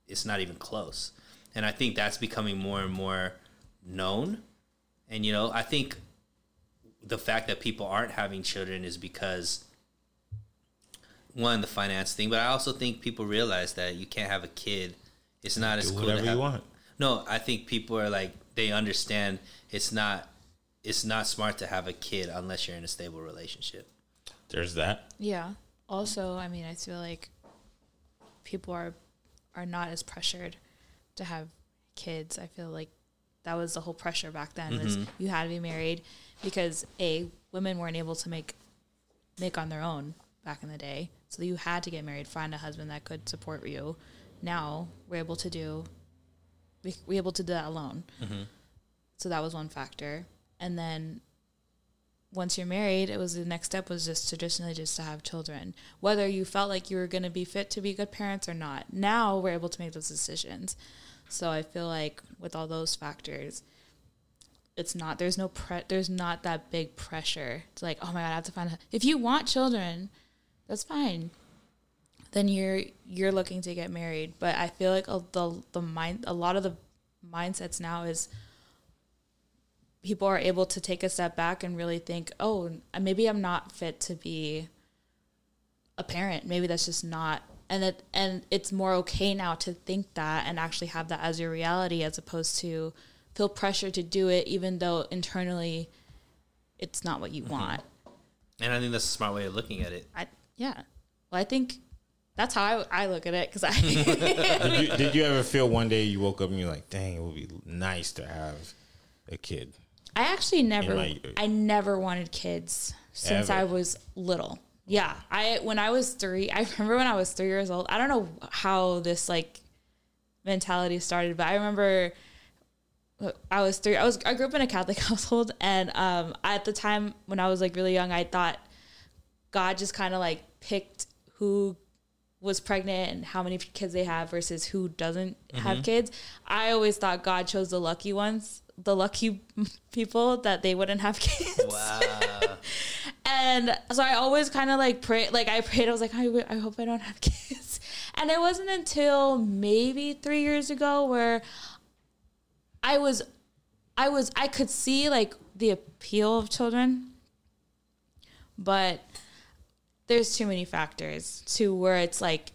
Speaker 1: it's not even close. And I think that's becoming more and more known. And you know, I think the fact that people aren't having children is because one the finance thing, but I also think people realize that you can't have a kid. It's not as
Speaker 2: Do
Speaker 1: cool.
Speaker 2: whatever
Speaker 1: to
Speaker 2: you
Speaker 1: have,
Speaker 2: want.
Speaker 1: No, I think people are like they understand it's not it's not smart to have a kid unless you're in a stable relationship.
Speaker 2: There's that.
Speaker 5: Yeah. Also, I mean, I feel like people are are not as pressured to have kids. I feel like that was the whole pressure back then was
Speaker 9: Mhm.
Speaker 5: you had to be married because a women weren't able to make make on their own back in the day. So you had to get married, find a husband that could support you. Now we're able to do, we, we're able to do that alone. So that was one factor. And then once you're married, it was the next step was just traditionally just to have children, whether you felt like you were going to be fit to be good parents or not. Now we're able to make those decisions. So I feel like with all those factors, it's not there's no pre there's not that big pressure. It's like oh my god, I have to find. A, if you want children, that's fine. Then you're you're looking to get married, but I feel like a, the the mind a lot of the mindsets now is people are able to take a step back and really think, oh, maybe I'm not fit to be a parent. Maybe that's just not. And it and it's more okay now to think that and actually have that as your reality, as opposed to feel pressure to do it, even though internally it's not what you want.
Speaker 1: And I think that's a smart way of looking at it.
Speaker 5: I yeah. Well, I think that's how I, I look at it because I
Speaker 2: Did you, did you ever feel one day you woke up and you're like, dang, it would be nice to have a kid?
Speaker 5: I actually never
Speaker 2: like- uh,
Speaker 5: I never wanted kids since
Speaker 2: Ever?
Speaker 5: I was little. Yeah, I when I was 3, I remember when I was 3 years old. I don't know how this like mentality started, but I remember I was 3. I was I grew up in a Catholic household and um at the time when I was like really young, I thought God just kind of like picked who was pregnant and how many kids they have versus who doesn't have kids. I always thought God chose the lucky ones, the lucky people that they wouldn't have kids. and so I always kind of like pray, like I prayed, I was like, I, w- I hope I don't have kids. And it wasn't until maybe three years ago where I was, I was, I could see like the appeal of children, but there's too many factors to where it's like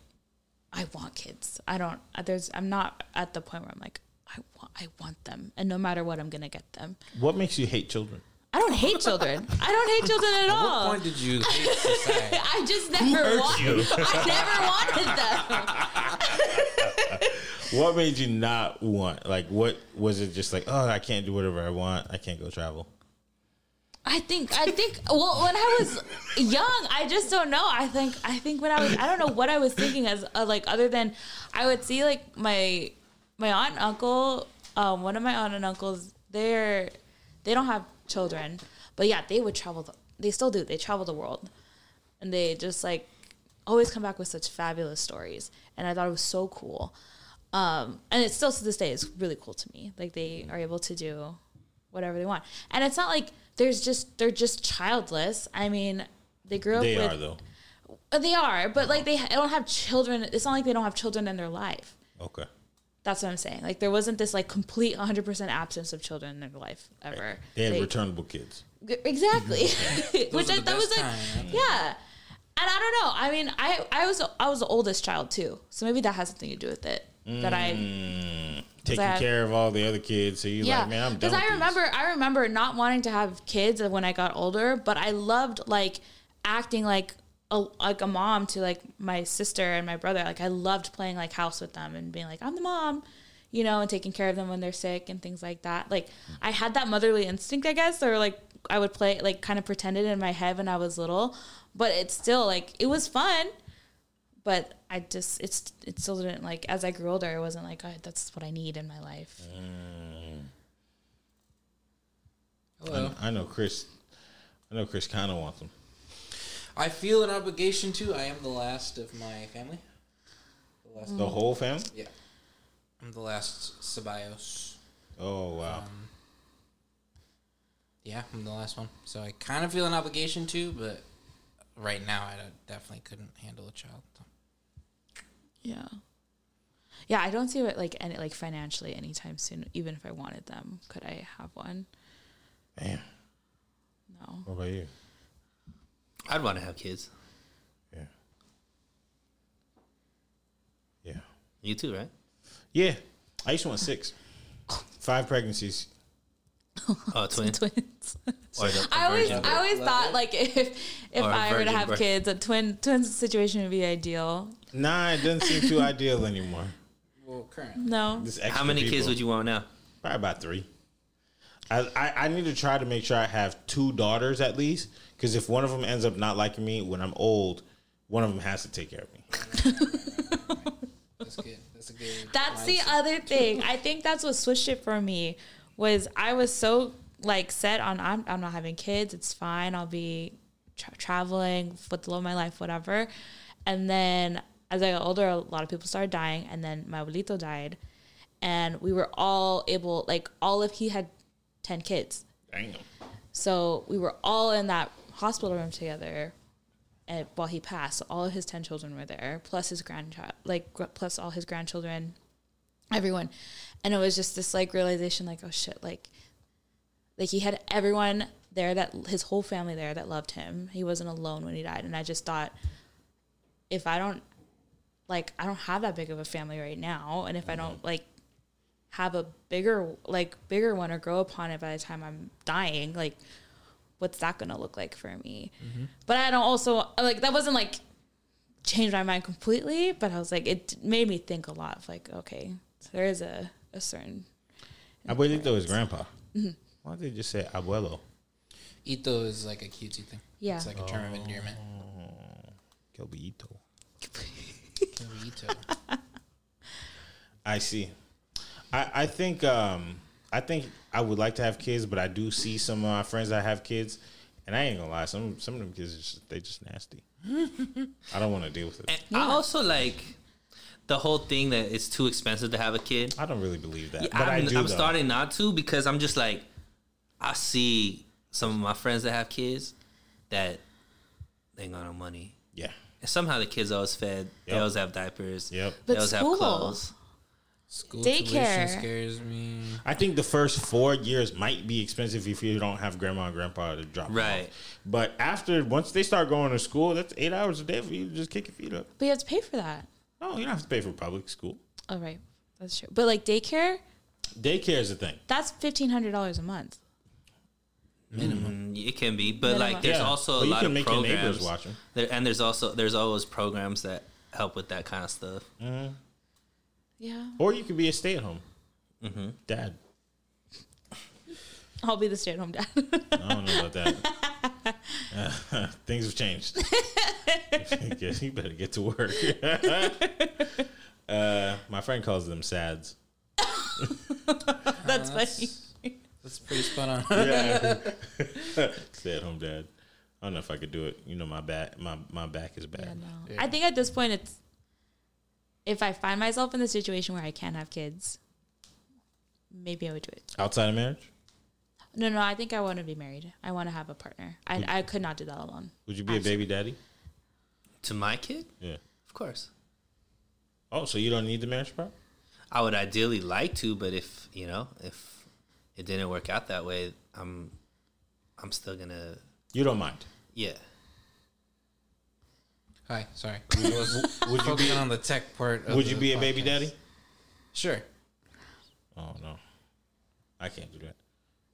Speaker 5: I want kids. I don't. There's. I'm not at the point where I'm like I want. I want them, and no matter what, I'm gonna get them.
Speaker 2: What makes you hate children?
Speaker 5: I don't hate children. I don't hate children at
Speaker 3: At what
Speaker 5: all.
Speaker 3: point did you hate society?
Speaker 5: I just never wanted. I never wanted them.
Speaker 2: What made you not want? Like, what was it? Just like, oh, I can't do whatever I want. I can't go travel.
Speaker 5: I think I think well when I was young I just don't know I think I think when I was I don't know what I was thinking as uh, like other than I would see like my my aunt and uncle um, one of my aunt and uncles they're they don't have children but yeah they would travel the, they still do they travel the world and they just like always come back with such fabulous stories and I thought it was so cool um, and it still to this day is really cool to me like they are able to do whatever they want. And it's not like there's just they're just childless. I mean, they grew up
Speaker 2: They
Speaker 5: with
Speaker 2: are though.
Speaker 5: they are, but like they ha- don't have children. It's not like they don't have children in their life.
Speaker 2: Okay.
Speaker 5: That's what I'm saying. Like there wasn't this like complete 100% absence of children in their life ever.
Speaker 2: They had
Speaker 5: They-
Speaker 2: returnable kids.
Speaker 5: G- Exactly. Which
Speaker 3: Mm-hmm. are
Speaker 5: I,
Speaker 3: the
Speaker 5: that was
Speaker 3: best
Speaker 5: like,
Speaker 3: time.
Speaker 5: yeah. And I don't know. I mean, I I was I was the oldest child too, so maybe that has something to do with it. That
Speaker 3: Mm.
Speaker 5: I
Speaker 2: Taking
Speaker 5: I-
Speaker 2: care of all the other kids. So you're like, man, I'm done.
Speaker 5: Because
Speaker 2: with
Speaker 5: I
Speaker 2: these."
Speaker 5: remember, I remember not wanting to have kids when I got older, but I loved like acting like a like a mom to like my sister and my brother. Like I loved playing like house with them and being like I'm the mom, you know, and taking care of them when they're sick and things like that. Like
Speaker 2: Hmm.
Speaker 5: I had that motherly instinct, I guess, or like I would play like kind of pretend it in my head when I was little, but it's still like it was fun. But I just it's it still didn't like as I grew older, it wasn't like oh, that's what I need in my life.
Speaker 3: Hello.
Speaker 2: Mm. I know Chris. I know Chris kind of wants them.
Speaker 3: I feel an obligation to. I am the last of my family. The
Speaker 5: Mm.
Speaker 3: last.
Speaker 2: The whole family.
Speaker 3: Yeah. I'm the last Ceballos.
Speaker 2: Oh wow.
Speaker 3: Yeah, I'm the last one. So I kind of feel an obligation to, but right now I don't- definitely couldn't handle a child.
Speaker 5: Yeah. Yeah, I don't see it like any like financially anytime soon. Even if I wanted them, could I have one?
Speaker 2: Damn.
Speaker 5: No.
Speaker 1: Oh,
Speaker 2: What about you?
Speaker 1: I'd want to have kids.
Speaker 2: Yeah. Yeah.
Speaker 1: You too, right?
Speaker 2: Yeah. I used to want six. Five pregnancies.
Speaker 1: Oh, twin.
Speaker 5: Twins.
Speaker 1: Or the
Speaker 5: I always
Speaker 1: conversion.
Speaker 5: I always thought like if if
Speaker 1: Or a
Speaker 5: I were to
Speaker 1: virgin
Speaker 5: have
Speaker 1: birth.
Speaker 5: kids, a twin twin situation would be ideal.
Speaker 2: Nah, it doesn't seem too ideal anymore.
Speaker 3: Well, current.
Speaker 5: No.
Speaker 2: This
Speaker 1: How many kids would you want now?
Speaker 2: you? Probably about three. I, I, I need to try to make sure I have two daughters at least. Because if one of them ends up not liking me when I'm old, one of them has to take care of me.
Speaker 3: That's good. That's a good.
Speaker 5: That's the other thing. I think that's what switched it for me was I was so like set on I'm, I'm not having kids. It's fine. I'll be tra- traveling with the love of my life, whatever. And then as I got older, a lot of people started dying, and then my abuelito died, and we were all able like all of he had ten kids.
Speaker 2: Damn.
Speaker 5: So we were all in that hospital room together and while he passed. So all of his 10 children were there, plus his grandchild, like, gr- plus all his grandchildren, everyone. And it was just this, like, realization, like, oh shit, like, like he had everyone there that his whole family there that loved him. He wasn't alone when he died. And I just thought, if I don't, like, I don't have that big of a family right now. And if I don't, like, have a bigger like bigger one or grow upon it by the time I'm dying like what's that going to look like for me but I don't also like that wasn't like changed my mind completely but I was like it made me think a lot of like okay there is a a certain
Speaker 2: Abuelito is grandpa. Why did they just say abuelo?
Speaker 3: Ito is like a cutesy thing.
Speaker 5: Yeah.
Speaker 3: It's like a term of endearment.
Speaker 2: Kelbito.
Speaker 3: Ito.
Speaker 2: I see. I I think um I think I would like to have kids, but I do see some of my friends that have kids, and I ain't gonna lie. Some some of them kids are just, they just nasty. I don't want to deal with it.
Speaker 1: And I also like the whole thing that it's too expensive to have a kid.
Speaker 2: I don't really believe that,
Speaker 1: Yeah,
Speaker 2: but i
Speaker 1: I'm,
Speaker 2: do.
Speaker 1: I'm
Speaker 2: though.
Speaker 1: starting not to because I'm just like, I see some of my friends that have kids that they ain't got no money.
Speaker 2: Yeah.
Speaker 1: And somehow the kids always fed. They
Speaker 2: Yep.
Speaker 1: always have diapers.
Speaker 2: Yep.
Speaker 1: They
Speaker 5: But
Speaker 1: always
Speaker 5: school.
Speaker 1: have clothes.
Speaker 3: School
Speaker 5: Daycare.
Speaker 3: tuition scares me.
Speaker 2: I think the first four years might be expensive if you don't have grandma and grandpa to drop them
Speaker 1: Right.
Speaker 2: off. But after once they start going to school, that's eight hours a day for you to just kick your feet up.
Speaker 5: but you have to pay for that
Speaker 2: No, you don't have to pay for public school.
Speaker 5: all Oh, right that's true but like daycare
Speaker 2: Daycare is a thing.
Speaker 5: that's $1500 a month
Speaker 1: Mm, It can be, but like
Speaker 5: Minimum.
Speaker 1: there's
Speaker 2: Yeah.
Speaker 1: also a
Speaker 2: But you
Speaker 1: lot
Speaker 2: can
Speaker 1: of
Speaker 2: make your
Speaker 1: programs.
Speaker 2: neighbors watch 'em.
Speaker 1: There, and there's also there's always programs that help with that kind of stuff.
Speaker 5: yeah
Speaker 2: Or you could be a stay at home
Speaker 1: Mm-hmm.
Speaker 2: dad.
Speaker 5: I'll be the stay at home dad
Speaker 2: I don't know about that. Uh, things have changed. Guess you better get to work. uh, my friend calls them sads.
Speaker 5: that's funny
Speaker 3: Ah, That's pretty spot on.
Speaker 2: Stay at home dad. I don't know if I could do it. You know my back my, my back is bad.
Speaker 5: Yeah, no. I think at this point, it's if I find myself in the situation where I can't have kids, maybe I would do it.
Speaker 2: Outside of marriage?
Speaker 5: No, no, I think I want to be married. I want to have a partner. I, I could not do that alone.
Speaker 2: Would you be a baby daddy?
Speaker 1: To my kid,
Speaker 2: Yeah.
Speaker 1: of course,
Speaker 2: Oh, so you don't need the marriage part?
Speaker 1: I would ideally like to, but if you know if it didn't work out that way, I'm I'm still gonna
Speaker 2: You don't mind.
Speaker 1: yeah.
Speaker 3: Hi, sorry. I was
Speaker 2: Would you be
Speaker 3: focusing on the tech part. Of
Speaker 2: would you
Speaker 3: the
Speaker 2: be a baby
Speaker 3: podcast.
Speaker 2: daddy?
Speaker 3: Sure.
Speaker 2: Oh no. I can't do that.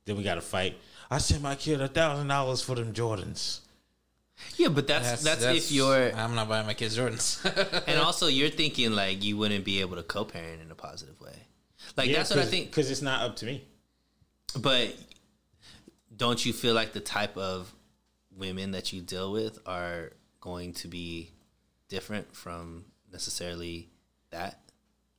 Speaker 2: Then we gotta fight. I sent my kid a thousand dollars for them Jordans.
Speaker 1: Yeah, but that's that's, if you're
Speaker 3: I'm not buying my kids Jordans.
Speaker 1: and also you're thinking like you wouldn't be able to co-parent in a positive way. Like that's what I think.
Speaker 2: Because it's not up to me.
Speaker 1: But don't you feel like the type of women that you deal with are going to be different from necessarily that?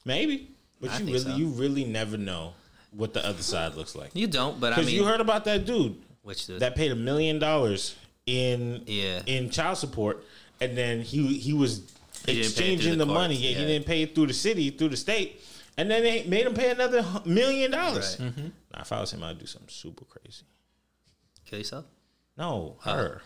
Speaker 2: Maybe, but
Speaker 1: I
Speaker 2: you
Speaker 1: think
Speaker 2: really,
Speaker 1: so.
Speaker 2: you really never know what the other side looks like.
Speaker 1: You don't, but I
Speaker 2: Because
Speaker 1: mean,
Speaker 2: you heard about that dude
Speaker 1: which the,
Speaker 2: that paid a million dollars in
Speaker 1: Yeah.
Speaker 2: in child support, and then he he was
Speaker 1: He didn't pay it through
Speaker 2: exchanging
Speaker 1: the
Speaker 2: the, money.
Speaker 1: courts,
Speaker 2: Yeah, he
Speaker 1: yeah.
Speaker 2: didn't pay it through the city, through the state, and then they made him pay another hu- million dollars.
Speaker 1: Mm-hmm.
Speaker 2: Now, if I was him, I'd do something super crazy.
Speaker 1: kill yourself.
Speaker 2: No, her.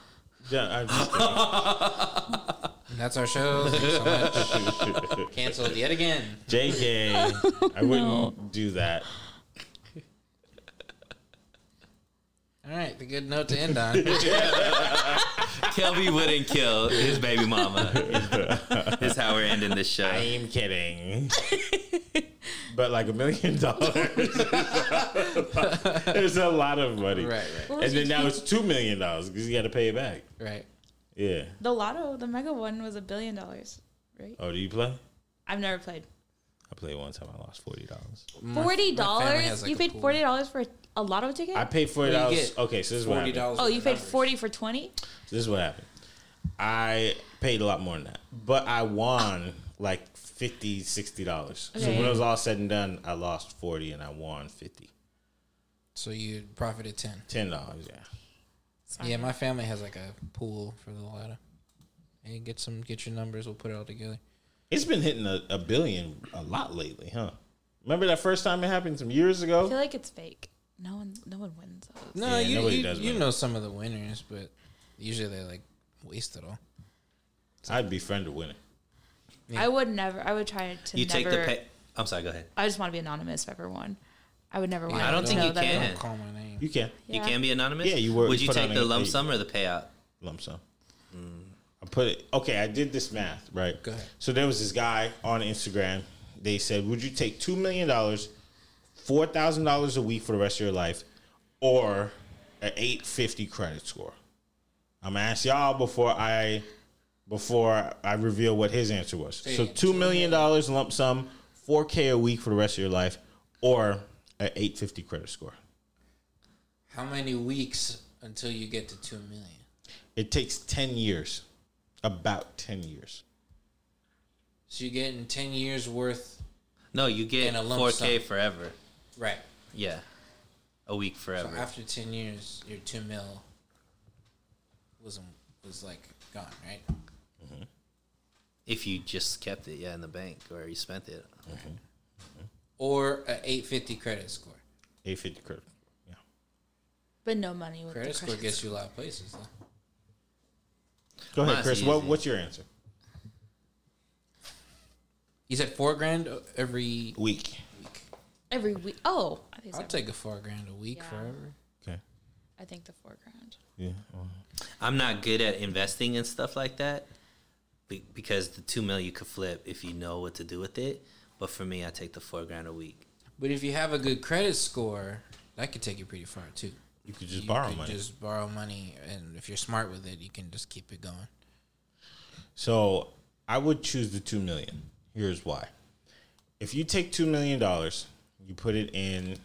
Speaker 2: Yeah, I-
Speaker 3: That's our show. Thank you so much. Canceled yet again.
Speaker 2: JK, I wouldn't do that.
Speaker 3: All right, the good note to end on.
Speaker 1: Kelby wouldn't kill his baby mama. is how we're ending this show.
Speaker 2: I'm kidding. but like a million dollars is a lot of money.
Speaker 3: Right, right.
Speaker 2: And then now it's two million dollars because you got to pay it back.
Speaker 3: Right.
Speaker 2: Yeah.
Speaker 5: The lotto, the mega one was a billion dollars, right?
Speaker 2: Oh, do you play?
Speaker 5: I've never played.
Speaker 2: I played one time. I lost forty dollars.
Speaker 5: Forty
Speaker 3: family has,
Speaker 5: dollars?
Speaker 3: like,
Speaker 5: You
Speaker 3: a
Speaker 5: paid
Speaker 3: pool.
Speaker 5: forty dollars for a lotto ticket?
Speaker 2: I paid forty
Speaker 3: You
Speaker 2: dollars.
Speaker 3: get
Speaker 2: Okay, so this is what
Speaker 3: Oh, Forty
Speaker 2: happened.
Speaker 3: dollars.
Speaker 5: oh, you paid forty for twenty?
Speaker 2: This is what happened. I paid a lot more than that, but I won like 50 dollars. So
Speaker 3: Okay.
Speaker 2: when it was all said and done, I lost forty and I won fifty.
Speaker 3: So you profited ten.
Speaker 2: Ten dollars, yeah.
Speaker 3: Yeah, my family has like a pool for the lotto. Hey, get some, get your numbers. We'll put it all together.
Speaker 2: It's been hitting a, a billion a lot lately, huh? Remember that first time it happened some years ago?
Speaker 5: I feel like it's fake. No one, no one wins those.
Speaker 3: No,
Speaker 2: Yeah,
Speaker 3: you
Speaker 2: nobody
Speaker 3: you,
Speaker 2: does
Speaker 3: you
Speaker 2: win.
Speaker 3: know some of the winners, but usually they like waste it all.
Speaker 2: I'd befriend a winner.
Speaker 5: I would never. I would try to
Speaker 1: you
Speaker 5: never.
Speaker 1: take the pay. I'm sorry. Go ahead.
Speaker 5: I just want to be anonymous if I ever won. I would never want.
Speaker 1: I don't
Speaker 5: to
Speaker 1: think
Speaker 5: know
Speaker 1: you
Speaker 5: that I
Speaker 1: can.
Speaker 5: won.
Speaker 3: Call my name.
Speaker 2: You can
Speaker 1: You
Speaker 5: Yeah.
Speaker 1: can be anonymous.
Speaker 2: Yeah, you were-
Speaker 1: Would you
Speaker 2: put
Speaker 1: take
Speaker 2: out
Speaker 1: the
Speaker 2: an-
Speaker 1: lump
Speaker 2: a-
Speaker 1: sum or the payout?
Speaker 2: lump sum. I put it. Okay, I did this math right.
Speaker 3: Go ahead.
Speaker 2: So there was this guy on Instagram. They said, "Would you take two million dollars, four thousand dollars a week for the rest of your life, or an eight fifty credit score?" I'm gonna ask y'all before I before I reveal what his answer was. So two million dollars lump sum, four k a week for the rest of your life, or an eight fifty credit score.
Speaker 3: How many weeks until you get to two million?
Speaker 2: It takes ten years, about ten years.
Speaker 3: So you're getting ten years worth,
Speaker 1: No, you get
Speaker 3: And a lump
Speaker 1: 4K
Speaker 3: sum.
Speaker 1: forever.
Speaker 3: right?
Speaker 1: Yeah, a week
Speaker 3: So
Speaker 1: forever.
Speaker 3: after ten years, your two mil was was like gone, right?
Speaker 1: if you just kept it, yeah, in the bank or you spent it.
Speaker 3: Or a eight fifty credit score.
Speaker 2: Eight fifty credit. Yeah.
Speaker 5: But no money with
Speaker 3: Credit
Speaker 5: the
Speaker 3: score
Speaker 5: credit.
Speaker 3: gets you a lot of places. Though.
Speaker 2: Go ahead,
Speaker 1: Mine's
Speaker 2: Chris. What,
Speaker 1: easy.
Speaker 2: what's your answer?
Speaker 3: You said four grand o- every
Speaker 2: Week.
Speaker 3: week.
Speaker 5: every week. Oh, I think,
Speaker 3: I'll
Speaker 5: it's every,
Speaker 3: take a four grand a week
Speaker 5: Yeah.
Speaker 3: forever.
Speaker 2: Okay.
Speaker 5: I think the foreground.
Speaker 2: Yeah.
Speaker 1: I'm not good at investing and stuff like that be- because the two mil you could flip if you know what to do with it. But for me, I take the four grand a week.
Speaker 3: But if you have a good credit score, that could take you pretty far too.
Speaker 2: You could just borrow
Speaker 3: could
Speaker 2: money.
Speaker 3: Just borrow money, and if you're smart with it, you can just keep it going.
Speaker 2: So I would choose the two million. Here's why. If you take two million dollars, you put it in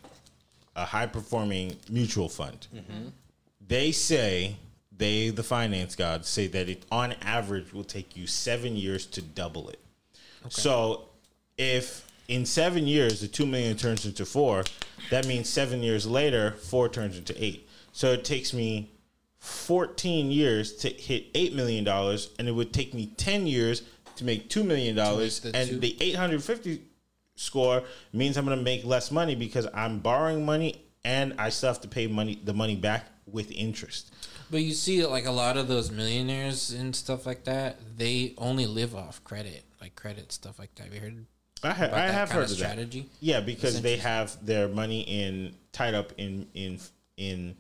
Speaker 2: a high performing mutual fund. They say they, the finance gods, say that it on average will take you seven years to double it. So if in seven years the two million turns into four, that means seven years later four turns into eight. So it takes me 14 years to hit $8 million and it would take me 10 years to make $2 million
Speaker 3: the
Speaker 2: and
Speaker 3: two-
Speaker 2: the 850 score means i'm going to make less money because i'm borrowing money and i still have to pay money the money back with interest
Speaker 3: But you see, like a lot of those millionaires and stuff like that, they only live off credit, like credit stuff like that. Have you heard?
Speaker 2: i, ha-
Speaker 3: About
Speaker 2: I
Speaker 3: that
Speaker 2: have
Speaker 3: kind
Speaker 2: heard
Speaker 3: of
Speaker 2: of that.
Speaker 3: strategy?
Speaker 2: yeah because they have their money in tied up in in in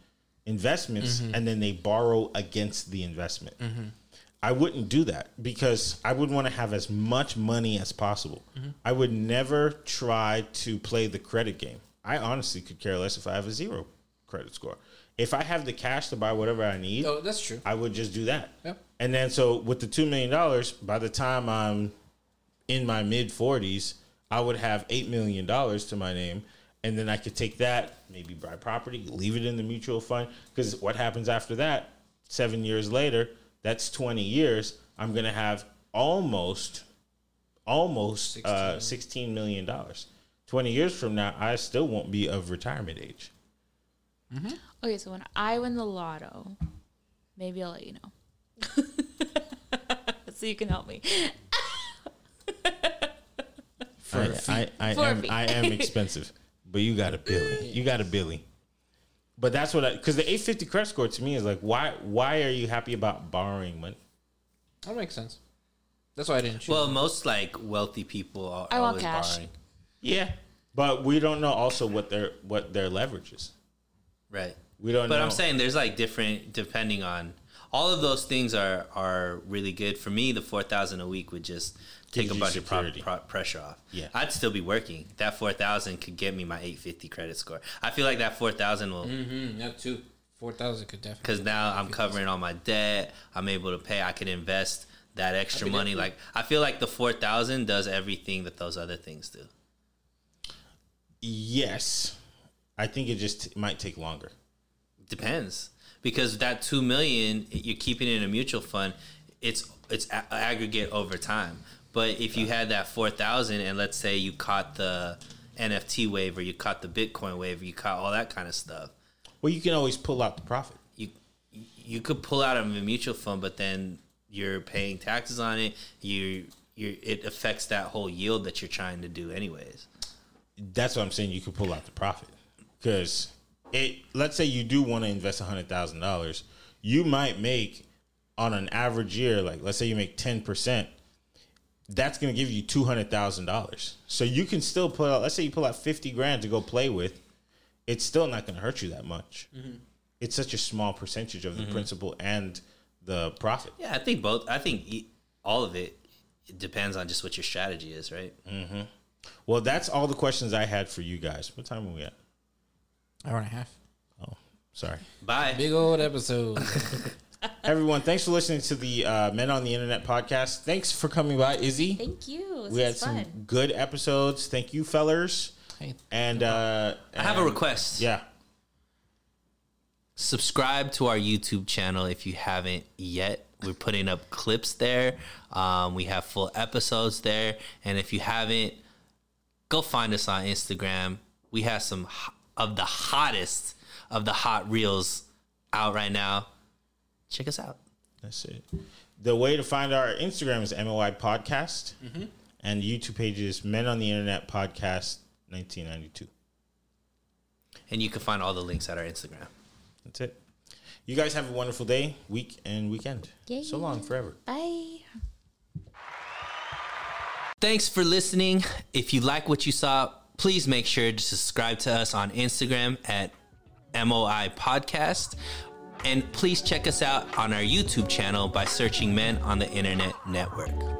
Speaker 2: investments
Speaker 3: Mm-hmm.
Speaker 2: and then they borrow against the investment I wouldn't do that because I would want to have as much money as possible.
Speaker 3: Mm-hmm.
Speaker 2: I would never try to play the credit game. I honestly could care less if I have a zero credit score. If I have the cash to buy whatever I need,
Speaker 3: Oh, that's true.
Speaker 2: I would just do that.
Speaker 3: Yep.
Speaker 2: And then so with the two million dollars, by the time I'm in my mid forties, I would have eight million dollars to my name, and then I could take that, maybe buy property, leave it in the mutual fund. Because what happens after that? Seven years later, that's twenty years. I'm gonna have almost, almost uh, sixteen million dollars. Twenty years from now, I still won't be of retirement age.
Speaker 5: Okay, so when I win the lotto, maybe I'll let you know. so you can help me.
Speaker 2: For I, I, I,
Speaker 5: For
Speaker 2: am,
Speaker 5: feet.
Speaker 2: I am expensive, but you got a Billy. You got a Billy. But that's what I because the 850 credit score to me is like why why are you happy about borrowing money?
Speaker 3: That makes sense. That's why I didn't choose.
Speaker 1: Well, most like wealthy people are
Speaker 5: I want
Speaker 1: always
Speaker 5: cash.
Speaker 1: borrowing.
Speaker 2: Yeah, but we don't know also what their what their leverage is.
Speaker 1: Right.
Speaker 2: We don't.
Speaker 1: But
Speaker 2: know.
Speaker 1: I'm saying there's like different depending on all of those things are are really good for me. The four thousand a week would just take
Speaker 2: Gives
Speaker 1: a
Speaker 2: you
Speaker 1: bunch of pro-
Speaker 2: security.
Speaker 1: pro- pressure off.
Speaker 2: Yeah.
Speaker 1: I'd still be working. That four thousand could get me my eight fifty credit score. I feel like that four thousand will
Speaker 3: Mm, yeah, two four thousand could definitely.
Speaker 1: because now I'm covering all my debt. I'm able to pay. I can invest that extra money. Like I feel like the four thousand does everything that those other things do.
Speaker 2: yes, I think it just might take longer.
Speaker 1: Depends because that two million you're keeping it in a mutual fund. it's it's a- aggregate over time. But if you had that four thousand, and let's say you caught the NFT wave, or you caught the Bitcoin wave, or you caught all that kind of stuff,
Speaker 2: Well, you can always pull out the profit.
Speaker 1: you you could pull out of a mutual fund, but then you're paying taxes on it. You you it affects that whole yield that you're trying to do, anyways.
Speaker 2: That's what I'm saying. You could pull out the profit because it. Let's say you do want to invest hundred thousand dollars, you might make on an average year, like let's say you make ten percent. That's going to give you two hundred thousand dollars. So you can still pull out. Let's say you pull out fifty grand to go play with. It's still not going to hurt you that much. It's such a small percentage of the
Speaker 1: Mhm.
Speaker 2: principal and the profit.
Speaker 1: Yeah, I think both. I think e- all of it, it depends on just what your strategy is, right?
Speaker 2: hmm Well, that's all the questions I had for you guys. What time are we at? Oh,
Speaker 3: Hour and a half.
Speaker 2: Sorry.
Speaker 1: Bye.
Speaker 3: Big old episode.
Speaker 5: Uh,
Speaker 2: Everyone, thanks for listening to the uh, Men on the Internet podcast. Thanks for coming by, Izzy.
Speaker 5: Thank you. This
Speaker 2: we had
Speaker 5: is
Speaker 2: some
Speaker 5: fun.
Speaker 2: good episodes. Thank you, fellers. And uh,
Speaker 1: I have a
Speaker 2: and-
Speaker 1: request.
Speaker 2: Yeah.
Speaker 1: Subscribe to our YouTube channel if you haven't yet. We're putting up clips there. Um, we have full episodes there. And if you haven't, go find us on Instagram. We have some h- of the hottest of the hot reels out right now. Check us out.
Speaker 2: That's it. The way to find our Instagram is MOI Podcast,
Speaker 1: Mhm.
Speaker 2: and YouTube page is Men on the Internet Podcast 1992.
Speaker 1: And you can find all the links at our Instagram.
Speaker 2: That's it. You guys have a wonderful day, week, and weekend.
Speaker 5: Yay.
Speaker 2: So long, forever.
Speaker 5: Bye.
Speaker 1: Thanks for listening. If you like what you saw, please make sure to subscribe to us on Instagram at MOI Podcast. And please check us out on our YouTube channel by searching Men on the Internet Network.